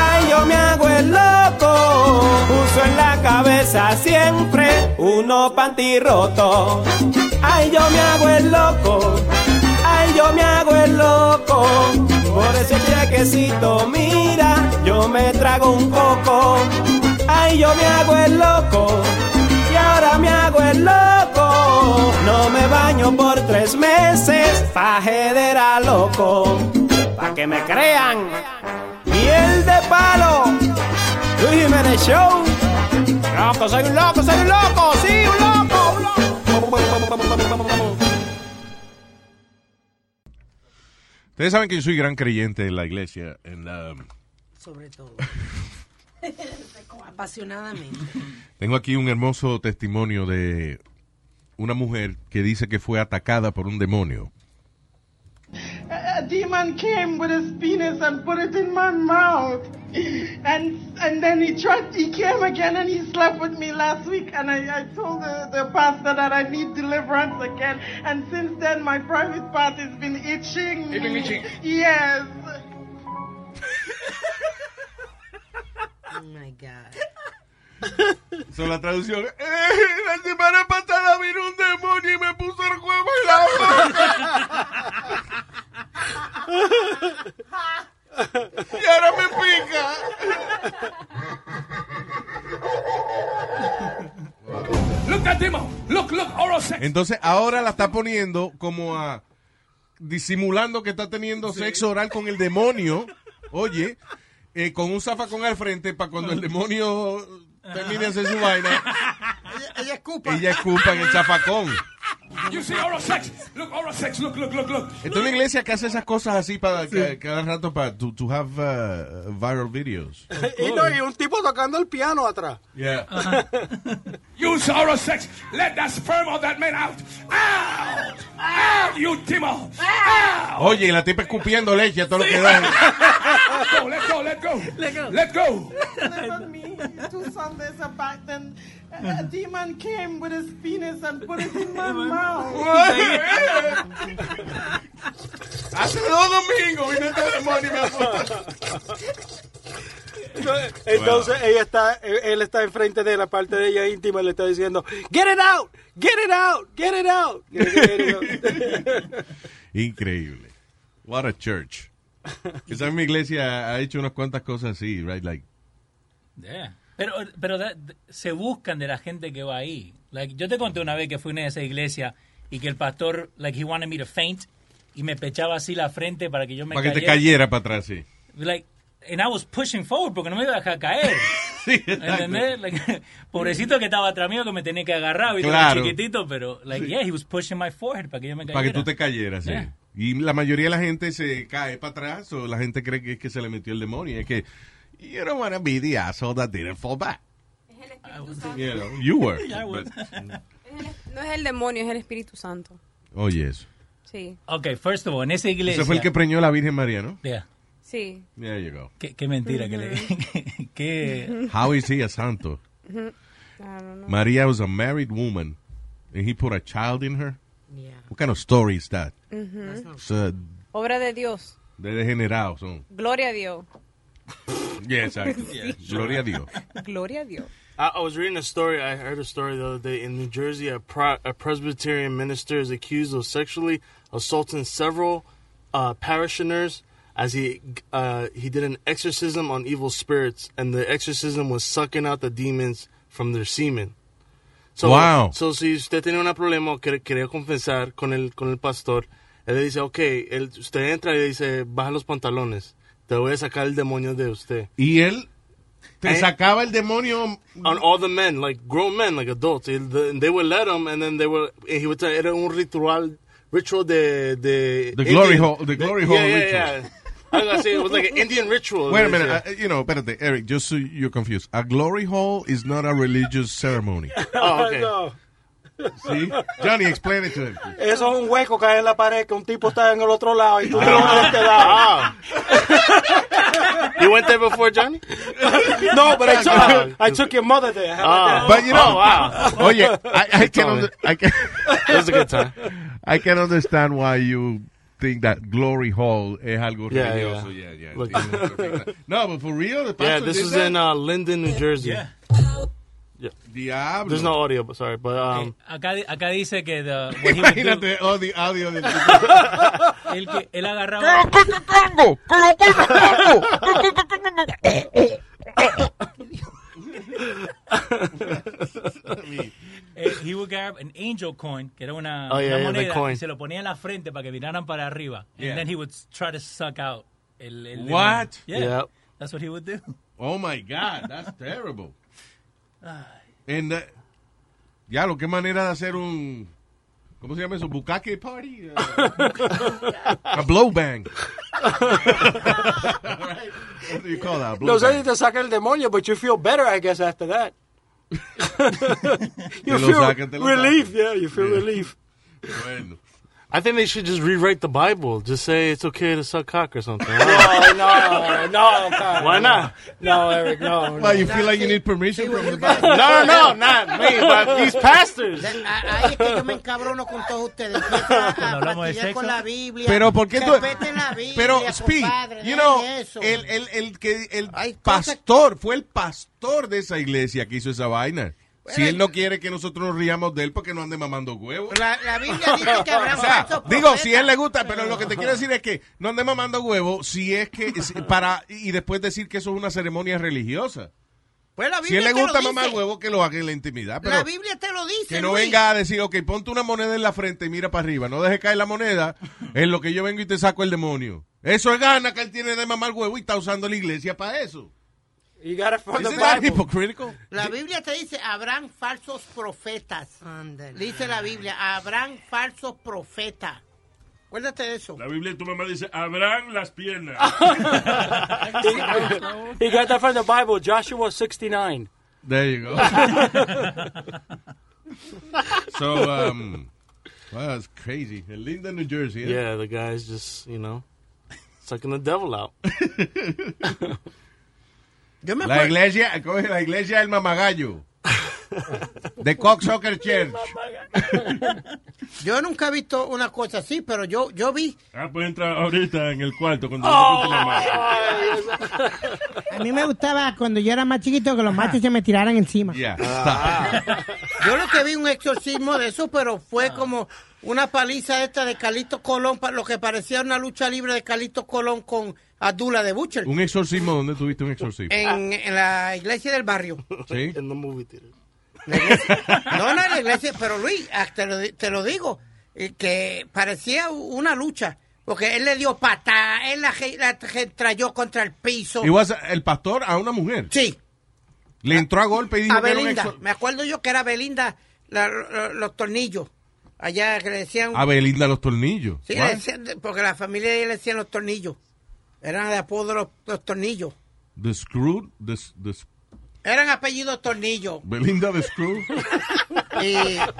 Speaker 4: ay, yo me hago el loco. Uso en la cabeza siempre uno panty roto. Ay, yo me hago el loco, ay, yo me hago el loco. Por ese chequecito, mira, yo me trago un coco. Ay, yo me hago el loco, y ahora me hago el loco. No me baño por tres meses, pajera loco. Pa' que me crean, miel de palo, Luis Jiménez Show. Loco, soy un loco, soy un loco, sí, un loco, un loco.
Speaker 6: Ustedes saben que yo soy gran creyente en la iglesia, en la
Speaker 8: sobre
Speaker 6: <laughs>
Speaker 8: todo. Apasionadamente.
Speaker 6: Tengo aquí un hermoso testimonio de una mujer que dice que fue atacada por un demonio.
Speaker 24: A, a demon came with his penis and put it in my mouth. And and then he tried he came again and he slept with me last week and I, I told the, the pastor that I need deliverance again and since then my private part has been itching.
Speaker 25: It's been itching.
Speaker 24: Yes.
Speaker 8: Oh my God.
Speaker 6: So, la traducción es,
Speaker 25: la semana pasada vino un demonio y me puso el huevo en la boca. y ahora me pica. Look at him. Look, look, oral sex.
Speaker 6: Entonces ahora la está poniendo como a disimulando que está teniendo sexo oral con el demonio. Oye, eh, con un zafacón al frente para cuando el demonio termine de hacer su vaina,
Speaker 7: Ella, ella escupa.
Speaker 6: ella escupa en el zafacón.
Speaker 7: You see oral sex. Look, oral sex. Look, look, look, look.
Speaker 6: Esto es una iglesia que hace esas cosas así para ca- cada rato para to, to have uh, viral videos.
Speaker 7: Eh, Y, no, y un tipo tocando el piano atrás.
Speaker 6: Yeah.
Speaker 7: Use oral sex. Let that sperm of that man out. Out. Out, you Timo. Out.
Speaker 6: Oye, y la tipa escupiendo leche a todo lo que da.
Speaker 7: Ah, go, let go, let go. Let go. Let go.
Speaker 24: Remember me two Sundays back then. A a demon came with his penis and put it in my mouth.
Speaker 25: Hace dos domingos vino este demonio y me apuntó.
Speaker 7: Entonces,
Speaker 25: Entonces,
Speaker 7: ella está, eh, él está enfrente de la parte de ella íntima y le está diciendo, get it out, get it out, get it out.
Speaker 6: Increíble. What a church. Esa misma iglesia ha hecho unas cuantas cosas así, right? Like,
Speaker 9: Yeah. Pero, pero that- se buscan de la gente que va ahí. Like, yo te conté una vez que fui a una de esas iglesias y que el pastor, like, he wanted me to faint y me pechaba así la frente para que yo me
Speaker 6: para que te cayera para atrás, sí.
Speaker 9: Like, and I was pushing forward porque no me iba a dejar
Speaker 6: <laughs>
Speaker 9: caer. ¿Entendés? Like, <laughs> pobrecito que estaba atrás mío que me tenía que agarrar, ¿viste?
Speaker 6: Claro.
Speaker 9: chiquitito, pero, like, yeah, he was pushing my forehead para que yo me cayera.
Speaker 6: Para que tú te cayeras, sí.
Speaker 9: Yeah.
Speaker 6: Y la mayoría de la gente se cae para atrás o la gente cree que es que se le metió el demonio. Es que, you don't want to be the asshole that didn't fall back. You, know, <laughs> you were.
Speaker 11: I was.
Speaker 6: but-
Speaker 11: No es el demonio, es el Espíritu Santo.
Speaker 6: Oye, eso.
Speaker 11: Sí,
Speaker 9: Ok, first of all, en esa iglesia...
Speaker 6: Ese fue el que preñó a la Virgen María, ¿no?
Speaker 9: Yeah.
Speaker 11: sí.
Speaker 6: There you go.
Speaker 9: Qué, qué mentira que le... <laughs> qué...
Speaker 6: How is he a santo?
Speaker 11: Ujú. I don't know.
Speaker 6: Maria was a married woman, and he put a child in her.
Speaker 11: Yeah.
Speaker 6: What kind of story is that?
Speaker 11: Ujú.
Speaker 9: Mm-hmm.
Speaker 6: It's, uh,
Speaker 11: Obra de Dios.
Speaker 6: de degenerados son.
Speaker 11: Gloria a Dios.
Speaker 6: Yeah,
Speaker 9: <laughs>
Speaker 6: exactly.
Speaker 11: Yeah.
Speaker 6: Gloria a Dios.
Speaker 11: Gloria a Dios.
Speaker 10: I, I was reading a story. I heard a story the other day in New Jersey. A, pro, a Presbyterian minister is accused of sexually assaulting several uh, parishioners as he uh, he did an exorcism on evil spirits, and the exorcism was sucking out the demons from their semen. So,
Speaker 6: Wow.
Speaker 10: So si usted tiene un problema o quiere- quería confesar con el con el pastor, él le dice, okay, él, usted entra y le dice, baja los pantalones, te voy a sacar el demonio de usted.
Speaker 6: Y él te
Speaker 10: Eh,
Speaker 6: sacaba el demonio.
Speaker 10: on all the men, like grown men, like adults. And the- and they would let him, and then they were. and he would tell. Era un ritual, ritual de de
Speaker 6: The glory hole- the glory hole
Speaker 10: yeah, yeah,
Speaker 6: ritual.
Speaker 10: Yeah. I was gonna say it was like an Indian ritual.
Speaker 6: Wait a
Speaker 10: they
Speaker 6: minute,
Speaker 10: say.
Speaker 6: uh, you know, espérate, Eric, just so you're confused. A glory hole is not a religious ceremony.
Speaker 7: <laughs>
Speaker 10: Oh, okay.
Speaker 6: See? Ah, Johnny, explain it to
Speaker 10: <laughs>
Speaker 6: him.
Speaker 7: Eso es un hueco que hay en la pared que un tipo está en el otro lado
Speaker 6: Ah.
Speaker 7: y tú te lo has
Speaker 10: quedado. You went there before, Johnny?
Speaker 7: <laughs> no, but I took, I took your mother there. How <laughs> about that?
Speaker 6: Ah. But you know,
Speaker 7: Oh, wow.
Speaker 6: oye, I, I can under, I can.
Speaker 10: It was a good time.
Speaker 6: I can understand why you think that glory hole es algo
Speaker 10: Yeah,
Speaker 6: religioso. Yeah,
Speaker 10: yeah.
Speaker 6: yeah.
Speaker 10: Look.
Speaker 6: entiendo
Speaker 10: <laughs>
Speaker 6: perfectamente. <laughs> no, but for real, the
Speaker 10: Yeah,
Speaker 6: pastor
Speaker 10: this
Speaker 6: did
Speaker 10: is
Speaker 6: that?
Speaker 10: in uh, Linden, New Jersey.
Speaker 9: Yeah.
Speaker 10: Yeah.
Speaker 6: Diablo.
Speaker 10: There's no audio, but sorry, but um,
Speaker 9: Acá, acá dice que... the-
Speaker 6: <laughs>
Speaker 9: what he would do-
Speaker 6: Imagínate all the audio del
Speaker 9: <laughs> El que él agarraba. Eh, he would grab an angel coin, que era una,
Speaker 10: Oh, yeah,
Speaker 9: una
Speaker 10: yeah, the
Speaker 9: moneda,
Speaker 10: coin.
Speaker 9: y se lo ponía en la frente para que miraran para arriba.
Speaker 6: Yeah.
Speaker 9: And then he would try to suck out el, el demonio.
Speaker 6: What?
Speaker 9: Yeah.
Speaker 6: Yeah.
Speaker 9: That's what he would do.
Speaker 6: Oh my God, that's terrible. And uh, ya lo que manera de hacer un ¿Cómo se llama eso? Bukake party. Uh, a blow bang. Right? What do you call that? A blow
Speaker 7: No sé
Speaker 6: bang.
Speaker 7: si te saca el demonio, but you feel better, I guess, after
Speaker 10: <laughs>
Speaker 7: that. you
Speaker 10: lo
Speaker 7: feel
Speaker 10: sacan, te lo
Speaker 7: relief, yeah, you feel relief.
Speaker 10: I think they should just rewrite the Bible. Just say it's okay to suck cock or something.
Speaker 7: No, no, no. God,
Speaker 10: Why not?
Speaker 7: No, Eric, no.
Speaker 10: Why,
Speaker 7: no.
Speaker 10: you feel like
Speaker 6: you need permission from the
Speaker 10: <laughs> No, no, not me, but these
Speaker 6: <laughs>
Speaker 10: pastors.
Speaker 7: That-
Speaker 12: Ahí es que yo me encabrono con todos
Speaker 8: <laughs>
Speaker 12: ustedes. Empiezan a- a fastidiar con la Biblia.
Speaker 6: Pero ¿por qué tú? <laughs>
Speaker 12: Respeten la Biblia,
Speaker 6: Pero Speed,
Speaker 12: compadre,
Speaker 6: you
Speaker 12: dejen
Speaker 6: know,
Speaker 12: eso.
Speaker 6: el el el que el pastor fue el pastor de esa iglesia que hizo esa vaina. Si él no quiere que nosotros nos riamos de él porque no ande mamando huevos.
Speaker 12: La, la Biblia dice que
Speaker 6: <laughs>
Speaker 12: habrá
Speaker 6: O sea,
Speaker 12: falsos
Speaker 6: digo, si él le gusta, pero lo que te quiero decir es que no andemos mamando huevo si es que es para y después decir que eso es una ceremonia religiosa.
Speaker 12: Pues la
Speaker 6: Si él
Speaker 12: Biblia
Speaker 6: le
Speaker 12: te
Speaker 6: gusta
Speaker 12: lo
Speaker 6: mamar
Speaker 12: dice.
Speaker 6: huevo, que lo haga en la intimidad. Pero
Speaker 12: la Biblia te lo dice.
Speaker 6: que no
Speaker 12: Luis.
Speaker 6: venga a decir, ok, ponte una moneda en la frente y mira para arriba. No dejes caer la moneda en lo que yo vengo y te saco el demonio. Eso es gana que él tiene de mamar huevo y está usando la iglesia para eso.
Speaker 15: You gotta
Speaker 6: ¿Es
Speaker 15: find the Bible.
Speaker 6: hypocritical?
Speaker 12: La Biblia te dice, habrán falsos profetas. Dice la Biblia, habrán falsos profetas. Acuérdate de eso.
Speaker 3: La Biblia de tu mamá dice, abrán
Speaker 12: <laughs>
Speaker 3: las piernas. Ah,
Speaker 15: He got that from the Bible, Joshua 69.
Speaker 6: There you go. <laughs> so, um, wow, that's crazy. In Linden, New Jersey. eh?
Speaker 10: Yeah, the guy's just, you know, sucking the devil out.
Speaker 6: La iglesia, ¿cómo es? la iglesia del mamagallo. De Cocksucker Church.
Speaker 12: <laughs> Yo nunca he visto una cosa así, pero yo, yo vi.
Speaker 3: Ah, pues entra ahorita en el cuarto cuando
Speaker 12: Oh,
Speaker 3: llegue tu mamá.
Speaker 12: A mí me gustaba cuando yo era más chiquito que los machos se me tiraran encima.
Speaker 6: Yeah.
Speaker 12: Ah. Yo lo que vi un exorcismo de eso, pero fue como una paliza esta de Calito Colón, pa- lo que parecía una lucha libre de Calito Colón con Adula de Butcher.
Speaker 6: Un exorcismo, ¿dónde tuviste un exorcismo?
Speaker 12: En, en la iglesia del barrio.
Speaker 6: Sí.
Speaker 10: In the movie theater.
Speaker 12: No, no, en la iglesia, pero Luis, ah, te lo, di- te lo digo, eh, que parecía u- una lucha, porque él le dio pata, él la, ge- la ge- trayó contra el piso.
Speaker 6: Y was el pastor a una mujer.
Speaker 12: Sí.
Speaker 6: Le entró a golpe y dijo
Speaker 12: a
Speaker 6: que era un
Speaker 12: Belinda,
Speaker 6: exor-
Speaker 12: me acuerdo yo que era Belinda la- la- los tornillos, allá que le decían...
Speaker 6: A Ah, Belinda los tornillos.
Speaker 12: Sí,
Speaker 6: What?
Speaker 12: le decían- porque la familia de ella le decían los tornillos, eran de apodo los, los tornillos,
Speaker 6: The Screw, the, s- the s-
Speaker 12: eran apellidos
Speaker 9: <laughs>
Speaker 12: tornillos.
Speaker 6: Belinda the Screw.
Speaker 12: Y...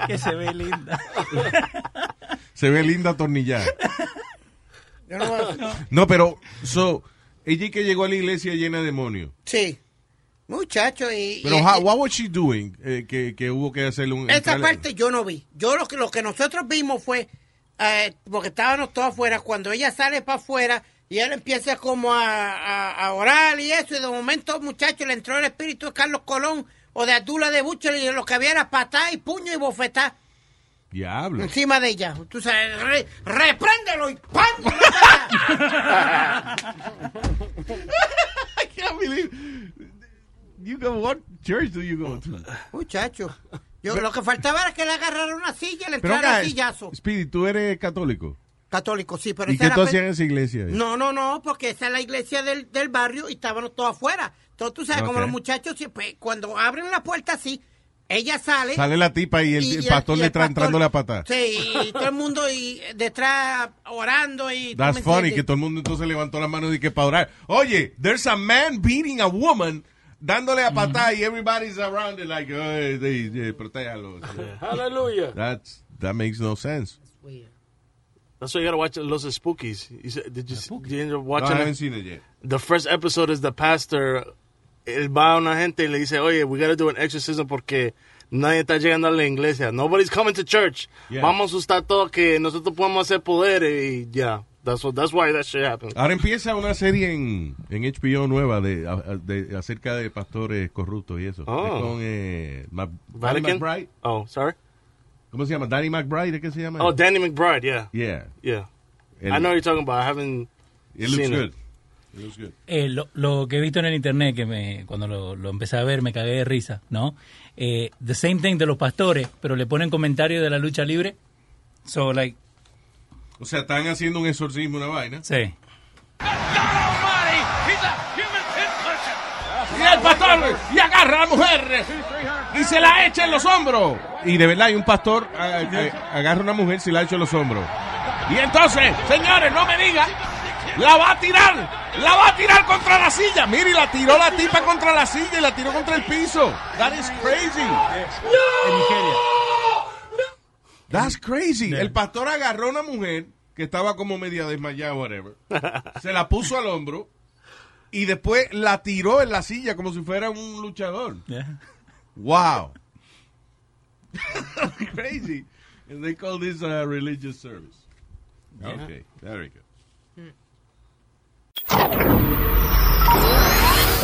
Speaker 9: Que se ve linda.
Speaker 6: Se ve linda atornillada.
Speaker 12: Yo no
Speaker 9: <laughs>
Speaker 12: voy a-
Speaker 6: No, pero, so, ella que llegó a la iglesia llena de demonios.
Speaker 12: Sí, muchacho, y...
Speaker 6: Pero,
Speaker 12: y-
Speaker 6: how, what was she doing? Eh, que, que hubo que hacerle un...
Speaker 12: Esa
Speaker 6: entrarle-
Speaker 12: parte yo no vi. Yo lo que, lo que nosotros vimos fue, eh, porque estábamos todos afuera, cuando ella sale para afuera y él empieza como a, a- a orar y eso, y de momento, muchacho, le entró el espíritu de Carlos Colón o de Adula de Bucho y lo que había era patada y puño y bofetá
Speaker 6: Diablo.
Speaker 12: encima de ella. Tú sabes, re- repréndelo y ¡pam!
Speaker 6: <laughs> I can't believe. You go, what church do you go to?
Speaker 12: Muchacho, yo, lo que faltaba era que le agarrara una silla y le
Speaker 6: Pero
Speaker 12: entrara
Speaker 6: acá,
Speaker 12: el sillazo.
Speaker 6: Speedy, tú eres católico.
Speaker 12: Católico, sí, pero
Speaker 6: ¿Y
Speaker 12: esa
Speaker 6: qué
Speaker 12: era
Speaker 6: tú
Speaker 12: pe-
Speaker 6: hacías en esa iglesia?
Speaker 12: No, no, no, porque esa es la iglesia del, del barrio y estábamos todos afuera. Entonces tú sabes, como
Speaker 6: Ok.
Speaker 12: los muchachos siempre, cuando abren la puerta así, ella sale.
Speaker 6: Sale la tipa y el,
Speaker 12: y
Speaker 6: el
Speaker 12: el-
Speaker 6: pastor
Speaker 12: y
Speaker 6: le
Speaker 12: el
Speaker 6: está entrando la patada.
Speaker 12: Sí, y todo el mundo y detrás orando y... ¿tú
Speaker 6: That's
Speaker 12: me
Speaker 6: funny, que
Speaker 12: entiendes?
Speaker 6: todo el mundo entonces levantó la mano y que para orar. Oye, there's a man beating a woman, dándole a patada y everybody's around it like, "Ay, sí, sí, protéjalo.
Speaker 10: Hallelujah.
Speaker 6: That's, that makes no sense.
Speaker 10: That's why you gotta watch Los Spookies. You said, did you, s- did you end up watching
Speaker 6: No, I haven't seen it yet.
Speaker 10: The first episode is the pastor. Él va a una gente y le dice, oye, we gotta do an exorcism porque nadie está llegando a la iglesia. Nobody's coming to church.
Speaker 6: Yeah.
Speaker 10: Vamos a asustar todo que nosotros podemos hacer poder y ya. That's, what, that's why that shit happened.
Speaker 6: Ahora empieza una serie en, en HBO nueva de, a- de- acerca de pastores corruptos y eso.
Speaker 10: Oh.
Speaker 6: Es con eh, Ma- Danny
Speaker 10: Vatican?
Speaker 6: McBride.
Speaker 10: Oh, sorry.
Speaker 6: ¿Cómo se llama? Danny McBride, ¿es que se llama?
Speaker 10: Oh, Danny McBride, yeah.
Speaker 6: Yeah.
Speaker 10: Yeah.
Speaker 6: El-
Speaker 10: I know what you're talking about. I haven't
Speaker 6: It looks
Speaker 10: seen
Speaker 6: good.
Speaker 10: it.
Speaker 6: It looks good.
Speaker 9: Eh, lo, lo que he visto en el internet, que me, cuando lo, lo empecé a ver me cagué de risa, ¿no? Eh, the same thing de los pastores, pero le ponen comentarios de la lucha libre. So, like,
Speaker 6: O sea, están haciendo un exorcismo, una vaina.
Speaker 9: Sí.
Speaker 6: Y el pastor y agarra a la mujer y se la echa en los hombros. Y de verdad, hay un pastor a- a- agarra a una mujer y la echa en los hombros. Y entonces, señores, no me digan, la va a tirar, la va a tirar contra la silla. Mire, y la tiró la tipa contra la silla y la tiró contra el piso. That is crazy.
Speaker 9: En Nigeria.
Speaker 6: That's crazy. El pastor agarró a una mujer que estaba como media desmayada, whatever. Se la puso al hombro y después la tiró en la silla como si fuera un luchador. Wow. <laughs> Crazy. And they call this a religious service.
Speaker 5: Yeah.
Speaker 6: Okay, very good.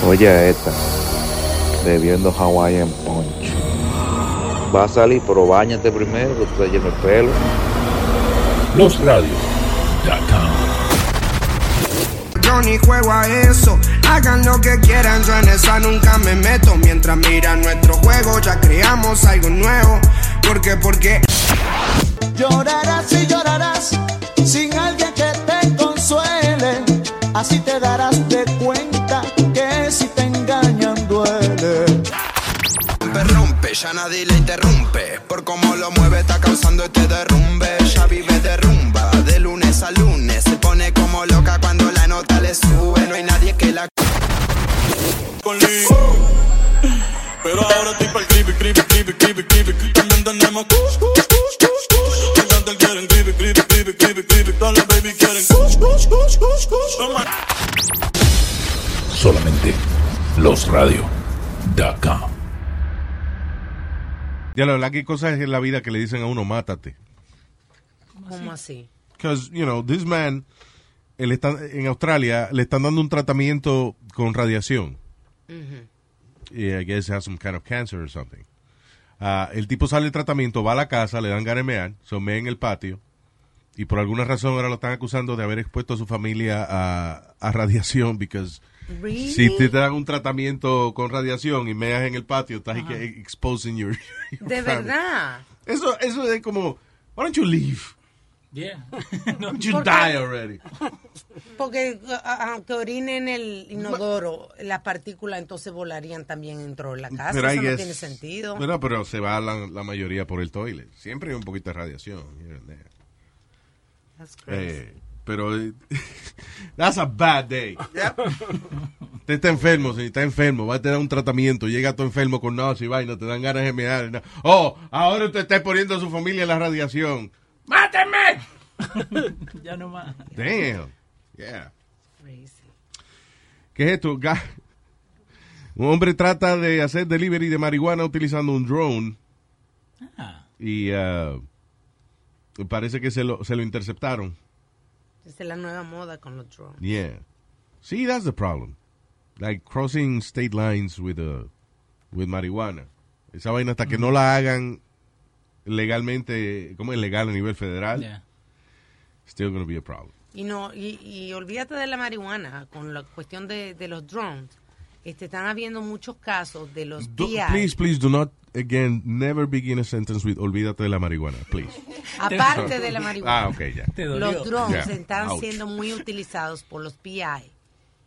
Speaker 16: Oye, esta, bebiendo Hawaiian Punch. Va a salir, pero bañate primero, que tú estás lleno de pelo. Losradio.com
Speaker 18: Yo ni juego a eso. I
Speaker 2: hagan lo que quieran, yo en esa nunca me meto. Mientras miran nuestro juego, ya creamos algo nuevo. Porque, porque.
Speaker 18: Llorarás y llorarás sin alguien que te consuele. Así te darás de cuenta que si te engañan duele.
Speaker 2: Rompe, rompe, ya nadie le interrumpe. Por cómo lo mueve, está causando este derrumbe. Ya vive de rumba, de lunes a lunes. Se pone como loca cuando la nota le sube. No hay nadie que la.
Speaker 20: con Lee. Pero ahora estoy pa'l creepy, creepy, creepy, creepy, creepy. También tenemos kush, kush, kush, kush, kush. Las tantas quieren creepy, creepy, creepy, creepy, creepy. Todas las baby quieren kush, kush, kush, kush, kush. Toma.
Speaker 21: Solamente losradio.com.
Speaker 6: Ya la verdad que hay cosas en la vida que le dicen a uno, mátate.
Speaker 8: ¿Cómo así?
Speaker 6: Because, you know, this man, él está, en Australia, le están dando un tratamiento con radiación.
Speaker 8: Ujú.
Speaker 6: Yeah, I guess he has some kind of cancer or something. Ah, el tipo sale del tratamiento, va a la casa, le dan ganas de mear, se mea en el patio y por alguna razón ahora lo están acusando de haber expuesto a su familia a, a radiación because
Speaker 26: Really?
Speaker 6: si te dan un tratamiento con radiación y meas en el patio, estás que exposing your, <laughs> your
Speaker 8: De
Speaker 6: family.
Speaker 8: verdad.
Speaker 6: Eso, eso es como, why don't you
Speaker 8: <laughs>
Speaker 6: leave?
Speaker 9: Yeah.
Speaker 6: Why don't you
Speaker 8: ¿Por qué?
Speaker 6: die already?
Speaker 8: Porque uh, aunque orine en el inodoro, las partículas entonces volarían también dentro de la casa.
Speaker 6: Pero I
Speaker 8: Eso no
Speaker 6: guess-
Speaker 8: tiene sentido.
Speaker 6: Bueno, pero se va la, la mayoría por el toilet. Siempre hay un poquito de radiación. here and there.
Speaker 8: That's
Speaker 6: Eh, pero eh, <laughs> that's a bad day. <laughs> Usted está enfermo, si está enfermo, va a tener un tratamiento, llega todo enfermo con náusea y vaina, te dan ganas de mear. no. Oh, ahora usted está poniendo a su familia en la radiación. ¡Máteme!
Speaker 9: <laughs> ya no más.
Speaker 6: Damn. Yeah. ¿Qué es esto? Ga- Un hombre trata de hacer delivery de marihuana utilizando un drone. Y ah, parece que se lo, se lo interceptaron.
Speaker 8: Esa es la nueva moda con los drones.
Speaker 6: Yeah. See, that's the problem. Like crossing state lines with uh, with marihuana. Esa vaina hasta que no la hagan legalmente, como es legal a nivel federal,
Speaker 8: Yeah.
Speaker 6: still gonna be a problem.
Speaker 8: Y no y, y olvídate de la marihuana con la cuestión de, de los drones. Este, están habiendo muchos casos de los
Speaker 6: Do-
Speaker 8: DI.
Speaker 6: please, please do not again never begin a sentence with olvídate de la marihuana, please.
Speaker 8: Aparte de la marihuana.
Speaker 6: Ah, okay, ya.
Speaker 8: Los drones
Speaker 6: Yeah.
Speaker 8: están
Speaker 6: Ouch.
Speaker 8: siendo muy utilizados por los PI.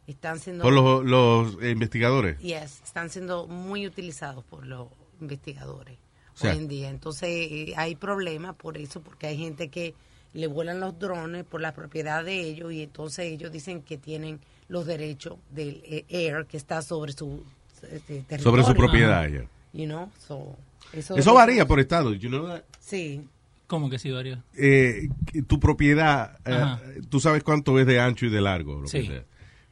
Speaker 8: Están siendo
Speaker 6: Por los, los investigadores.
Speaker 8: Yes, están siendo muy utilizados por los investigadores
Speaker 6: Sí.
Speaker 8: hoy en día. Entonces eh, hay problemas por eso, porque hay gente que le vuelan los drones por la propiedad de ellos y entonces ellos dicen que tienen los derechos del eh, air que está sobre su eh, territorio.
Speaker 6: Sobre su propiedad, ya.
Speaker 8: You know, so, eso,
Speaker 6: Eso varía por estado, you know that?
Speaker 8: Sí.
Speaker 9: ¿Cómo que sí, varía?
Speaker 6: eh, que tu propiedad, eh,
Speaker 9: Ajá.
Speaker 6: tú sabes cuánto es de ancho y de largo, lo que
Speaker 9: Sí.
Speaker 6: sea.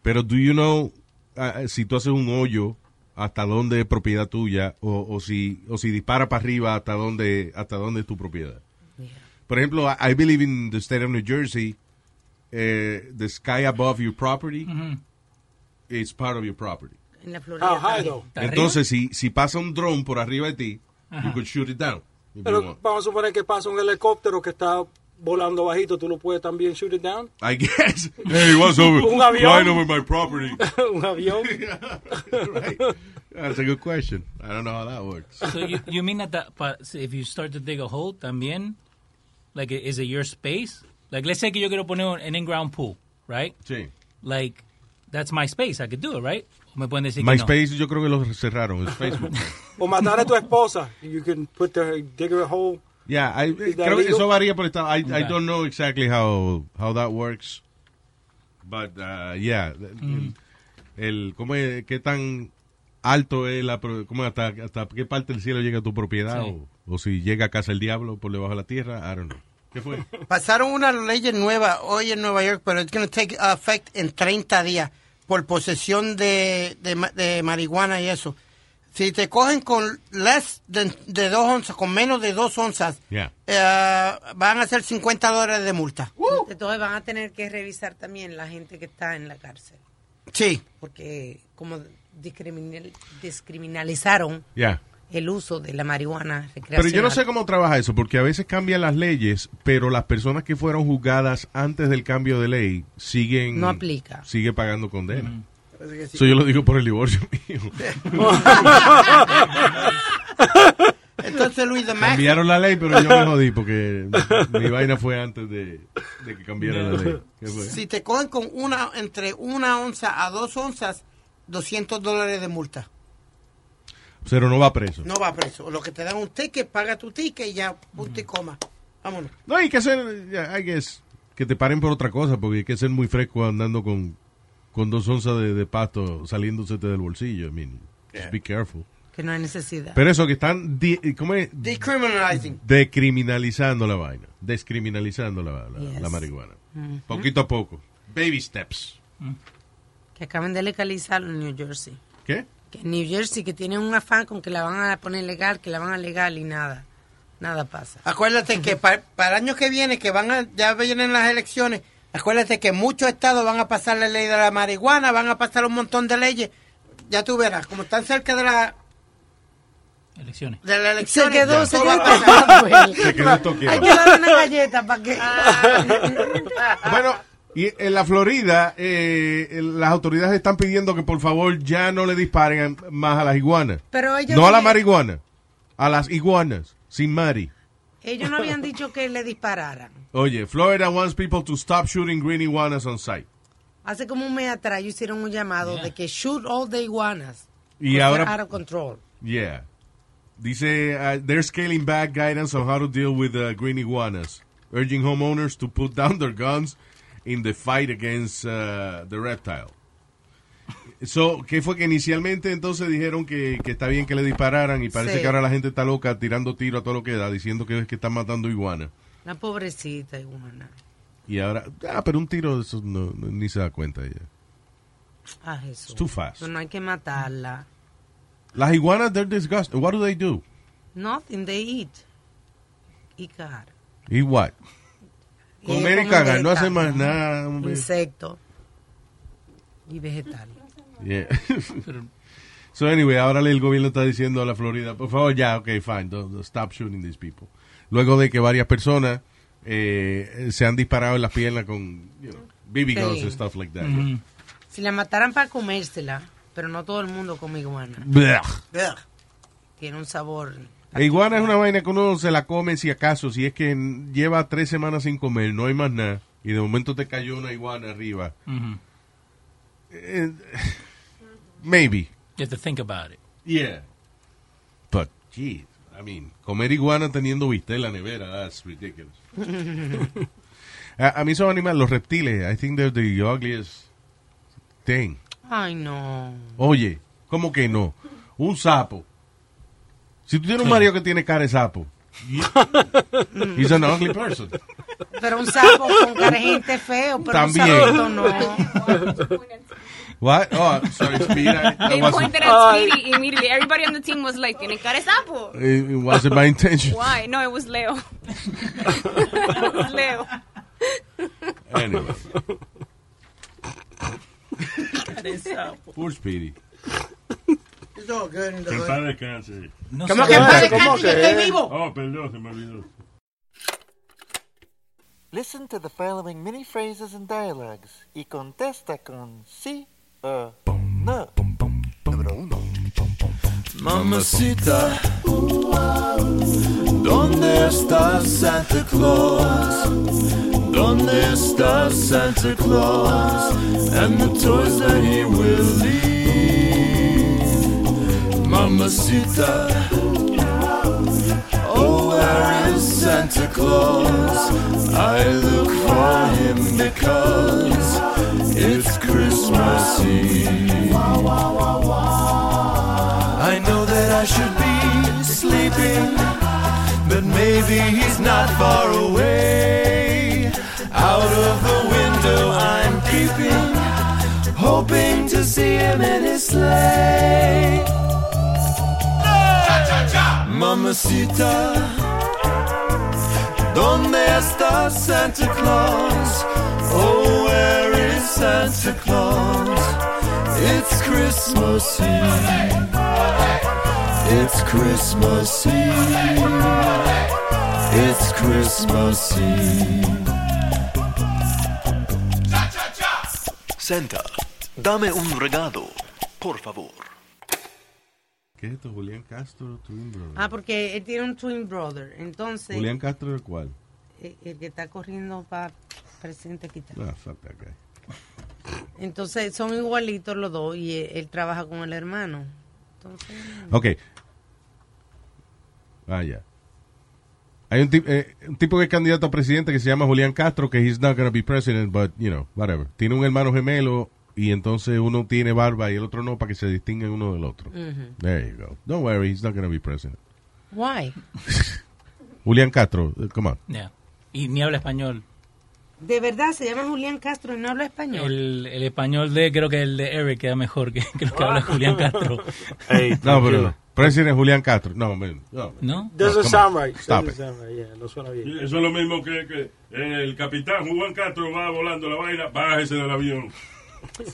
Speaker 6: Pero do you know ah, eh, si tú haces un hoyo hasta dónde es propiedad tuya o, o si o si dispara para arriba hasta dónde hasta dónde es tu propiedad. Por ejemplo, I, I believe in the state of New Jersey, eh, the sky above your property is part of your property.
Speaker 8: En la Florida.
Speaker 15: How high,
Speaker 8: también.
Speaker 15: though?
Speaker 6: Entonces, si, si pasa un dron por arriba de ti,
Speaker 15: Ajá.
Speaker 6: you could shoot it down. if you
Speaker 15: Pero
Speaker 6: want.
Speaker 15: vamos a suponer que pasa un helicóptero que está volando bajito, tú lo puedes también shoot it down. <laughs>
Speaker 6: I guess. Hey, what's over?
Speaker 15: Un avión.
Speaker 6: Flying over my property.
Speaker 15: un
Speaker 20: <laughs>
Speaker 15: avión.
Speaker 6: That's a good question. I don't know how that works.
Speaker 9: So you, you mean that, that pa- si- if you start to dig a hole también, like is it your space? Like let's say que yo quiero poner an in-ground pool, right?
Speaker 6: Sí.
Speaker 9: Like that's my space. I could do it, right? O me pueden decir que no.
Speaker 6: MySpace yo creo que lo cerraron. Es
Speaker 9: <laughs>
Speaker 6: Facebook.
Speaker 15: O matar a tu esposa. You can put the digger a hole.
Speaker 6: yeah, I,
Speaker 15: Is that
Speaker 6: creo que
Speaker 15: legal?
Speaker 6: eso varía por estado. I, I
Speaker 15: Okay.
Speaker 6: don't know exactly how, how that works. But, uh, yeah.
Speaker 9: Mm.
Speaker 6: El, el- ¿cómo es? ¿Qué tan alto es la... pro- ¿Cómo hasta, hasta qué parte del cielo llega tu propiedad?
Speaker 12: Sí.
Speaker 6: O, o si llega a casa el diablo por debajo de la tierra. I don't know. ¿Qué fue?
Speaker 12: Pasaron una ley nueva hoy en Nueva York, pero it's going take effect en 30 días por posesión de, de ma- de marihuana y eso. Si te cogen con less than- de 2 onzas, con menos de 2 onzas,
Speaker 6: Yeah.
Speaker 12: eh, van a ser 50 dólares de multa.
Speaker 8: Entonces van a tener que revisar también la gente que está en la cárcel,
Speaker 6: <laughs>
Speaker 12: Sí.
Speaker 8: porque como discriminal- discriminalizaron
Speaker 6: Yeah.
Speaker 8: el uso de la marihuana recreacional.
Speaker 6: Pero yo no sé cómo trabaja eso, porque a veces cambian las leyes, pero las personas que fueron juzgadas antes del cambio de ley siguen
Speaker 8: No aplica.
Speaker 6: sigue pagando condena.
Speaker 12: Parece que sí.
Speaker 6: Eso yo lo digo por el divorcio <laughs> mío.
Speaker 12: Entonces, Luis, <laughs> the Mac.
Speaker 6: Cambiaron la ley, pero yo me jodí porque mi vaina fue antes de, de que cambiara la ley. ¿Qué fue?
Speaker 12: Si te cogen con una, entre una onza a dos onzas, 200 dólares de multa.
Speaker 6: Pero no va preso.
Speaker 12: No va preso. Lo que te dan un ticket, paga tu ticket y ya, punto y coma. Vámonos.
Speaker 6: No hay que hacer, yeah, I guess, que te paren por otra cosa, porque hay que ser muy fresco andando con, con dos onzas de, de pasto saliéndosete del bolsillo. I mean, just be careful.
Speaker 8: Que no hay necesidad.
Speaker 6: Pero eso que están di- ¿cómo es?
Speaker 12: Decriminalizing.
Speaker 6: decriminalizando la vaina, descriminalizando la, la,
Speaker 8: Yes.
Speaker 6: la marihuana.
Speaker 8: Ujú.
Speaker 6: Poquito a poco. Baby steps.
Speaker 8: Que acaban de legalizarlo en New Jersey.
Speaker 6: ¿Qué?
Speaker 8: Que en New Jersey que tienen un afán con que la van a poner legal, que la van a legal y nada. Nada pasa.
Speaker 12: Acuérdate que pa- para el año que viene, que van a, ya vienen las elecciones, acuérdate que muchos estados van a pasar la ley de la marihuana, van a pasar un montón de leyes. Ya tú verás, como están cerca de la,
Speaker 9: Elecciones.
Speaker 12: de la elección.
Speaker 8: Se quedó, se quedó
Speaker 6: Se quedó toqueado.
Speaker 8: Hay que darle una galleta para que...
Speaker 6: Bueno, y en la Florida, eh, el- las autoridades están pidiendo que por favor ya no le disparen a- más a las iguanas.
Speaker 8: Pero ellos
Speaker 6: no a la
Speaker 8: tienen-
Speaker 6: marihuana, a las iguanas, sin mari.
Speaker 8: Ellos no habían dicho que le dispararan.
Speaker 6: Oye, Florida wants people to stop shooting green iguanas on site.
Speaker 8: Hace como un mes atrás ellos hicieron un llamado de que shoot all the iguanas.
Speaker 6: Y
Speaker 8: Porque
Speaker 6: ahora-
Speaker 8: Out of control.
Speaker 6: Yeah. Dice, uh, they're scaling back guidance on how to deal with uh, green iguanas, urging homeowners to put <laughs> down their guns in the fight against uh, the reptile. So, ¿qué fue que inicialmente entonces dijeron que, que está bien que le dispararan y parece
Speaker 8: Sí.
Speaker 6: que ahora la gente está loca tirando tiro a todo lo que da, diciendo que es que están matando iguanas?
Speaker 8: La pobrecita iguana.
Speaker 6: Y ahora, ah, pero un tiro, eso no- no- ni se da cuenta ella.
Speaker 8: Ah, Jesús.
Speaker 6: It's too fast.
Speaker 8: No hay que matarla.
Speaker 6: Las iguanas, they're disgusting. What do they do?
Speaker 8: Nothing, they eat. Y cagar.
Speaker 6: ¿Y what?
Speaker 8: Y
Speaker 6: Comer y
Speaker 8: comen
Speaker 6: cagar, Ah, no hace más
Speaker 8: vegetales.
Speaker 6: nada. hombre.
Speaker 8: Insecto. Y vegetal.
Speaker 6: Yeah. so anyway, ahora el gobierno está diciendo a la Florida, por favor, ya, ok, fine, don't- don't stop shooting these people. Luego de que varias personas eh, se han disparado en las piernas con you know, BB guns
Speaker 8: Sí.
Speaker 6: and stuff like that.
Speaker 9: Mhm.
Speaker 8: Si la mataran para comérsela, pero no todo el mundo come iguana.
Speaker 6: Blech.
Speaker 8: Blech. Tiene un sabor.
Speaker 6: La iguana E es una vaina que uno se la come si acaso, si es que n- lleva tres semanas sin comer, no hay más nada, y de momento te cayó una iguana arriba.
Speaker 9: Mhm.
Speaker 6: Eh, maybe,
Speaker 9: You have to think about it.
Speaker 6: Yeah. but gee, I mean, comer iguana teniendo bistec
Speaker 10: <laughs>
Speaker 6: en la nevera, that's ridiculous. A, a mí son animales, los reptiles, I think they're the ugliest thing.
Speaker 8: Ay, no.
Speaker 6: Oye, ¿cómo que no? Un sapo. Si tú tienes un marido que tiene cara de sapo, he's an ugly person.
Speaker 8: Pero un sapo con cara de gente feo, pero
Speaker 6: También.
Speaker 8: un sapo no.
Speaker 6: What? Oh, I'm sorry, Speed. I, that
Speaker 17: They
Speaker 6: wasn't,
Speaker 17: pointed at Speedy immediately. Everybody on the team was like, tiene cara de sapo.
Speaker 6: it wasn't my intention.
Speaker 8: <laughs>
Speaker 17: Why? No, it was Leo. <laughs> it was Leo.
Speaker 6: Anyway,
Speaker 9: It's
Speaker 6: poor Speedy.
Speaker 12: all good in the
Speaker 3: Que en
Speaker 12: hood.
Speaker 3: paz descanse.
Speaker 12: No ¿Cómo sé. que en paz descanse? ¿Cómo Yo que? estoy vivo.
Speaker 3: Oh, perdón, se me olvidó.
Speaker 1: Listen to the following mini phrases and dialogues y contesta con sí o no. Número uno.
Speaker 7: Mamacita, ¿dónde está Santa Claus? ¿Dónde está Santa Claus? And the toys that he will leave. Mamacita, oh, where is Santa Claus? I look for him because it's Christmas Eve. I know that I should be sleeping, but maybe he's not far away. Out of the window I'm peeping, hoping to see him in his sleigh. Mamacita, ¿dónde está Santa Claus? Oh, where is Santa Claus? It's Christmas Eve. It's Christmas Eve. It's Christmas Eve. Santa,
Speaker 1: Dame un regalo, por favor.
Speaker 6: ¿Qué es esto? Julián Castro, Twin Brother.
Speaker 8: Ah, porque él tiene un twin brother. Entonces,
Speaker 6: Julián Castro, ¿el cuál?
Speaker 8: eh, el que está corriendo para presidente quita.
Speaker 6: Ah, fuck that guy.
Speaker 8: Entonces, son igualitos los dos y él, él trabaja con el hermano. Entonces,
Speaker 6: Ok. Ah, ya. Hay un, tip- eh, un tipo que es candidato a presidente que se llama Julián Castro, que he's not going to be president, but, you know, whatever. Tiene un hermano gemelo y entonces uno tiene barba y el otro no para que se distingan uno del otro.
Speaker 8: Ujú.
Speaker 6: There you go. Don't worry, he's not going to be president.
Speaker 8: why?
Speaker 6: Julián Castro, eh, come on.
Speaker 9: Yeah. Y ni habla español.
Speaker 8: De verdad se llama Julián Castro y no habla español.
Speaker 9: Eh. El, el español de, creo que el de Eric queda mejor que, que lo
Speaker 6: <laughs>
Speaker 9: que habla Julián Castro.
Speaker 6: Ah. no, pero presidente Julián Castro. No, man. no.
Speaker 9: ¿No?
Speaker 6: come
Speaker 15: Doesn't
Speaker 6: on.
Speaker 15: sound right.
Speaker 6: Stop
Speaker 15: Doesn't
Speaker 6: it.
Speaker 15: sound right, yeah, no suena bien.
Speaker 3: Y Eso es lo mismo que, que el capitán Juan Castro va volando la vaina, bájese del avión.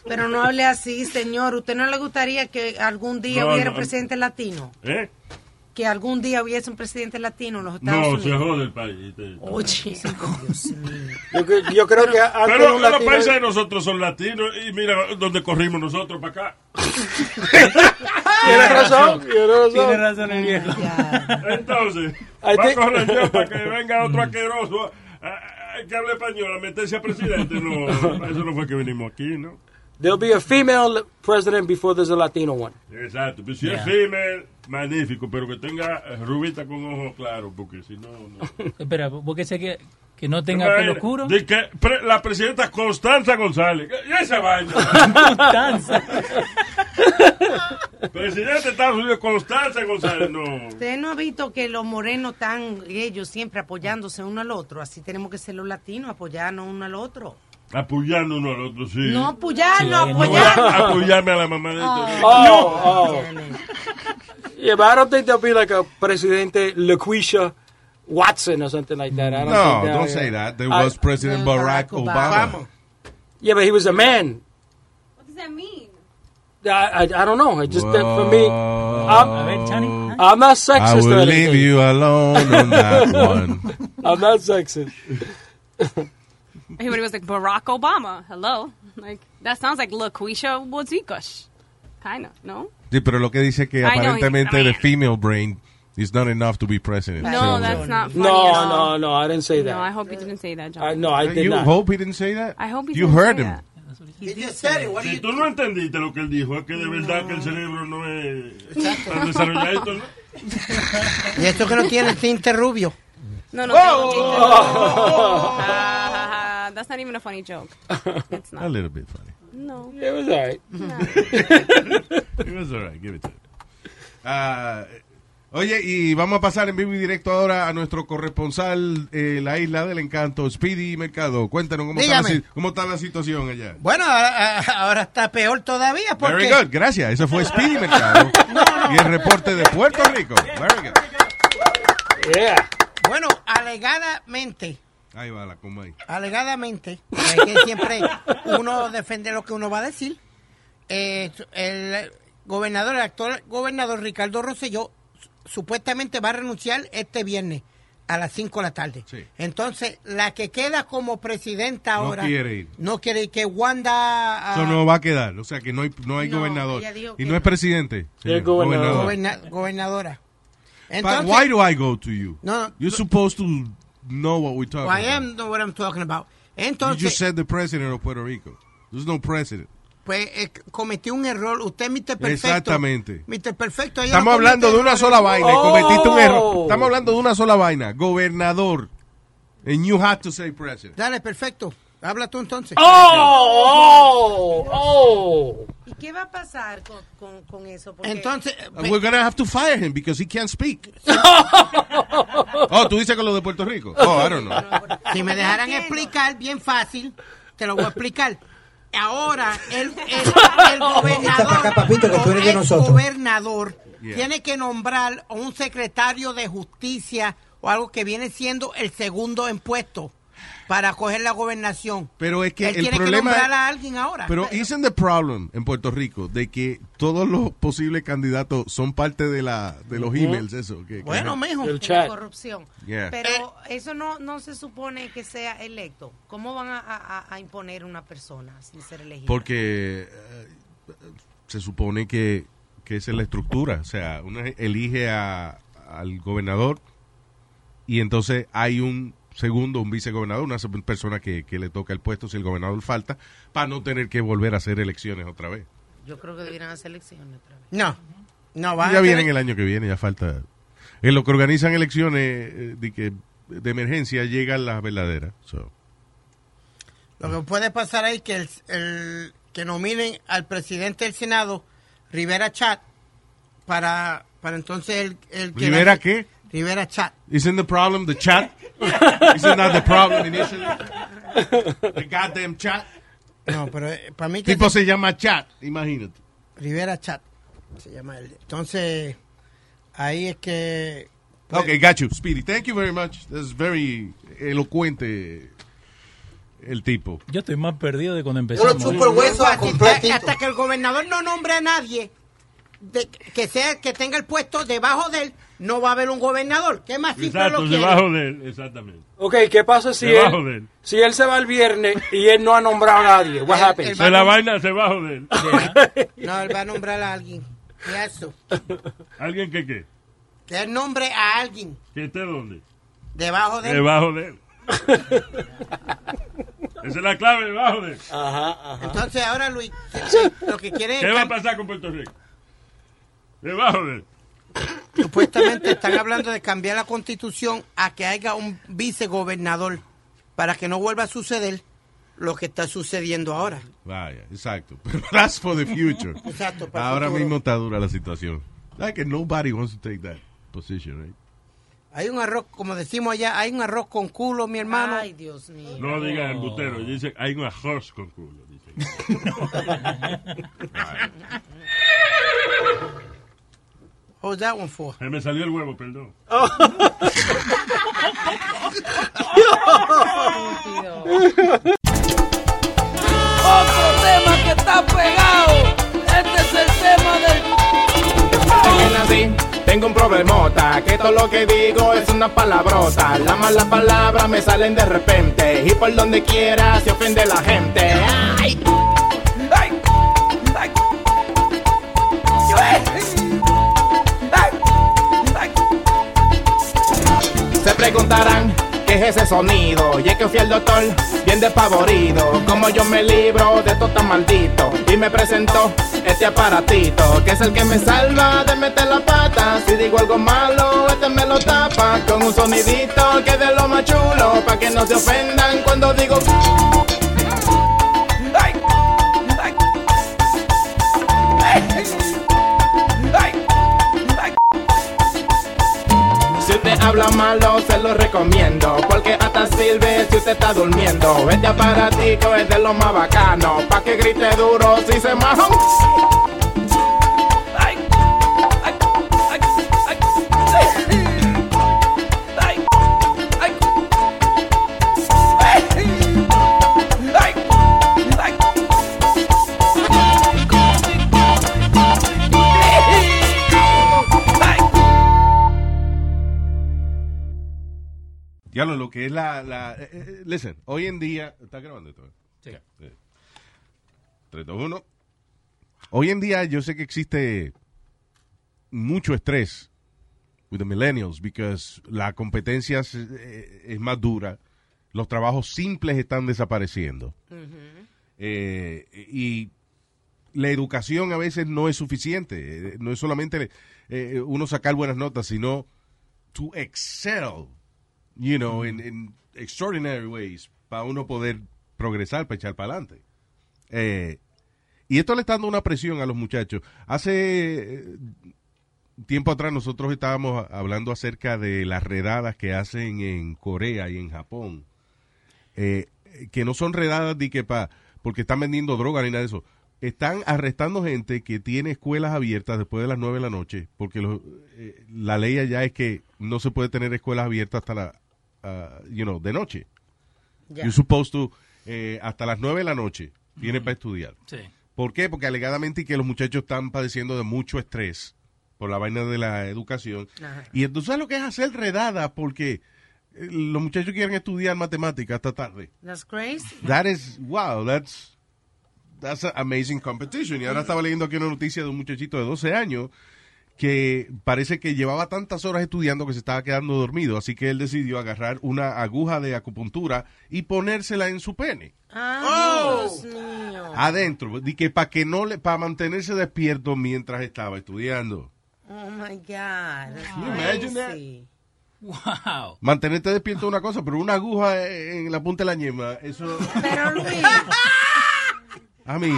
Speaker 8: Pero no hable así, señor. ¿Usted no le gustaría que algún día
Speaker 3: No,
Speaker 8: hubiera
Speaker 3: no.
Speaker 8: un presidente latino?
Speaker 3: ¿Eh?
Speaker 8: Que algún día hubiese un presidente latino en los Estados
Speaker 3: No, se
Speaker 8: Unidos. Oh,
Speaker 3: jode el país.
Speaker 9: Oh,
Speaker 8: Oye, Dios mío.
Speaker 15: Yo, cre- yo creo que antes
Speaker 3: Pero
Speaker 15: un
Speaker 3: los
Speaker 15: latino-
Speaker 3: países de nosotros son latinos y mira dónde corrimos nosotros para acá.
Speaker 15: Tiene razón, tiene razón.
Speaker 3: Tiene
Speaker 9: razón el viejo.
Speaker 3: Entonces,
Speaker 15: <laughs> I
Speaker 3: va
Speaker 15: think-
Speaker 3: a correr yo para que
Speaker 15: <laughs>
Speaker 3: venga otro asqueroso ah, ah, que hable español a meterse a presidente. No, para eso no fue que venimos aquí, ¿no?
Speaker 15: There'll be a female president before there's a Latino one.
Speaker 3: Exacto, pues, pero si
Speaker 15: Yeah.
Speaker 3: es female, magnífico, pero que tenga eh, rubita con ojos claros, porque si no... no.
Speaker 9: Espera, ¿por qué sé que, que no tenga
Speaker 3: Vaina,
Speaker 9: pelo
Speaker 6: eh,
Speaker 9: oscuro?
Speaker 3: De que pre- la presidenta Constanza González. ¿Y esa
Speaker 9: <laughs>
Speaker 3: vaina?
Speaker 9: Constanza.
Speaker 3: <laughs> Presidente de Estados Unidos, Constanza González, no.
Speaker 8: Usted no ha visto que los morenos están ellos siempre apoyándose uno al otro. Así tenemos que ser los latinos, apoyarnos uno al otro.
Speaker 3: Apoyando uno al otro, sí.
Speaker 8: No apoyarnos,
Speaker 3: Apoyar-
Speaker 8: apoyarnos.
Speaker 3: Apoyarme a la mamá de este
Speaker 15: Oh, oh. Yeah, but I don't think there'll be like a Presidente LaQuisha Watson or something like that. I don't
Speaker 6: No,
Speaker 15: think
Speaker 6: don't
Speaker 15: yeah.
Speaker 6: say that. There
Speaker 15: I-
Speaker 6: was President Barack Obama.
Speaker 15: Yeah, but he was a man.
Speaker 17: What does that mean?
Speaker 15: I, I, I don't know. It just that for me.
Speaker 6: A ver,
Speaker 15: I'm, I'm not
Speaker 6: I
Speaker 15: sexist. or
Speaker 6: will
Speaker 15: anything.
Speaker 6: leave you alone
Speaker 15: <laughs>
Speaker 6: on that one.
Speaker 15: I'm not sexist.
Speaker 17: Everybody was like Barack Obama. Hello, like that sounds like LaQuisha Wozikush, kind of. No,
Speaker 6: Sí, pero lo que dice que
Speaker 17: Ay, no,
Speaker 6: aparentemente the female brain is not enough to be president.
Speaker 17: no, that's not funny. at
Speaker 15: No, no,
Speaker 17: all.
Speaker 15: no. I didn't say that.
Speaker 17: No, I hope you didn't say that, John.
Speaker 15: I- no, I did
Speaker 6: You
Speaker 15: not.
Speaker 6: hope he didn't say that?
Speaker 17: I hope he
Speaker 6: You
Speaker 17: didn't
Speaker 6: heard
Speaker 17: say
Speaker 6: him.
Speaker 17: that.
Speaker 3: Si tú no entendiste lo que él dijo, es que de verdad que el cerebro no es tan desarrollado. ¿no?
Speaker 12: <laughs> Y esto que no tiene tinte rubio.
Speaker 17: No, no.
Speaker 12: Oh!
Speaker 17: they don't take that. Ha, ha, ha. that's not even a funny joke.
Speaker 6: <laughs>
Speaker 17: It's
Speaker 6: A
Speaker 17: not.
Speaker 6: little bit funny.
Speaker 17: No.
Speaker 15: It was all right. <laughs>
Speaker 6: it was all right. Give it to it. Ah, oye, y vamos a pasar en vivo y directo ahora a nuestro corresponsal, eh, la isla del encanto, Speedy Mercado. Cuéntanos cómo está, la,
Speaker 12: Dígame.
Speaker 6: si- cómo está la situación allá.
Speaker 12: Bueno, ahora, ahora está peor todavía
Speaker 6: Very
Speaker 12: porque...
Speaker 6: good, gracias. Eso fue Speedy
Speaker 12: <laughs>
Speaker 6: Mercado. Y el reporte de Puerto Rico. Very good.
Speaker 12: Bueno, alegadamente,
Speaker 6: Ahí va la comba ahí.
Speaker 12: alegadamente, es que siempre uno defiende lo que uno va a decir. Eh, el gobernador, el actual gobernador Ricardo Rosselló, su- supuestamente va a renunciar este viernes a las 5 de la tarde. Entonces, la que queda como presidenta
Speaker 6: No
Speaker 12: ahora
Speaker 6: quiere ir.
Speaker 12: no quiere ir, que Wanda ah,
Speaker 6: Eso no va a quedar. O sea que no hay, no hay
Speaker 12: No,
Speaker 6: gobernador.
Speaker 12: ella dijo
Speaker 6: Y
Speaker 12: que
Speaker 6: no es presidente. señor,
Speaker 12: goberna- gobernadora.
Speaker 6: But why do I go to you?
Speaker 12: No, no.
Speaker 6: You're supposed to know what we're talking
Speaker 12: Well, I
Speaker 6: about.
Speaker 12: am know what I'm talking about.
Speaker 6: You just
Speaker 12: Entonces,
Speaker 6: said the president of Puerto Rico. There's no president.
Speaker 12: pues eh, cometió un error. Usted, Mr. Perfecto.
Speaker 6: Exactamente.
Speaker 12: Mr. Perfecto. ella
Speaker 6: Estamos
Speaker 12: no comete
Speaker 6: hablando de una
Speaker 12: errores.
Speaker 6: sola vaina. y Cometiste un
Speaker 15: Oh.
Speaker 6: error.
Speaker 12: Oh.
Speaker 6: Estamos hablando de una sola vaina. Gobernador. And you have to say president.
Speaker 12: Dale, perfecto. Habla tú entonces.
Speaker 15: Oh, oh,
Speaker 8: ¿Y qué va a pasar con, con- con eso? Porque <laughs>
Speaker 12: Entonces,
Speaker 6: And We're gonna have to fire him because he can't
Speaker 12: <laughs>
Speaker 6: speak. oh, tú dices que lo de Puerto Rico. Oh, I don't know.
Speaker 12: si me dejaran explicar, bien fácil, te lo voy a explicar. Ahora, el, el- el gobernador,
Speaker 22: papito, que tú eres de
Speaker 12: el
Speaker 22: nosotros.
Speaker 12: gobernador
Speaker 22: Yeah.
Speaker 12: tiene que nombrar a un secretario de justicia o algo que viene siendo el segundo en puesto para coger la gobernación.
Speaker 6: Pero es que
Speaker 12: Él
Speaker 6: el
Speaker 12: tiene
Speaker 6: problema
Speaker 12: que
Speaker 6: es-
Speaker 12: nombrar a alguien ahora.
Speaker 6: Pero isn't the problem en Puerto Rico de que todos los posibles candidatos son parte de la de los
Speaker 27: Ujú.
Speaker 6: emails eso que, que-
Speaker 12: Bueno, mijo.
Speaker 8: de la corrupción.
Speaker 6: Yeah.
Speaker 8: Pero eso no, no se supone que sea electo. ¿Cómo van a, a- a imponer una persona sin ser elegida?
Speaker 6: porque eh, se supone que, que esa es la estructura, o sea, uno elige a- al gobernador y entonces hay un segundo, un vicegobernador, una se- persona que, que le toca el puesto si el gobernador falta, para no tener que volver a hacer elecciones otra vez.
Speaker 8: Yo creo que debieran hacer elecciones otra vez.
Speaker 12: No, no van
Speaker 6: Ya
Speaker 12: a tener-
Speaker 6: vienen el año que viene, ya falta. En lo que organizan elecciones eh, de, que, de emergencia llegan las verdaderas. so.
Speaker 12: Lo que puede pasar ahí es que el, el- que nominen al presidente del Senado, Rivera Chat, para, para entonces el, el que
Speaker 6: ¿Rivera qué?
Speaker 12: Rivera Chat.
Speaker 6: Isn't the problem the chat? Isn't that the problem initially? The goddamn chat.
Speaker 12: No, pero eh, para mí que
Speaker 6: Tipo se llama chat, imagínate.
Speaker 12: Rivera Chat se llama él. Entonces ahí es que Pues
Speaker 6: Okay, got you, Speedy. Thank you very much. That's very elocuente el tipo.
Speaker 9: Yo estoy más perdido de cuando ¿eh? empecé.
Speaker 6: Yo lo chupo el hueso
Speaker 12: hasta, hasta que el gobernador no nombre a nadie de- que sea que tenga el puesto debajo de él, no va a haber un gobernador. ¿Qué más simple
Speaker 3: Exacto,
Speaker 12: lo quiere?
Speaker 3: debajo de él, exactamente.
Speaker 7: Ok, ¿qué pasa si
Speaker 3: Debajo de
Speaker 7: él,
Speaker 3: él.
Speaker 7: si él se va el viernes y él no ha nombrado a nadie? What happens?
Speaker 3: Se la vaina debajo
Speaker 12: <laughs>
Speaker 3: de él.
Speaker 12: ¿ah? No, él va a nombrar a alguien. ¿Qué eso?
Speaker 3: <laughs> ¿Alguien que qué?
Speaker 12: Que él nombre a alguien
Speaker 3: ¿Que esté dónde?
Speaker 12: debajo de él.
Speaker 3: Debajo
Speaker 12: <laughs>
Speaker 3: de él. Esa es la clave, debajo de él.
Speaker 12: Entonces ahora Luis, lo que quiere
Speaker 3: ¿Qué va a pasar con Puerto Rico? Debajo de él.
Speaker 12: supuestamente están hablando de cambiar la constitución a que haya un vicegobernador para que no vuelva a suceder lo que está sucediendo ahora.
Speaker 6: Vaya, exacto. <laughs> Pero that's for the future.
Speaker 12: Exacto, para el
Speaker 6: Ahora
Speaker 12: futuro.
Speaker 6: mismo está dura la situación. Like nobody wants to take that position, right?
Speaker 12: Hay un arroz, como decimos allá, hay un arroz con culo, mi hermano.
Speaker 8: Ay, Dios mío.
Speaker 3: No digan embutero, dice hay un arroz con culo. Dice.
Speaker 12: Hold that one for.
Speaker 3: Se me salió el huevo, perdón.
Speaker 13: Otro tema que está pegado. Este es el tema del.
Speaker 2: Tengo un problemota, que todo lo que digo es una palabrota. Las malas palabras me salen de repente. Y por donde quiera se ofende la gente. Ay. Ay. Ay. Se preguntarán qué es ese sonido. Y es que fui al doctor, bien despavorido. Como yo me libro de todo tan maldito. Y me presentó este aparatito, que es el que me salva de meter la pata. Si digo algo malo, este me lo tapa. Con un sonidito que es de lo más chulo. Pa' que no se ofendan cuando digo. Ay, ay. Ay, ay. Si usted habla malo, se lo recomiendo. Porque hasta sirve si usted está durmiendo. Este aparatito es de lo más bacano. Pa' que grite duro si se maja. Ay, ay, ay, ay, ay. Ay, ay, ay.
Speaker 6: Diablo, lo que es la... la eh, eh, listen, hoy en día... ¿Está grabando esto? eh. Sí. 3, 2, 1. Hoy en día yo sé que existe mucho estrés with the millennials because la competencia es, eh, es más dura. Los trabajos simples están desapareciendo. Eh, y la educación a veces no es suficiente. Eh, No es solamente eh, uno sacar buenas notas, sino to excel, you know, in, in extraordinary ways para uno poder progresar, para echar para adelante. Eh, y esto le está dando una presión a los muchachos. Hace eh, tiempo atrás nosotros estábamos hablando acerca de las redadas que hacen en Corea y en Japón. Eh, que no son redadas de que pa, porque están vendiendo droga ni nada de eso. Están arrestando gente que tiene escuelas abiertas después de las 9 de la noche, porque los- eh, la ley uh, allá es que no se puede tener escuelas abiertas hasta la, ah, you know, de noche. You're supposed to, eh, hasta las 9 de la noche, tiene para estudiar.
Speaker 9: Sí.
Speaker 6: ¿Por qué? Porque alegadamente que los muchachos están padeciendo de mucho estrés por la vaina de la educación.
Speaker 9: Ajá.
Speaker 6: Y entonces ¿sabes lo que es hacer redada porque eh, los muchachos quieren estudiar matemáticas hasta tarde.
Speaker 8: That's crazy.
Speaker 6: That is, wow, that's, that's an amazing competition. Y ahora estaba leyendo aquí una noticia de un muchachito de 12 años que parece que llevaba tantas horas estudiando que se estaba quedando dormido. Así que él decidió agarrar una aguja de acupuntura y ponérsela en su pene.
Speaker 8: Ah, Dios mío.
Speaker 6: Adentro. Y que para que no le, para mantenerse despierto mientras estaba estudiando.
Speaker 8: Oh my God. That's
Speaker 6: Can you imagine that?
Speaker 8: crazy.
Speaker 9: Wow.
Speaker 6: Mantenerte despierto es una cosa, pero una aguja eh, en la punta de la ñema, eso...
Speaker 8: Pero Luis,
Speaker 6: <laughs> I mean,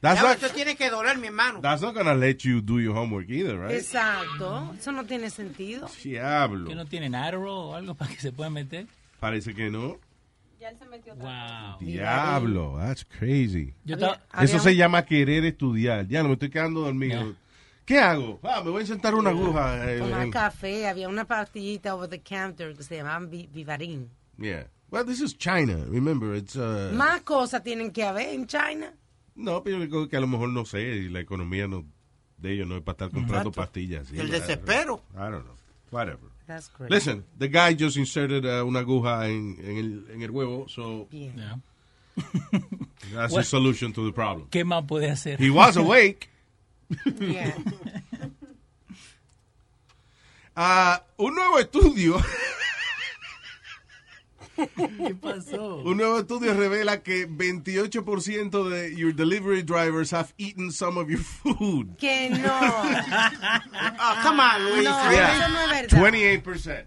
Speaker 6: that's
Speaker 12: Ya,
Speaker 6: not,
Speaker 12: Esto tiene que doler, mi hermano.
Speaker 6: that's not gonna let you do your homework either, right?
Speaker 8: exacto. Eso no tiene sentido.
Speaker 9: ¿Que
Speaker 6: Diablo.
Speaker 9: no tienen Adderall o algo para que se puedan meter?
Speaker 6: Parece que no.
Speaker 9: Wow.
Speaker 6: Diablo, that's crazy.
Speaker 9: Yo estaba-
Speaker 6: Eso
Speaker 9: había-
Speaker 6: se llama querer estudiar. Ya no me estoy quedando dormido. ¿Qué hago? Ah, me voy a sentar una aguja. eh,
Speaker 8: Tomar
Speaker 6: en-
Speaker 8: café, había una pastillita over the counter que se llamaban vi- Vivarin.
Speaker 6: Yeah. Well, this is China. Remember, it's uh,
Speaker 8: Más cosas tienen que haber en China.
Speaker 6: no, pero yo creo que a lo mejor no sé y la economía no de ellos no es para estar comprando pastillas. sí,
Speaker 12: El
Speaker 6: I-
Speaker 12: desespero.
Speaker 6: I don't know. Whatever.
Speaker 8: That's crazy.
Speaker 6: Listen, the guy just inserted uh, una aguja en, en el, en el huevo, so
Speaker 9: Yeah.
Speaker 6: <laughs> that's
Speaker 9: What-
Speaker 6: the solution to the problem.
Speaker 9: ¿Qué más puede hacer?
Speaker 6: He was awake. <laughs> Ah, un nuevo estudio.
Speaker 9: ¿Qué pasó?
Speaker 6: Un nuevo estudio revela que 28% de your delivery drivers have eaten some of your food.
Speaker 8: Que
Speaker 12: <laughs>
Speaker 8: no.
Speaker 12: Ah, come on, Luis.
Speaker 8: No, eso no es verdad.
Speaker 6: 28%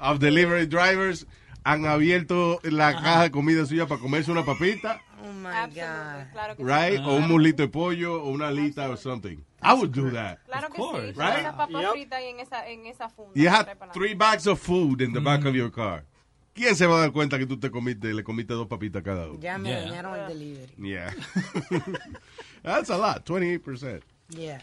Speaker 6: of delivery drivers han abierto la caja de comida suya para comerse una papita,
Speaker 8: Oh my God.
Speaker 6: right? O
Speaker 8: Ah.
Speaker 6: un mulito de pollo, o una alita, or something. I would do that.
Speaker 17: Claro que sí.
Speaker 6: course. Right?
Speaker 17: Esa papa
Speaker 6: Yep.
Speaker 17: frita y en esa, en esa funda.
Speaker 6: You have three bags of food in the back
Speaker 8: Mm.
Speaker 6: of your car. ¿Quién se va a dar cuenta que tú te comiste, le comiste dos papitas cada uno?
Speaker 8: Ya me dañaron el delivery.
Speaker 6: Yeah. <laughs> That's a lot, 28%.
Speaker 8: Yeah.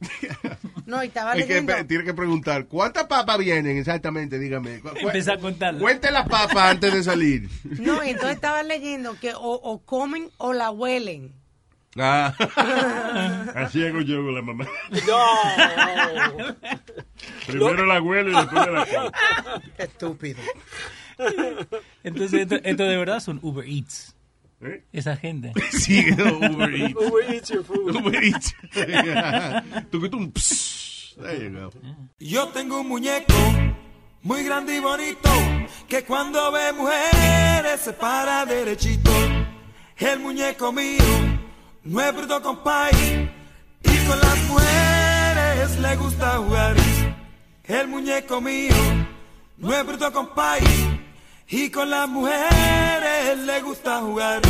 Speaker 6: <laughs>
Speaker 8: No, y estaba
Speaker 6: Es que
Speaker 8: leyendo.
Speaker 6: pe- tiene que preguntar, ¿cuántas papas vienen exactamente? Dígame. Cu- cu-
Speaker 9: Empieza a contar.
Speaker 6: Cuente las papas antes de salir. <laughs>
Speaker 8: No, entonces estaba leyendo que o, o comen o la huelen.
Speaker 6: <laughs>
Speaker 3: <laughs>
Speaker 6: Ah. Así hago yo con la mamá.
Speaker 3: Primero la huele y después la come.
Speaker 12: Estúpido.
Speaker 9: <laughs> Entonces, esto, esto de verdad son Uber Eats.
Speaker 3: ¿Eh?
Speaker 9: Esa gente.
Speaker 6: <laughs> Sí, <laughs> Uber Eats.
Speaker 28: Uber Eats your food.
Speaker 6: Uber Eats. <laughs> Tucutum, pss. There you go.
Speaker 13: Eh. Yo tengo un muñeco muy grande y bonito que cuando ve mujeres se para derechito. El muñeco mío no es bruto compay y con las mujeres le gusta jugar. El muñeco mío no es bruto compay y con las mujeres le gusta jugar.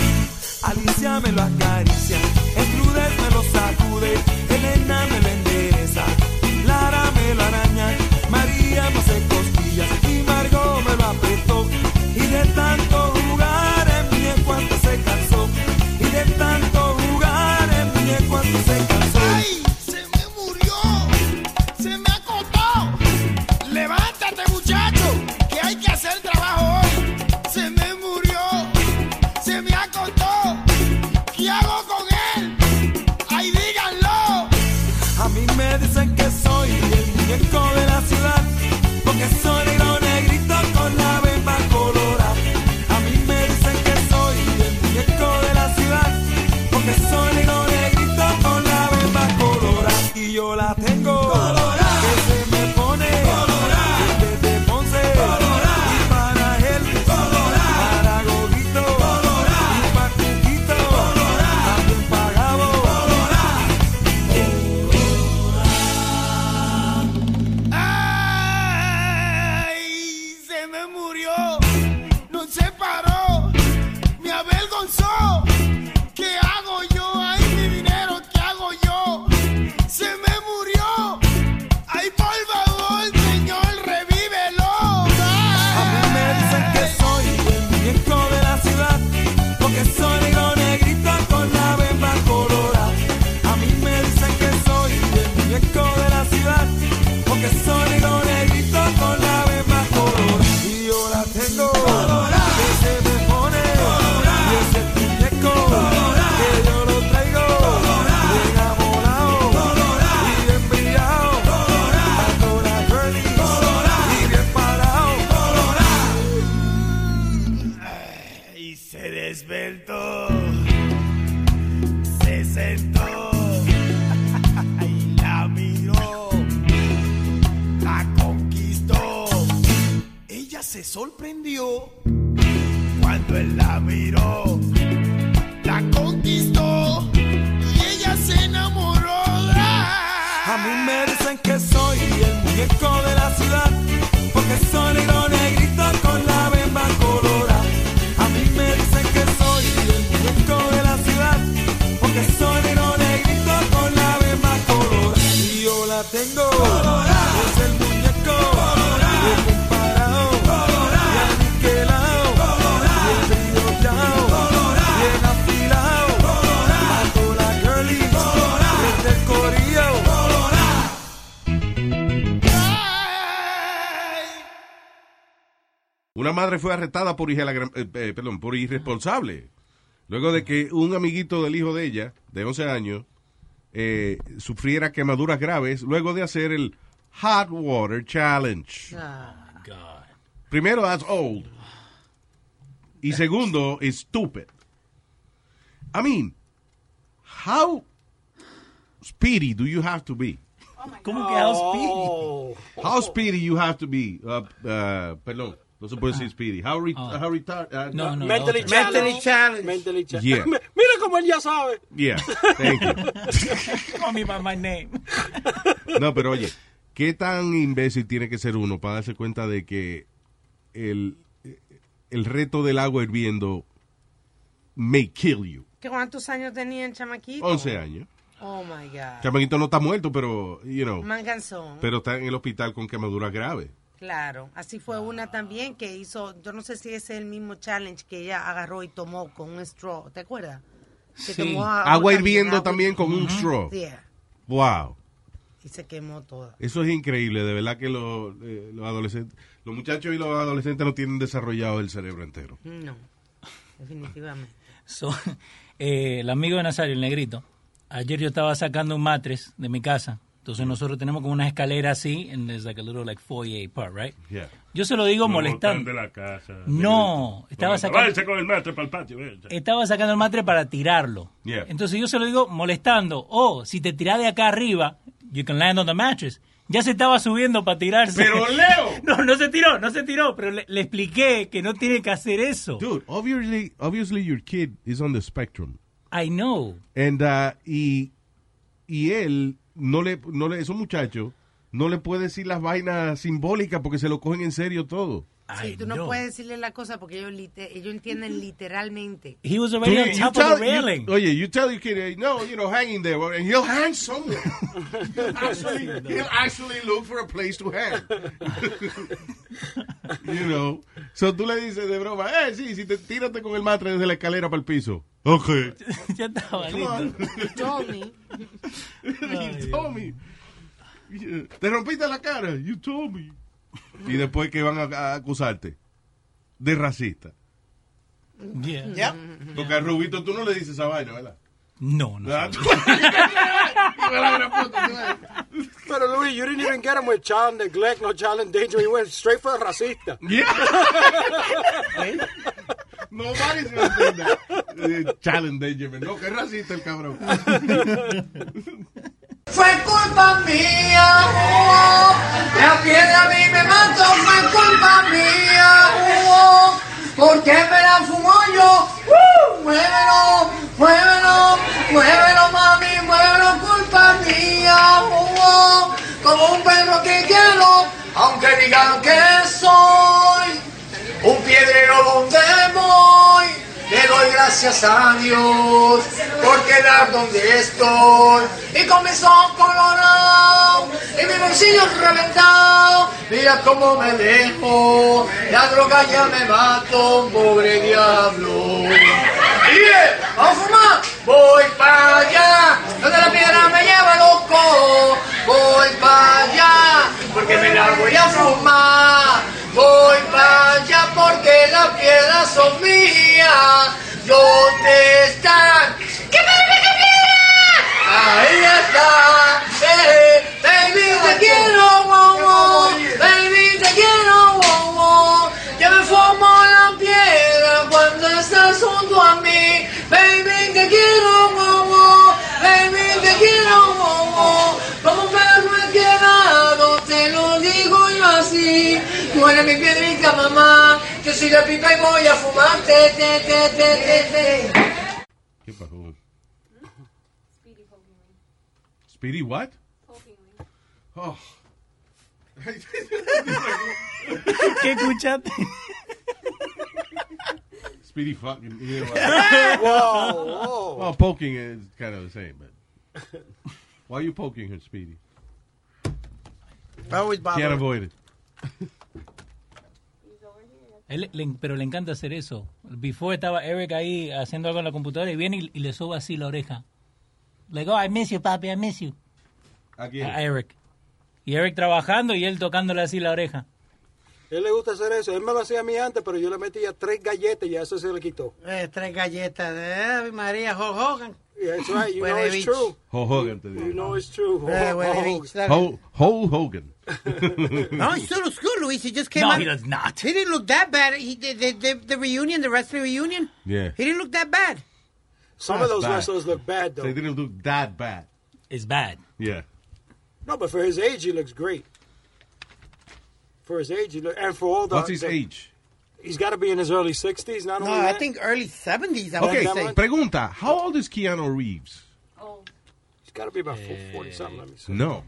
Speaker 13: Alicia me lo acaricia, Estrudes me lo sacude, Elena me lo endereza, Lara me lo araña, María me hace costillas y Margot me lo apretó. Y de tanto jugar en mi cuando se cansó, y de tanto jugar en mi cuando se cansó.
Speaker 7: Se me ha acotado. Levántate, muchacho, que hay que hacer trabajo hoy. Se me murió. Se me ha acotado. ¿Qué hago con él? Ay, díganlo.
Speaker 13: A mí me dicen que soy el muñeco de la ciudad, porque soy negro negrito con la bemba colorada. A mí me dicen que soy el muñeco de la ciudad, porque soy negro negrito con la bemba colorada. Y yo la tengo colorada, que se me pone colorada, desde Ponce colorada, y para él colorada, para Gordito colorada, y para Cuquito colorada, también para Gabo colorada.
Speaker 7: Ay, se me murió. No se paró. Me avergonzó. ¿Qué hago yo? Ay, mi dinero, ¿qué hago yo? Se me murió.
Speaker 11: <laughs>
Speaker 13: sorprendió
Speaker 11: cuando él la miró, la conquistó y ella se enamoró.
Speaker 13: A mí me dicen que soy el muñeco de la ciudad, porque soy negro negrito con la bemba colorada. A mí me dicen que soy el muñeco de la ciudad, porque soy negro negrito con la bemba colorada. Y yo la tengo, es el muñeco, bien comparado, bien aniquilado, bien brillado, bien afilado, mato la girlie, desde el corillo.
Speaker 6: Una madre fue arrestada por, hijela- eh, eh, perdón, por irresponsable. Luego de que un amiguito del hijo de ella, de 11 años, eh, sufriera quemaduras graves luego de hacer el Hot Water Challenge. Primero, that's old. Y segundo, it's stupid. I mean, how speedy do you have to be?
Speaker 9: ¿Cómo que how
Speaker 7: Oh.
Speaker 9: speedy?
Speaker 6: How speedy you have to be? Uh, uh, perdón, no se puede decir speedy. How, re how uh, retarded?
Speaker 9: Ah. No, no,
Speaker 7: mentally,
Speaker 6: la otra.
Speaker 7: challenged. mentally challenged. Mentally
Speaker 9: <laughs>
Speaker 6: Yeah.
Speaker 7: Mira cómo él ya sabe.
Speaker 6: <laughs> Yeah, thank you.
Speaker 9: Call me by my name. <laughs>
Speaker 6: No, pero oye, ¿qué tan imbécil tiene que ser uno para darse cuenta de que el, el reto del agua hirviendo may kill you?
Speaker 8: ¿Qué ¿Cuántos años tenía el chamaquito?
Speaker 6: 11 años.
Speaker 8: Oh, my God.
Speaker 6: Chamaquito no está muerto, pero, you know,
Speaker 8: Manganzón.
Speaker 6: pero está en el hospital con quemaduras graves.
Speaker 8: Claro, así fue una también que hizo, yo no sé si ese es el mismo challenge que ella agarró y tomó con un straw, ¿te acuerdas? Que
Speaker 6: Sí.
Speaker 8: tomó
Speaker 6: Agua hirviendo también con un
Speaker 8: Ujú.
Speaker 6: straw.
Speaker 8: Yeah,
Speaker 6: Wow.
Speaker 8: y se quemó toda.
Speaker 6: Eso es increíble, de verdad que los, eh, los adolescentes, los muchachos y los adolescentes no tienen desarrollado el cerebro entero.
Speaker 8: No, definitivamente.
Speaker 9: So, <laughs> eh, el amigo de Nazario, el negrito, ayer yo estaba sacando un matres de mi casa. Entonces nosotros tenemos como una escalera así, and there's like a little like foyer part, right?
Speaker 3: Yeah.
Speaker 9: Yo se lo digo
Speaker 3: Lo botan
Speaker 9: molestando.
Speaker 3: de la casa.
Speaker 9: No, estaba
Speaker 3: Váyanse
Speaker 9: sacando-
Speaker 3: con el maestro para el patio. váyanse.
Speaker 9: Estaba sacando el matre para tirarlo.
Speaker 3: Yeah.
Speaker 9: Entonces yo se lo digo molestando. Oh, si te tiras de acá arriba, you can land on the mattress. Ya se estaba subiendo para tirarse. <laughs>
Speaker 6: Pero, Leo.
Speaker 9: No, no se tiró, no se tiró, pero le, le expliqué que no tiene que hacer eso.
Speaker 6: Dude, obviously, obviously your kid is on the spectrum.
Speaker 9: I know.
Speaker 6: And, uh, y, y él, no le, no le, esos muchachos, no le puede decir las vainas simbólicas porque se lo cogen en serio todo.
Speaker 8: Sí, tú no, puedes decirle la cosa porque ellos, lite- ellos entienden literalmente.
Speaker 9: He was
Speaker 6: Tú-
Speaker 9: already on
Speaker 6: you
Speaker 9: top of the
Speaker 6: tell- you-
Speaker 9: railing.
Speaker 6: oye, you tell your kid, eh, no, you know, hang in there, and he'll hang somewhere. eh, actually, he'll actually look for a place to hang. you know. So tú le dices de broma, eh, sí, si te tírate con el matre desde la escalera para el piso. Ok.
Speaker 9: ya estaba
Speaker 6: Come
Speaker 9: <laughs>
Speaker 6: on.
Speaker 9: listo.
Speaker 6: you told me. Yeah. Te rompiste la cara. You told me. Y después que van a, a acusarte de racista.
Speaker 9: Yeah.
Speaker 6: Porque a Rubito tú no le dices esa vaina, ¿verdad?
Speaker 9: No, no.
Speaker 7: Pero Luis, you didn't even get him with child neglect, no child endangerment. You went straight for racista.
Speaker 9: <laughs>
Speaker 6: Yeah. Nobody's gonna say that. Eh, <laughs> Challenge Benjamin. No, que es racista el cabrón.
Speaker 11: Fue culpa mía, oh, la piedra a mí me mató, fue culpa mía, oh, porque me la fumo yo, uh, muévelo, muévelo, muévelo mami, muévelo, culpa mía, oh, como un perro que quiero, aunque digan que soy un piedrero donde voy, le doy gracias a Dios por quedar donde estoy. Y con mis ojos colorados y mis bolsillos reventados, mira cómo me dejo, la droga ya me mató, pobre diablo. Y bien, vamos a fumar, voy para allá, donde la piedra me lleva loco, voy para allá, porque me la voy a fumar. Voy para allá porque las piedras son mías. ¿Dónde están? ¡Que me la piedra! Ahí está. Eh, baby, te quiero, wow, wow. Baby, te quiero, wow, wow. Yo me fumo la piedra cuando estás junto a mí. Baby, te quiero, wow, wow. Baby, te quiero, oh, wow, wow. Como un perro he quedado, te lo digo yo así. Tú eres mi piedrita diga mamá que si la pipa y voy a fumar. Te, te, te, te, te, te.
Speaker 6: ¿Qué pasó? Speedy what? Oh.
Speaker 9: <laughs> ¿Qué escuchaste?
Speaker 6: Speedy fucking.
Speaker 7: <laughs>
Speaker 6: You know,
Speaker 9: Whoa, whoa.
Speaker 6: Well, poking is kind of the same, but.
Speaker 7: <laughs>
Speaker 6: Why are you poking her, Speedy?
Speaker 12: I always bother
Speaker 6: Can't
Speaker 12: her.
Speaker 6: avoid it.
Speaker 9: Él le- pero le encanta hacer eso. Before estaba Eric ahí haciendo algo en la computadora y viene y, y le soba así la oreja. Like, oh, I miss you, papi, I miss you. A Eric. Y Eric trabajando y él tocándole así la oreja.
Speaker 7: Él le gusta hacer eso. Él me lo hacía a mí antes, pero yo le metía tres galletas y a eso se le quitó.
Speaker 12: Eh, tres galletas de Ave María Hulk Hogan.
Speaker 7: That's right. You know
Speaker 12: Huele
Speaker 7: it's
Speaker 12: bicho.
Speaker 7: true.
Speaker 6: Ho Hogan te
Speaker 7: You
Speaker 6: digo.
Speaker 7: know it's true.
Speaker 12: Eh, huele
Speaker 7: Oh,
Speaker 6: Ho,
Speaker 12: bicho.
Speaker 7: <laughs>
Speaker 6: Ho Hogan. <laughs>
Speaker 12: No, he still looks good, Luis. He just came
Speaker 9: No,
Speaker 12: out.
Speaker 9: he does not.
Speaker 12: He didn't look that bad. He the, the, the, the reunion, the wrestling reunion.
Speaker 6: Yeah.
Speaker 12: He didn't look that bad.
Speaker 7: Some of
Speaker 6: That's
Speaker 7: those
Speaker 6: bad.
Speaker 7: wrestlers look bad, though.
Speaker 6: They didn't look that bad.
Speaker 9: It's bad.
Speaker 6: Yeah.
Speaker 7: No, but for his age, he looks great. For his age, he look, and for all the.
Speaker 6: What's his
Speaker 7: the-
Speaker 6: age?
Speaker 7: He's got to be in his early 60s. Not
Speaker 12: No,
Speaker 7: only
Speaker 12: I
Speaker 7: that-
Speaker 12: think early seventies. I
Speaker 6: Okay,
Speaker 12: would say.
Speaker 6: pregunta. How old is Keanu Reeves?
Speaker 7: He's got to be about 40 something. Let me see.
Speaker 6: No.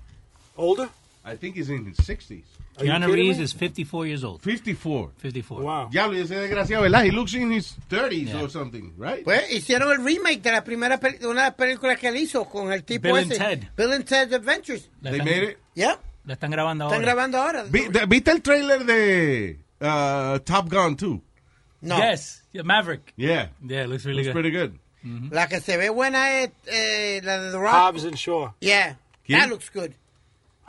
Speaker 7: Older?
Speaker 6: I think he's in his 60s.
Speaker 7: Are you
Speaker 9: Keanu
Speaker 7: kidding
Speaker 9: Reeves
Speaker 7: me?
Speaker 9: is 54 years old.
Speaker 6: 54.
Speaker 9: 54.
Speaker 7: Wow.
Speaker 6: Ya lo ese desgraciado, ¿verdad? He looks in his 30s or something, right?
Speaker 12: Pues hicieron el remake de la primera peli- de una película que él hizo con el tipo
Speaker 6: Bill and
Speaker 12: ese.
Speaker 6: Ted.
Speaker 12: Bill and Ted's Adventures.
Speaker 6: They made it.
Speaker 12: Yep.
Speaker 9: La están grabando
Speaker 12: Están
Speaker 9: ahora.
Speaker 12: grabando ahora.
Speaker 6: Vi- de- ¿Viste el trailer de uh, Top Gun 2?
Speaker 9: Yes, yeah, Maverick.
Speaker 6: Yeah.
Speaker 9: Yeah, it looks really
Speaker 6: Looks
Speaker 9: good.
Speaker 6: pretty good.
Speaker 12: La que se ve buena es eh, la de The Rock.
Speaker 7: Hobbs and Shaw.
Speaker 12: Yeah.
Speaker 6: ¿Quién?
Speaker 12: That looks good.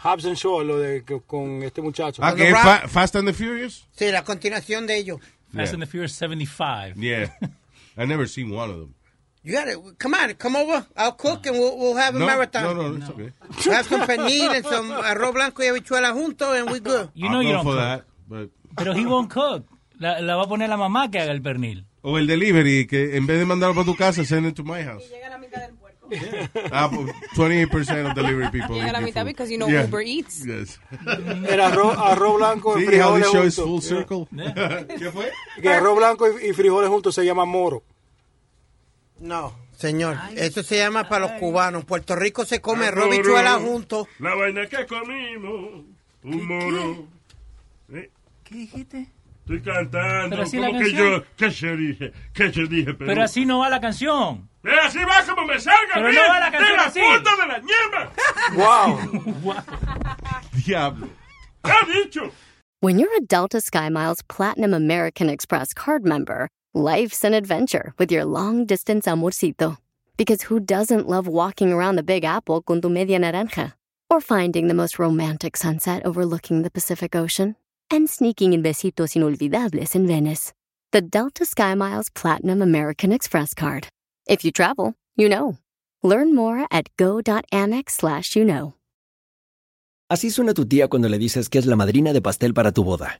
Speaker 7: Hobbs and Shaw, lo de que- con este muchacho.
Speaker 6: Ah, que es Fa- Fast and the Furious?
Speaker 12: Sí, la continuación de ellos.
Speaker 9: Fast and the Furious 75.
Speaker 6: Yeah. I never seen one of them.
Speaker 12: You gotta come on, come over. I'll cook and we'll, we'll have a
Speaker 6: no,
Speaker 12: marathon.
Speaker 6: No, no, it's okay.
Speaker 12: Have some pernil and some arroz blanco y habichuela juntos and we good.
Speaker 9: You know
Speaker 6: I'll
Speaker 9: you
Speaker 6: go
Speaker 9: don't
Speaker 6: for
Speaker 9: cook.
Speaker 6: that, but-
Speaker 9: Pero he won't cook. La, la va a poner la mamá que haga el pernil.
Speaker 6: O oh, el delivery, que en vez de mandarlo para tu casa, send it to my house. Ah, pues, 28% of delivery people.
Speaker 17: Llega a
Speaker 6: eat
Speaker 17: la
Speaker 6: your
Speaker 17: mitad
Speaker 6: food.
Speaker 17: because you know Uber Eats.
Speaker 6: Yes.
Speaker 7: El arroz, arroz blanco y
Speaker 6: See how
Speaker 7: frijoles
Speaker 6: this show is full
Speaker 7: juntos.
Speaker 6: circle?
Speaker 7: <laughs> ¿Qué fue? Que arroz blanco y, y frijoles juntos se llama moro.
Speaker 12: No, señor, eso se llama para los cubanos. En Puerto Rico se
Speaker 7: Ah,
Speaker 12: come arroz habichuela juntos.
Speaker 3: La vaina que comimos, un moro. ¿Eh?
Speaker 9: ¿Qué dijiste?
Speaker 3: Estoy cantando.
Speaker 9: Pero así la
Speaker 3: Ah, ¿Cómo que
Speaker 9: canción.
Speaker 3: yo? ¿Qué se dije? ¿Qué se dije? Pero,
Speaker 9: Pero así no va la canción.
Speaker 3: Eh, así va como me salga.
Speaker 9: Pero
Speaker 3: bien,
Speaker 9: no va la
Speaker 3: de
Speaker 9: canción
Speaker 3: la
Speaker 9: así.
Speaker 3: puta de la ñema.
Speaker 9: Wow.
Speaker 6: Diablo.
Speaker 3: ¿Qué ha dicho?
Speaker 23: When you're a Delta SkyMiles Platinum American Express card member, life's an adventure with your long distance amorcito. Because who doesn't love walking around the Big Apple con tu media naranja? Or finding the most romantic sunset overlooking the Pacific Ocean? And sneaking in besitos inolvidables in Venice. The Delta SkyMiles Platinum American Express card. If you travel, you know. Learn more at go.amex slash you know.
Speaker 21: Así suena tu tía cuando le dices que es la madrina de pastel para tu boda.